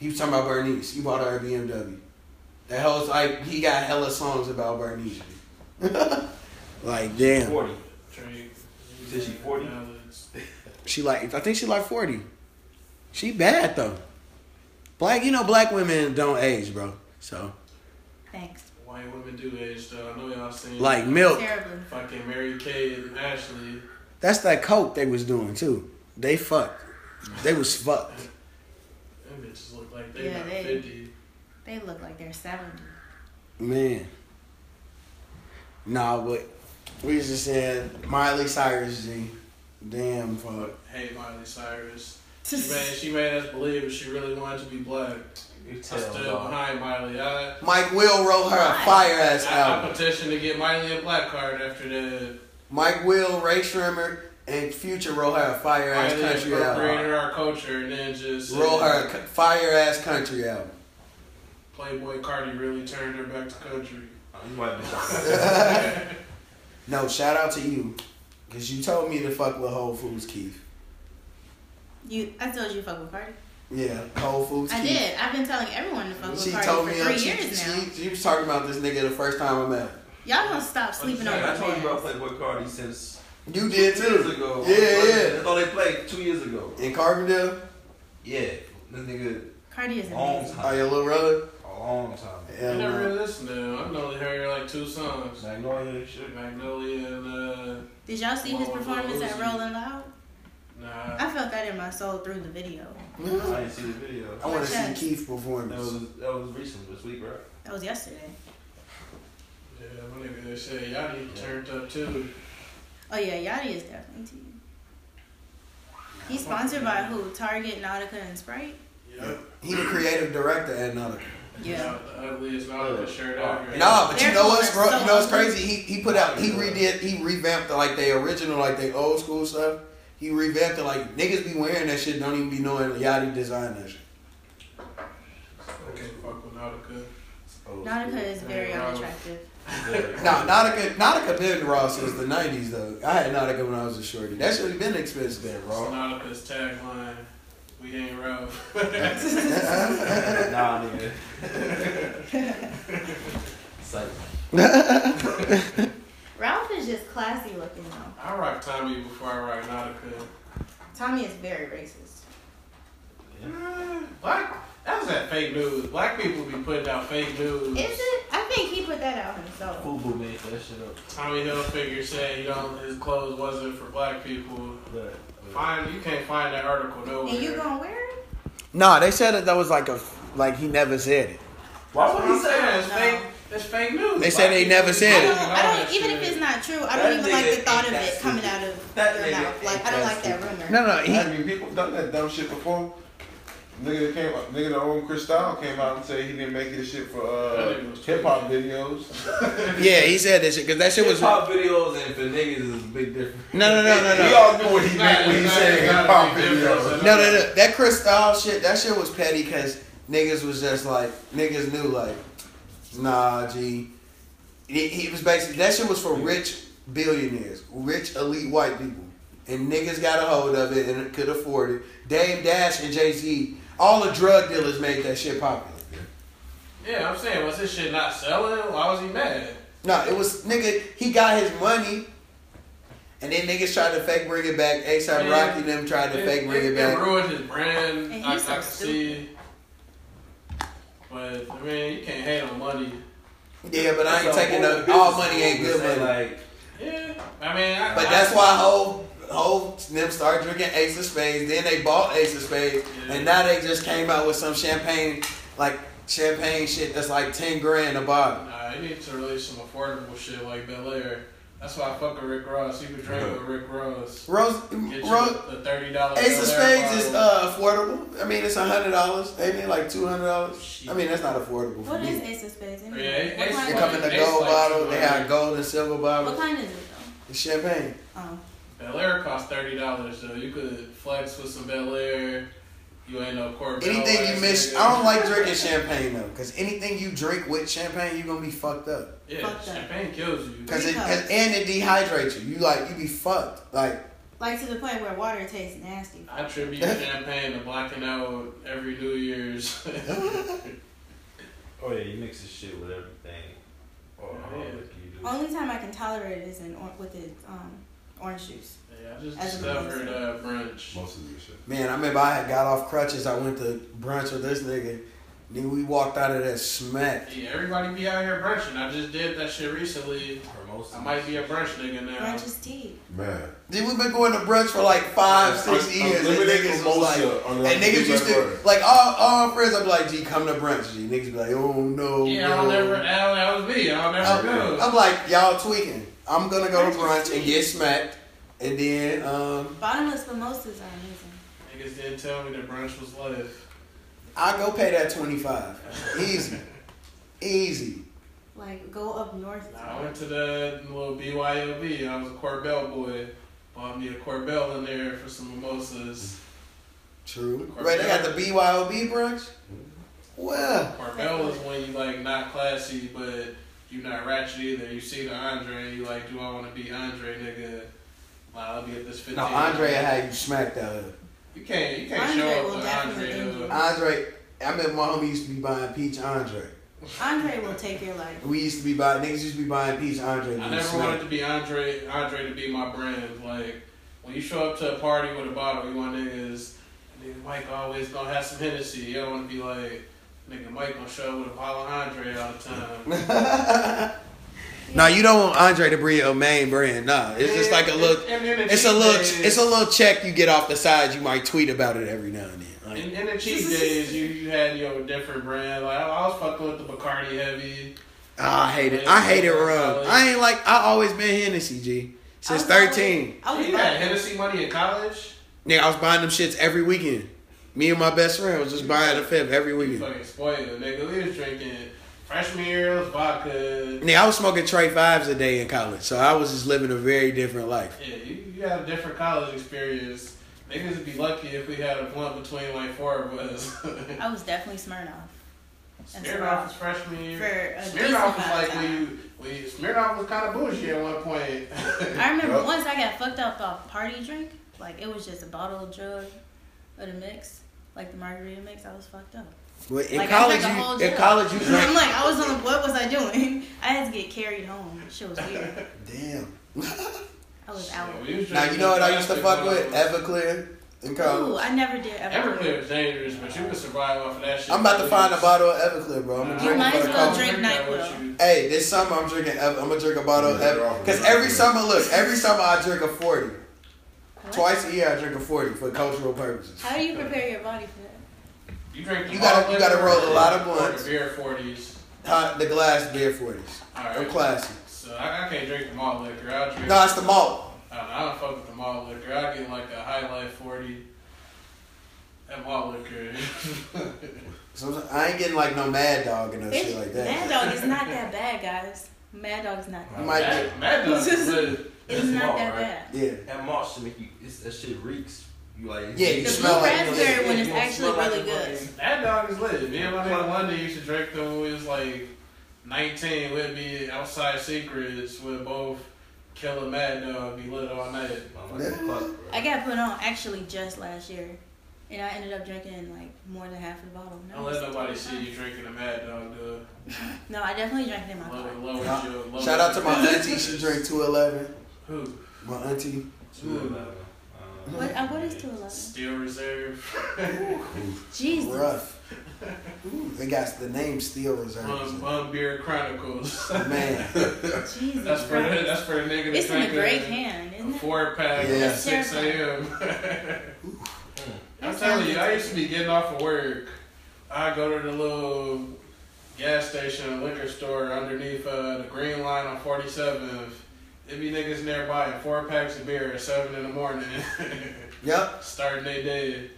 S1: He was talking about Bernice. He bought her a BMW. The hell's like he got hella songs about Bernice. [LAUGHS] like damn,
S5: 40.
S4: Drake.
S5: You said she 40?
S4: Alex.
S1: she like I think she like forty. She bad though. Black, you know, black women don't age, bro. So
S2: Thanks.
S4: White women do age though. I know y'all seen
S1: like milk,
S2: Terribly.
S4: fucking Mary Kay and Ashley.
S1: that's that coke they was doing too. They fucked. They was fucked.
S4: Them bitches look like they
S2: Yeah,
S4: about
S2: they-
S4: fifty.
S2: They look like they're 70.
S1: Man. Nah, but we was just saying Miley Cyrus G. Damn fuck.
S4: Hate Miley Cyrus. She made, she made us believe that she really wanted to be black.
S5: You
S4: I
S5: tell
S4: stood
S5: dog.
S4: behind Miley. I,
S1: Mike Will wrote her a fire ass
S4: I, I
S1: album.
S4: petitioned to get Miley a black card after that.
S1: Mike Will, Ray Shrimmer, and Future wrote her a fire ass
S4: Miley
S1: country album.
S4: appropriated our culture and then just said,
S1: Wrote her a fire ass country album.
S4: Playboy Cardi really turned her back to country.
S5: You might be.
S4: [LAUGHS]
S1: No, shout out to you. Cause you told me to fuck with Whole Foods Keith.
S2: [LAUGHS] You, I told you fuck with Cardi.
S1: Yeah, Whole Foods
S2: I
S1: Keith.
S2: did. I've been telling everyone to fuck with
S1: She
S2: Cardi
S1: told
S2: for
S1: me
S2: three
S1: she,
S2: years now.
S1: she, she was talking about this nigga the first time I met her.
S2: Y'all gonna stop sleeping on
S5: I
S2: my
S5: told you about
S2: man.
S5: Playboy Cardi since
S1: You did
S5: two years
S1: too.
S5: ago.
S1: Yeah, yeah.
S5: That's all they played two years ago.
S1: In Carbondale,
S5: Yeah. This nigga,
S2: Cardi is
S5: long
S2: amazing.
S1: oh
S5: time.
S1: your little brother.
S5: A long time.
S1: Yeah,
S4: I never
S1: man.
S4: really listened to him. I've only heard like two songs.
S5: Magnolia and shit.
S4: Magnolia and uh
S2: Did y'all see his
S4: Long
S2: performance at
S4: Rosie.
S2: Rolling Loud?
S4: nah.
S2: I felt that in my soul through the video.
S5: I didn't see the video.
S1: I want to see
S2: Yes.
S1: Keith
S5: That
S1: performance.
S5: was that was recent this week, right?
S2: That was yesterday.
S4: Yeah, my nigga they say y'all need to turned up too.
S2: Oh yeah, Yachty is definitely tea. He's sponsored by who? Target, Nautica, and Sprite.
S4: Yep.
S1: He the creative director at another.
S2: Yeah.
S4: The ugliest Nautica shirt out here.
S1: Nah, but you
S2: Their
S1: know what's
S2: clothes are
S1: bro,
S2: so
S1: you know what's
S2: ugly.
S1: crazy? He he put out he redid he revamped the, like their original like their old school stuff. He revamped it like niggas be wearing that shit. Don't even be knowing Yachty designed that shit.
S4: I can't fuck with Nautica.
S5: Oh,
S2: Nautica is very
S4: Yeah, Ross.
S2: unattractive.
S1: Now Nautica Nautica been raw since the nineties though. I had Nautica when I was a shorty. That should have been expensive then,
S4: It's
S1: raw.
S4: Nautica's tagline. We ain't rough.
S5: [LAUGHS] nah, nigga. it's like
S2: Ralph is just classy looking though.
S4: I rock Tommy before I rock Nautica.
S2: Tommy is very racist.
S4: Yeah, Black that was that fake news. Black people be putting out fake news.
S2: Is it? I think he put that out himself.
S5: Fubu made that shit up.
S4: Tommy Hilfiger said, you know, his clothes wasn't for black people.
S5: But, but
S4: Find you can't find that article nowhere.
S2: And you gonna wear it?
S1: Nah, they said that that was like a like he never said it.
S5: why
S4: That's what
S5: would he
S4: I'm
S5: say
S4: saying.
S5: that?
S4: It's
S2: No.
S4: fake. It's fake news.
S1: They said they never
S2: I
S1: said
S2: don't.
S1: it.
S2: I don't. Even if it's not true, I don't
S5: That
S2: even like
S5: nigga
S2: the thought of
S5: ain't
S2: it
S5: that
S2: coming
S5: stupid.
S2: out of
S5: That
S2: your
S5: nigga
S2: mouth.
S5: ain't
S2: Like I don't
S5: that
S2: like that rumor.
S1: No, no, he
S6: I mean, people done that dumb shit before. Nigga that came, nigga that own Cristal came out and said he didn't make his shit for uh,
S4: That nigga was
S6: hip
S4: [LAUGHS]
S6: hop videos.
S1: yeah he said that shit because that shit was no
S5: Hip-hop videos and for niggas is a big difference.
S1: no no no no.
S6: We all knew what he meant when he said hip hop videos.
S1: No, no, no. That Cristal shit, that shit was petty because niggas was just like, niggas knew like, nah, G. He, he was basically, that shit was for rich billionaires, rich elite white people. And niggas got a hold of it and could afford it. Dave Dash and Jay Z, all the drug dealers made that shit popular.
S4: Yeah, I'm saying, was his shit not selling? Why was he mad?
S1: No, it was, nigga, he got his money. And then niggas tried to fake bring it back. ASAP
S4: Man,
S1: Rocky and them tried to fake bring it back.
S4: ruined his brand.
S2: And
S4: I, I
S2: he's so
S4: can see. But I mean, you can't hate on money.
S1: Yeah, but I ain't
S5: That's a
S1: taking
S5: whole
S1: no, all
S5: business
S1: money ain't
S5: move to
S1: good
S5: say,
S1: money.
S5: Like,
S4: Yeah, I mean, I,
S1: But
S4: I-
S1: that's why whole whole them started drinking Ace of Spades. Then they bought Ace of Spades, and now they just came out with some champagne, like champagne shit that's like ten grand a bottle.
S4: Nah, you need to release some affordable shit like Bel Air. That's why I fuck with Rick Ross. You can drink with Rick Ross.
S1: Rose,
S4: Get you
S1: Rose
S4: the thirty dollar.
S1: Ace of Spades is uh, affordable. I mean, it's hundred dollars. They mean like two hundred dollars. I mean, that's not affordable. For
S2: What is
S1: me.
S2: Ace of Spades?
S4: Yeah,
S2: anyway?
S4: Ace
S2: What
S4: of
S1: They
S2: kind
S1: come in
S4: Spades.
S1: the
S2: is it?
S1: gold
S4: like
S1: bottle. They got
S4: 200.
S1: gold and silver
S2: What
S1: bottle.
S2: kind is it though?
S1: It's champagne.
S2: Oh.
S1: uh,
S4: Bel Air costs thirty dollars though. You could flex with some Bel Air. You ain't no Corbell.
S1: Anything
S4: ass
S1: you miss,
S4: nigga.
S1: I don't like drinking champagne though, because anything you drink with champagne, you gonna be fucked up.
S4: Yeah,
S2: Fuck that.
S4: champagne kills you.
S1: Cause it,
S2: Because-
S1: cause and it dehydrates you. You like you be fucked. Like
S2: Like to the point where water tastes nasty.
S4: I attribute champagne to blacking out every New Year's. [LAUGHS]
S5: Oh yeah, you mix this shit with everything. Oh,
S4: Yeah.
S5: how liquor you do.
S2: Only time I can tolerate it is in or- with the um, orange juice.
S4: Yeah, I just
S2: As a
S4: discovered
S2: producer.
S4: uh, brunch.
S6: Most of this shit.
S1: man, I remember I had got off crutches. I went to brunch with this nigga. Then we walked out of that smack.
S4: Yeah, everybody be out here brunching. I just did that shit recently.
S5: Hermosa.
S4: I might be a brunch nigga now.
S2: Orange is tea.
S6: Man.
S1: Then we've been going to brunch for like five, six years. And
S6: Unlimited
S1: niggas was
S6: mimosa
S1: like,
S6: on the-
S1: and niggas used to like all all my friends. I'm like, G, come to brunch. G, niggas be like, oh no.
S4: Yeah,
S1: no.
S4: I'll never. I'll, that was me. I'll never go.
S1: I'm like, y'all tweaking. I'm gonna go to brunch and get smacked, and then um,
S2: Bottomless mimosas are amazing.
S4: Niggas didn't tell me that brunch was live.
S1: I go pay that twenty five. Easy, easy.
S2: Like go up north.
S4: I went to the little BYOB. I was a Corbell boy. Bought me a Corbell in there for some mimosas.
S1: True. Right? They got the BYOB brunch. Well,
S4: Corbell is when you like not classy, but you not ratchet either. You see the Andre, and you like, do I want to be Andre, nigga? Wow, let me get this fifteen.
S1: no, Andre had you smacked out of.
S4: You can't. You can't
S2: Andre
S4: show
S2: will
S4: up with
S2: definitely
S4: Andre.
S2: do
S4: though.
S2: that.
S1: Andre, I mean, my homie used to be buying peach Andre.
S2: Andre will take your life.
S1: We used to be buying niggas used to be buying peach Andre. and
S4: I
S1: get
S4: never
S1: smacked.
S4: wanted to be Andre. Andre to be my brand. Like when you show up to a party with a bottle, you want niggas. Nigga Mike always gonna have some Hennessy. You don't want to be like nigga Mike gonna show up with a bottle of Andre all the time.
S1: [LAUGHS] No, you don't want Andre to be your main brand. No, it's just like a little.
S4: And- and the
S1: It's a
S4: cheat
S1: little.
S4: days-
S1: It's a little check you get off the side. You might tweet about it every now and then. Like,
S4: In, in the cheap days, you, you had your different brand. Like I, I was fucking with the Bacardi heavy.
S1: I hate it. I hate it rum. I ain't like I always been Hennessy G since
S2: I was
S1: thirteen.
S2: always- I was
S4: you had
S2: buying,
S4: Hennessy money in college.
S1: Nigga, I was buying them shits every weekend. Me and my best friend was just buying a fifth every
S4: You
S1: weekend.
S4: fucking spoiled, nigga. We was drinking fresh meals, vodka.
S1: Nigga, I was smoking Trey Fives a day in college, so I was just living a very different life.
S4: Yeah, you, you had a different college experience. Niggas would be lucky if we had a blunt between like four of us. [LAUGHS]
S2: I was definitely Smirnoff. That's
S4: Smirnoff was freshman
S2: For
S4: year.
S2: a decent
S4: Smirnoff was
S2: amount of
S4: like when
S2: time.
S4: you, when you Smirnoff was kind of bougie at one point.
S2: I remember
S6: Yup.
S2: once I got fucked up off party drink. Like it was just a bottle of jug with a mix, like the margarita mix. I was fucked [LAUGHS] up.
S1: But in
S2: Like, I
S1: college,
S2: drank a whole
S1: you, in
S2: jug.
S1: college
S2: [LAUGHS]
S1: you
S2: I'm
S1: drank.
S2: like, I was on. What was I doing? [LAUGHS] I had to get carried home. Shit was weird.
S1: Damn.
S2: I was out.
S4: [LAUGHS] Yeah, we was
S1: Now you know what I used to fuck with Everclear in
S2: Ooh,
S1: college.
S2: I never did ever.
S4: Everclear was dangerous, but you could survive off of that shit.
S1: I'm about to find a bottle of Everclear, bro. I'm gonna
S4: Nah,
S1: drink
S2: might
S1: it
S2: as
S1: for the
S2: well
S1: culture.
S2: drink
S4: that with
S2: NyQuil.
S4: you.
S1: Hey, this summer I'm drinking. Ev- I'm gonna drink a bottle of Ev- Cause every summer, look, every summer I drink a forty.
S2: What?
S1: Twice a year I drink a forty for cultural purposes.
S2: How do you prepare your body for that?
S4: You drink.
S1: You gotta-
S4: all
S1: you gotta
S4: liquor
S1: roll a lot of
S4: or
S1: blunts.
S4: the Beer forties.
S1: Hot, the glass beer forties.
S4: All
S1: I'm
S4: right.
S1: classy.
S4: So I, I can't drink the malt liquor. I'll drink.
S1: No, it's the malt.
S4: I don't, know, I don't fuck with the malt liquor. I get like a High Life 40 and malt liquor. [LAUGHS]
S1: So I'm- I ain't getting like no Mad Dog and no shit
S2: Bitch,
S1: like
S2: Mad
S1: that.
S2: Dog is not that bad, guys. Mad Dog's not that
S1: You
S2: bad.
S1: might get.
S4: Mad, Mad Dog's good.
S2: It's
S5: That's
S2: not
S5: malt,
S2: that
S5: right?
S2: bad.
S1: Yeah.
S5: That malt should make you. It's, that shit reeks. You like.
S1: Yeah, you
S2: The
S1: smell
S2: blue
S1: like-
S2: raspberry one is
S5: You gonna
S2: actually
S5: smell like
S2: really
S5: the
S2: good.
S5: fucking-
S4: Mad Dog is lit. Me and my nigga London used to drink them when we was like 19. We'd be outside secrets with both Killer Mad Dog be lit all night.
S5: I'm like, fuck, bro.
S2: I got put on actually just last year, and I ended up drinking like more than half the bottle. No,
S4: Don't let nobody see you drinking a Mad Dog, dude.
S2: No, I definitely drank it in my car.
S4: Lower, lower your, lower
S1: Shout out to my
S4: your-
S1: auntie. She drank two eleven.
S4: Who?
S1: My auntie.
S5: Two eleven. Um,
S2: What, uh, what is two eleven?
S4: Steel Reserve.
S2: Jesus.
S1: Rough. Ooh, they got the name Steel
S4: Bum,
S1: Reserve.
S4: Bum Beer Chronicles.
S1: Man.
S2: Jesus.
S4: That's for
S2: Christ.
S4: that's for a nigga to
S2: It's in
S4: drink
S2: a great
S4: a,
S2: hand,
S4: a
S2: isn't it?
S4: four pack
S1: Yeah.
S4: at six a.m. [LAUGHS] I'm telling you, I used to be getting off of work. I go to the little gas station, liquor store underneath uh, the Green Line on 47th. It be niggas in there buying four packs of beer at seven in the morning, [LAUGHS]
S1: Yep.
S4: starting their day.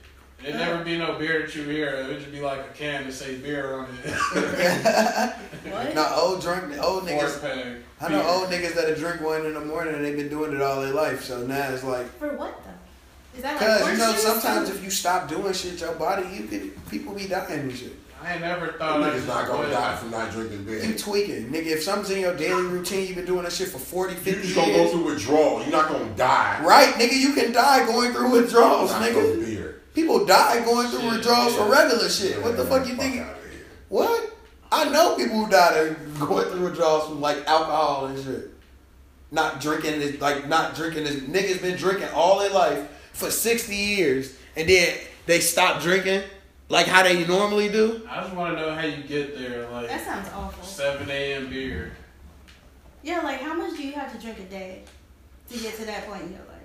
S4: It never be no beer that you hear. It would just be like a can that say beer on
S1: [LAUGHS]
S4: it. [LAUGHS]
S1: [LAUGHS]
S2: What?
S1: No, old drunk, old
S4: Four
S1: niggas.
S4: pack.
S1: I know old niggas that'll drink one in the morning and they've been doing it all their life. So now it's like,
S2: For what though? Is that like
S1: Cause you
S2: horse
S1: know
S2: shoes?
S1: sometimes if you stop doing shit, your body you could people be dying and shit.
S4: I ain't never thought I
S6: Niggas
S4: could
S6: not gonna
S4: quit.
S6: die from not drinking beer.
S1: You tweaking, nigga. If something's in your daily routine, you've been doing that shit for 40,
S6: You
S1: 50
S6: just
S1: years.
S6: gonna go through withdrawal. You're not gonna die.
S1: Right, nigga, you can die going through withdrawals,
S6: Not from
S1: nigga.
S6: beer.
S1: People die going through
S4: Shit,
S1: withdrawals for
S6: yeah.
S1: regular shit. What the
S6: Yeah,
S1: fuck you think?
S6: outta here.
S1: What? I know people who died are going through withdrawals from like alcohol and shit. Not drinking this, like not drinking this. Niggas been drinking all their life for sixty years, and then they stop drinking like how they normally do.
S4: I just want to know how you get there, like
S2: That sounds awful.
S4: 7 a.m. beer.
S2: Yeah, like how much do you have to drink a day to get to that point in your life?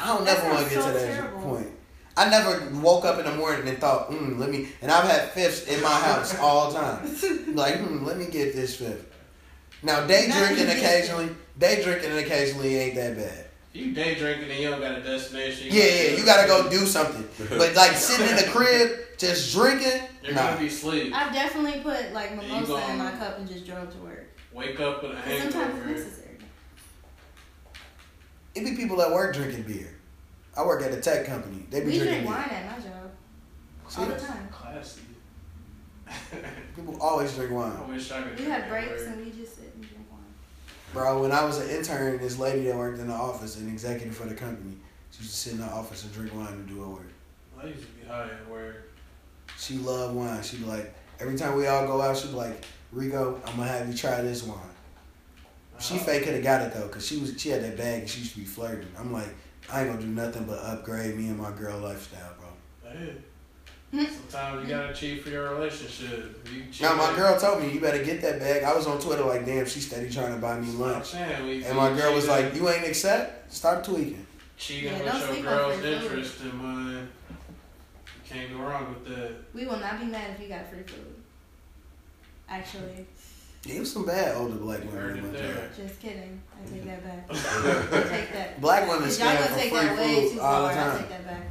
S1: I don't
S2: That
S1: never want to
S2: sounds
S1: get
S2: so
S1: to that
S2: terrible.
S1: point. I never woke up in the morning and thought, hmm, let me. And I've had fifths in my
S2: [LAUGHS]
S1: house all the time. Like, hmm, let me get this fifth. Now, day
S2: Now
S1: drinking
S2: you get
S1: occasionally, day drinking occasionally ain't that bad.
S4: If you day drinking and you don't got a destination.
S1: Yeah, yeah, you gotta go do something. [LAUGHS] But like sitting in the crib, just drinking,
S4: You're
S1: nah.
S4: gonna be asleep.
S2: I've definitely put like
S4: you
S2: mimosa in my
S4: gonna-
S2: cup and just drove to work.
S4: Wake up with a
S2: 'Cause sometimes it's
S4: hangover.
S2: necessary.
S1: It be people at work drinking beer. I work at a tech company. They be
S2: We
S1: drinking
S2: drink
S1: beer.
S2: wine at my job all the time.
S1: [LAUGHS]
S4: Classy. [LAUGHS]
S1: People always drink wine.
S4: I wish I could.
S2: We
S4: drink
S2: have
S4: at
S2: breaks
S4: work.
S2: and we just sit and drink wine.
S1: Bro, when I was an intern, this lady that worked in the office, an executive for the company, she used to sit in the office and drink wine and do her work.
S4: I used to be high at work.
S1: She loved wine. She'd be like, every time we all go out, she'd be like, Rigo, I'm gonna have you try this wine. She
S4: Uh,
S1: fake could have got it though, cause she was she had that bag and she used to be flirting. I'm like, I ain't gonna do nothing but upgrade me and my girl lifestyle, bro.
S4: hey. Sometimes you gotta cheat for your relationship. You cheat
S1: Now Hmm? my girl told me you better get that bag. I was on Twitter like, damn, she steady trying to buy me
S4: I'm
S1: lunch,
S4: saying, we-
S1: and my
S4: we
S1: girl was
S4: cheated-
S1: like, you ain't accept. Stop tweaking.
S4: cheating
S2: Yeah, don't
S4: with your
S2: sleep on
S4: girl's
S2: free food.
S4: interest in mind. You can't go wrong with that.
S2: We will not be mad if you got free food. Actually,
S1: Yeah, it was some bad older black
S4: You heard
S1: women. in
S4: it
S1: my
S4: there.
S1: job.
S2: just kidding. I take that back.
S1: [LAUGHS]
S2: I take that.
S1: Black women
S2: If
S1: scam
S2: Y'all
S1: for
S2: gonna take
S1: free
S2: that way
S1: food
S2: too
S1: all
S2: far.
S1: the
S2: I
S1: time.
S2: take that back.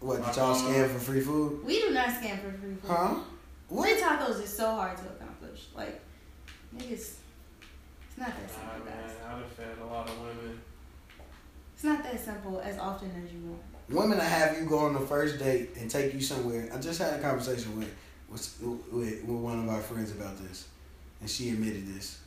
S1: What did y'all scam for free food?
S2: We do not scam for free food.
S1: Huh?
S2: Free
S1: What?
S2: tacos is so hard to accomplish. Like, niggas, it's not that
S4: Nah,
S2: simple,
S4: Oh, man,
S2: guys.
S4: I'd have fed a lot of women.
S2: It's not that simple as often as you want.
S1: Women that have you go on the first date and take you somewhere. I just had a conversation with with, with, with one of our friends about this, and she admitted this.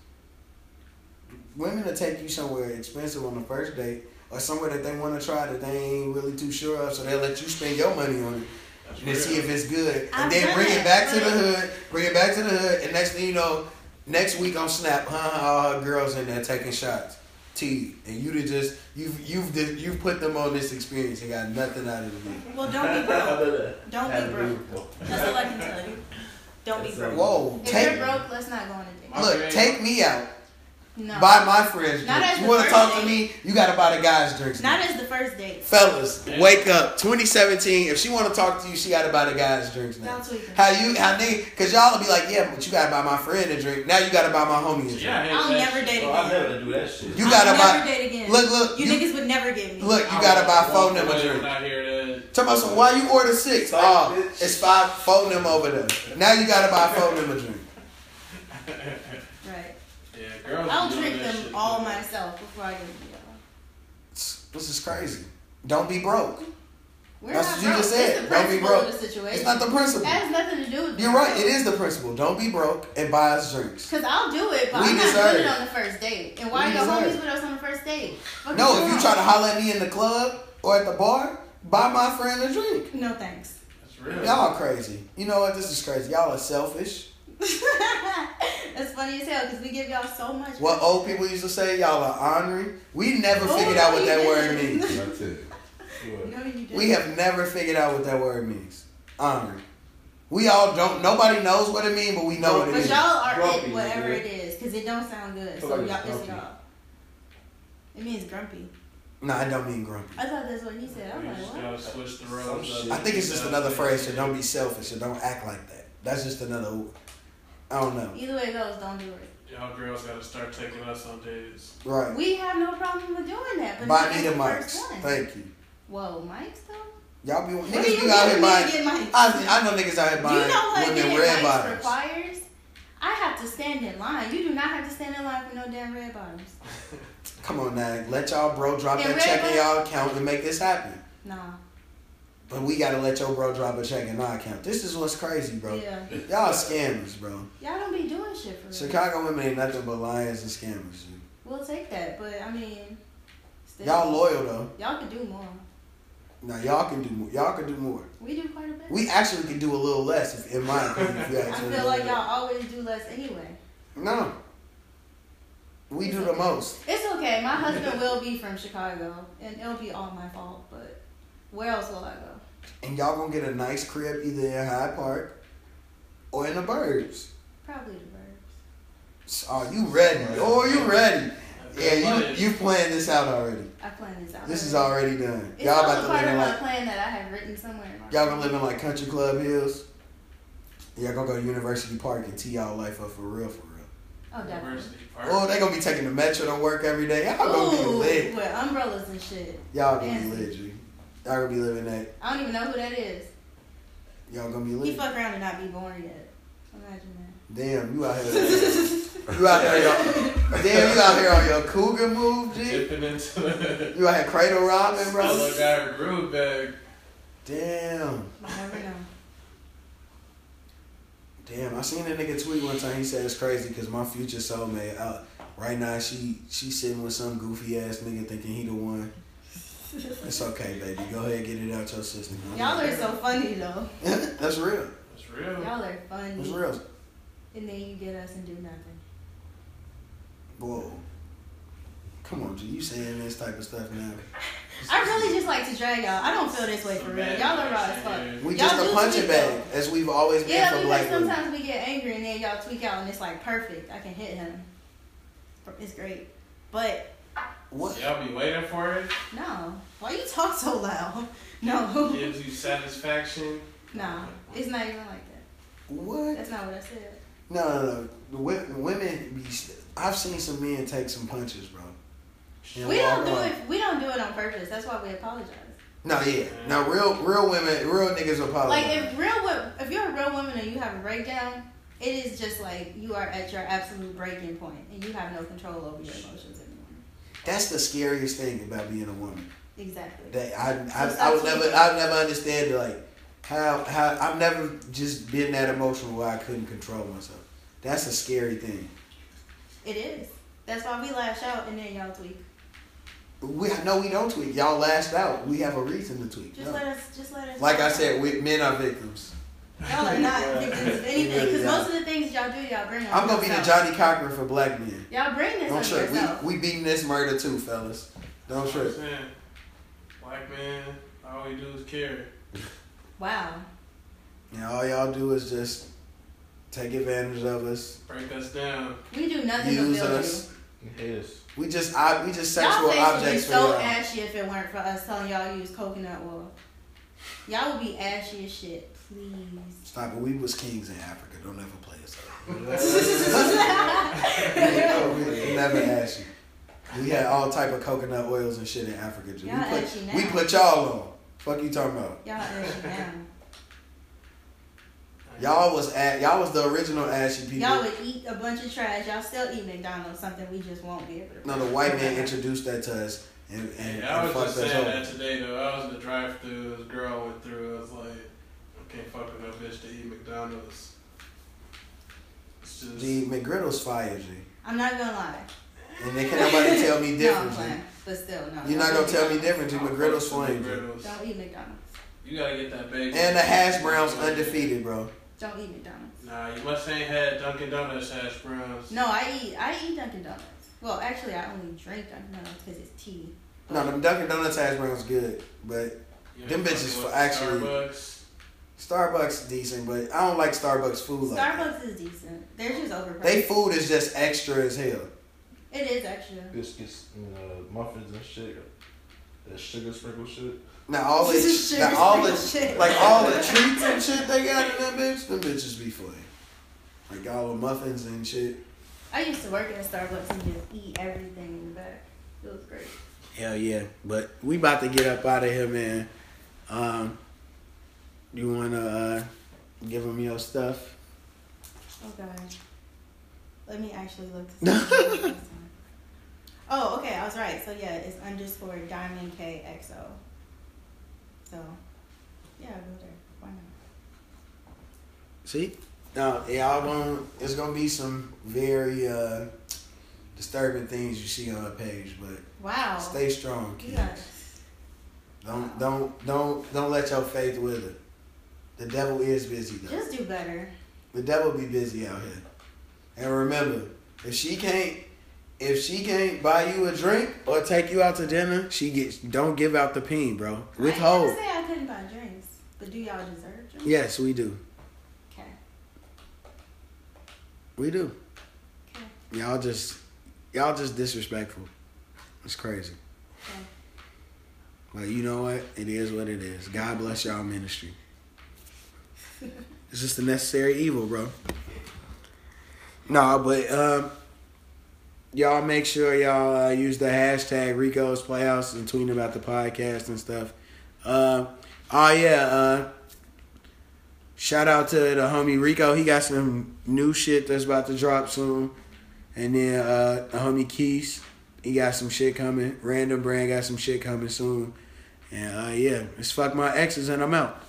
S1: Women that take you somewhere expensive on the first date or somewhere that they want to try that they ain't really too sure of, so they'll let you spend your money on it
S4: That's
S1: and then see if
S4: real.
S1: it's good, and
S2: I've
S1: then
S2: done
S1: bring it
S2: that,
S1: back to the
S2: but-
S1: hood. Bring it back to the hood, and next thing you know, next week on Snap, huh? All her girls in there taking shots. T and you to just you've you've did- you've put them on this experience and got nothing out of it.
S2: Well, don't be broke. Don't be broke.
S5: broke.
S2: That's all I can tell you. Don't be
S5: That's
S2: broke.
S5: all.
S1: Whoa,
S2: If
S1: take
S2: you're broke, let's not go on a date.
S4: My
S1: look,
S4: friend-
S1: take me out.
S2: No.
S1: Buy my friends
S2: Not
S1: drinks.
S2: as
S1: You
S2: the
S1: want to
S2: first
S1: talk to
S2: date.
S1: me? You gotta buy the guys drinks.
S2: Not as the first date.
S1: Fellas,
S4: Yeah.
S1: wake up. 2017. If she want to talk to you, she gotta buy the guys drinks now.
S2: Y'all tweaking.
S1: How you? How nigga? Cause y'all will be like, yeah, but you gotta buy my friend a drink. Now you gotta buy my homie a drink.
S4: Yeah, I hate
S2: I'll
S4: that
S2: never
S4: shit.
S2: date
S5: Oh, I
S2: again.
S5: never do that shit.
S1: You gotta
S2: I'll
S1: buy.
S2: never date again.
S1: Look, look,
S2: You,
S1: you-
S2: niggas would never give me.
S1: Look, you
S4: I
S1: gotta
S4: would
S1: buy phone
S4: walk
S1: number
S4: away
S1: drink.
S4: when I hear that.
S1: Tell me so why you order six?
S5: Sorry,
S1: Oh,
S5: bitch.
S1: it's five phone them over there. Now you gotta buy phone them a drink.
S2: Right.
S4: Yeah, girls.
S2: I'll
S4: be doing
S2: drink
S4: that
S2: them
S4: shit,
S2: all
S4: too.
S2: myself before I give them to y'all.
S1: It's- This is crazy. Don't be broke.
S2: We're
S1: That's
S2: not
S1: what you
S2: broke.
S1: just
S2: It's
S1: said. Don't
S2: the
S1: be
S2: principle of
S1: broke.
S2: The situation.
S1: It's not the
S2: That
S1: principle.
S2: has nothing to do with.
S1: You're right. It is the principle. Don't be broke and buy us drinks.
S2: Cause I'll do it, but
S1: We
S2: I'm not
S1: deserve
S2: doing
S1: it.
S2: it on the first date. And why
S1: We
S2: are your
S1: deserve
S2: homies
S1: it.
S2: with us on the first date? Fuck
S1: No, if
S2: wrong.
S1: you try to holler at me in the club or at the bar, buy my friend a drink.
S2: No thanks. [LAUGHS]
S4: That's real.
S1: Y'all crazy. You know what? This is crazy. Y'all are selfish.
S2: That's funny as hell because we give y'all so much.
S1: What old people used to say, y'all are ornery. We never figured out what that word means.
S6: That's it.
S2: No, you didn't.
S1: We have never figured out what that word means. Honor. We all don't. Nobody knows what it means, but we know what it
S2: But
S1: is.
S2: y'all are
S5: Grumpy,
S2: it, whatever
S5: nigga.
S2: it is, because it don't sound good. So
S5: Feel like it's
S2: y'all, it's
S5: grumpy.
S2: y'all. It means grumpy.
S1: No, I don't mean grumpy.
S2: I thought that's what he said. I'm
S4: You
S2: like,
S4: just
S2: what?
S4: gotta switch the roles
S5: Some
S4: up.
S5: shit.
S1: I think it's just another phrase. So don't be selfish. Or don't act like that. That's just another. I don't know.
S2: Either way it goes, don't do it.
S4: Y'all girls gotta start taking us on dates.
S1: Right.
S2: We have no problem with doing that. But
S1: Buy
S2: it's
S1: me
S2: not
S1: the mics.
S2: first one.
S1: Thank you.
S2: Whoa, mics though?
S1: Y'all be
S2: What do
S1: niggas
S2: you
S1: be out
S2: get
S1: here
S2: me to
S1: buying.
S2: get mics?
S1: I I know niggas out here
S2: Do you know
S1: buying
S2: what
S1: women
S2: getting
S1: red
S2: mics
S1: bottoms.
S2: requires? I have to stand in line. You do not have to stand in line for no damn red bottoms.
S1: Come on now, let y'all bro drop
S2: And
S1: that check in
S2: Redbubble-
S1: y'all account and make this happen.
S2: Nah.
S1: But we gotta let your bro drop a check in our account. This is what's crazy, bro.
S2: Yeah.
S1: Y'all scammers, bro.
S2: Y'all don't be doing shit for real.
S1: Chicago women ain't nothing but lions and scammers. dude.
S2: We'll take that, but I mean, still,
S1: Y'all loyal though.
S2: Y'all can do more.
S1: Now y'all can do more. Y'all can do more.
S2: We do quite a bit.
S1: We actually can do a little less, if, in my opinion. If you
S2: [LAUGHS] I
S1: actually
S2: feel like y'all always do less anyway.
S1: No. We do the most.
S2: It's okay. My husband will be from Chicago, and it'll be all my fault. But where else will I go?
S1: And y'all gonna get a nice crib either in Hyde Park or in the Burbs.
S2: Probably the Burbs.
S1: Oh, you ready? Oh, you ready? Yeah, you you planned this out already.
S2: I plan this out.
S1: This is
S2: already.
S1: already done.
S2: It's
S1: Y'all
S2: also
S1: about to
S2: part
S1: live in
S2: of my
S1: like
S2: plan that I have written somewhere. in my-
S1: y'all gonna live in like country club hills. Y'all gonna go to University Park and tee y'all life up for real, for real.
S2: Oh, definitely.
S4: University Park.
S1: Oh, they gonna be taking the metro to work every day. Y'all gonna be
S2: Ooh,
S1: lit.
S2: with umbrellas and shit.
S1: Y'all gonna be
S2: Fancy.
S1: lit, G. Y'all gonna be living that.
S2: I don't even know who that is.
S1: Y'all gonna be
S2: He
S1: lit.
S2: fuck around and not be born yet. Imagine that.
S1: Damn, you [LAUGHS] out here. you out here. y'all- Damn, you out here on your cougar move, G.
S4: Dipping into the
S1: You out here cradle robbing,
S4: [LAUGHS] fellow
S1: bro.
S4: guy groove bag.
S1: Damn.
S2: You never know.
S1: Damn, I seen a nigga tweet one time. He said it's crazy because my future soulmate, uh, right now she she sitting with some goofy ass nigga thinking he the one. It's okay, baby. Go ahead, get it out your system.
S2: Y'all are so funny though.
S1: [LAUGHS] That's real.
S4: It's real.
S2: Y'all are funny.
S1: That's real.
S2: And then you get us and do nothing.
S1: Whoa. Come on, G. You saying this type of stuff now?
S2: I really just like to drag y'all. I don't feel this way for real. Y'all are raw as fuck.
S1: We
S2: Y'all
S1: just
S2: do
S1: a punching
S2: tweet,
S1: bag, as we've always been
S2: Yeah,
S1: for
S2: because
S1: black women.
S2: sometimes we get angry and then y'all tweak out and it's like perfect. I can hit him. It's great. But
S1: What?
S4: Y'all be waiting for it.
S2: no. Why you talk so loud? [LAUGHS] No.
S4: Gives you satisfaction.
S2: No. It's not even like that.
S1: What?
S2: That's not what I said.
S1: No, no, no. The wo- women be. St- I've seen some men take some punches, bro. And
S2: We
S1: walk
S2: don't do
S1: off.
S2: it we don't do it on purpose. That's why we apologize.
S1: No, yeah. Now, real, real women, real niggas apologize.
S2: Like if real wo- if you're a real woman and you have a breakdown, it is just like you are at your absolute breaking point and you have no control over your emotions anymore.
S1: That's the scariest thing about being a woman.
S2: Exactly.
S1: That I, I,
S2: It's
S1: I would
S2: not
S1: never,
S2: easy.
S1: I would never understand like how, how I've never just been that emotional where I couldn't control myself. That's a scary thing.
S2: It is. That's why we lash out and then y'all tweak.
S1: We no, we don't tweak. Y'all lashed out. We have a reason to tweak.
S2: Just
S1: No.
S2: let us. Just let us.
S1: Like I said, we, men are victims.
S2: y'all are not victims of anything because
S1: Yeah.
S2: most of the things y'all do, y'all bring. on
S1: I'm gonna be the
S2: yourself.
S1: Johnny Cochran for black men.
S2: Y'all bring this
S1: Don't
S2: on
S1: trip.
S2: yourself.
S1: We we beating this murder too, fellas. Don't
S4: You know what
S1: trip.
S4: I'm saying? Black man, all we do is care.
S2: wow.
S1: And all y'all do is just take advantage of us,
S4: Break us down.
S2: We do nothing
S1: use
S2: to build
S1: us.
S5: Yes.
S1: We just I, we just
S2: you.
S1: sexual
S2: y'all face
S1: objects
S2: would
S1: for
S2: be so
S1: y'all.
S2: ashy if it weren't for us telling y'all use coconut oil. Y'all would be ashy as shit.
S1: [LAUGHS]
S2: Please.
S1: Stop it. We was kings in Africa. Don't ever play us. up.
S2: [LAUGHS]
S1: we never asked you. We had all type of coconut oils and shit in Africa. G.
S2: Y'all
S1: we
S2: ashy
S1: put
S2: now.
S1: we put y'all on. Fuck you talking about?
S2: y'all ashy now.
S1: Y'all was at y'all was the original ashy people.
S2: Y'all would eat a bunch of trash. Y'all still eat McDonald's, something we just won't be able to.
S1: no, the white man introduced that to us and and,
S4: Hey, I
S1: and
S4: was
S1: fucked
S4: just
S1: us
S4: saying that
S1: up.
S4: today though. I was in the drive through, this girl went through, I was like, I can't fuck with no bitch to eat McDonald's. It's just
S1: The McGriddle's fire, G.
S2: I'm not gonna lie.
S1: And they can't
S2: [LAUGHS]
S1: nobody tell me
S2: No, I'm
S1: different. G.
S2: playing. But still, no.
S1: You're
S2: don't
S1: not gonna
S2: eat
S1: tell me
S2: McDonald's.
S1: different, G.
S4: I'll fuck
S1: McGriddle's
S4: some
S1: flame, G.
S4: McGriddles.
S2: Don't eat McDonald's.
S4: You gotta get that bacon.
S1: And the hash browns undefeated, bro.
S2: Don't eat McDonald's.
S4: Nah, you must ain't had Dunkin' Donuts hash browns.
S2: No, I eat. I eat Dunkin' Donuts. Well, actually, I only drink Dunkin' Donuts because it's tea.
S1: No, them Dunkin' Donuts hash browns good, but
S4: You
S1: them
S4: ain't
S1: bitches
S4: fucking with
S1: for actually-
S4: Starbucks.
S1: Starbucks decent, but I don't like Starbucks food. Like that.
S2: Starbucks is decent. They're just overpriced.
S1: They food is just extra as hell.
S2: it is extra.
S5: Biscuits and uh, muffins and shit. That sugar sprinkle shit.
S1: Now all the,
S2: This is
S1: now,
S2: sugar
S1: all the
S2: sprinkle shit.
S1: like all the treats and shit they got in that bitch, them bitches be funny. Like all the muffins and shit.
S2: I used to work at Starbucks and just eat everything in the back. It was great.
S1: Hell yeah. But we about to get up out of here, man. Um, you wanna uh, give them your stuff? [LAUGHS]
S2: Oh god. Let me actually look. To see what it is. Oh, okay, I was right. So yeah, it's underscore diamond K X O. So yeah, I'll go there. Why not?
S1: See? Now, y'all gonna, it's gonna be some very uh, disturbing things you see on the page, but
S2: Wow.
S1: stay strong,
S2: Oh. You
S1: kids.
S2: got-
S1: Don't don't don't don't let your faith wither. The devil is busy though.
S2: Just do better.
S1: The devil be busy out here. And remember, if she can't if she can't buy you a drink or take you out to dinner, she gets don't give out the peen, bro.
S2: I
S1: Withhold.
S2: didn't say I couldn't buy drinks, but do y'all deserve drinks?
S1: Yes, we do.
S2: Okay.
S1: We do.
S2: Okay.
S1: Y'all just y'all just disrespectful. It's crazy.
S2: Okay.
S1: Like you know what? It is what it is. God bless y'all ministry. It's just the necessary evil, bro. Nah, but um, y'all make sure y'all uh, use the hashtag Rico's Playhouse and tweet about the podcast and stuff. Uh, oh yeah, uh, shout out to the homie Rico. He got some new shit that's about to drop soon, and then uh, the homie Keys. He got some shit coming. Random Brand got some shit coming soon. And uh, yeah, it's fuck my exes and I'm out.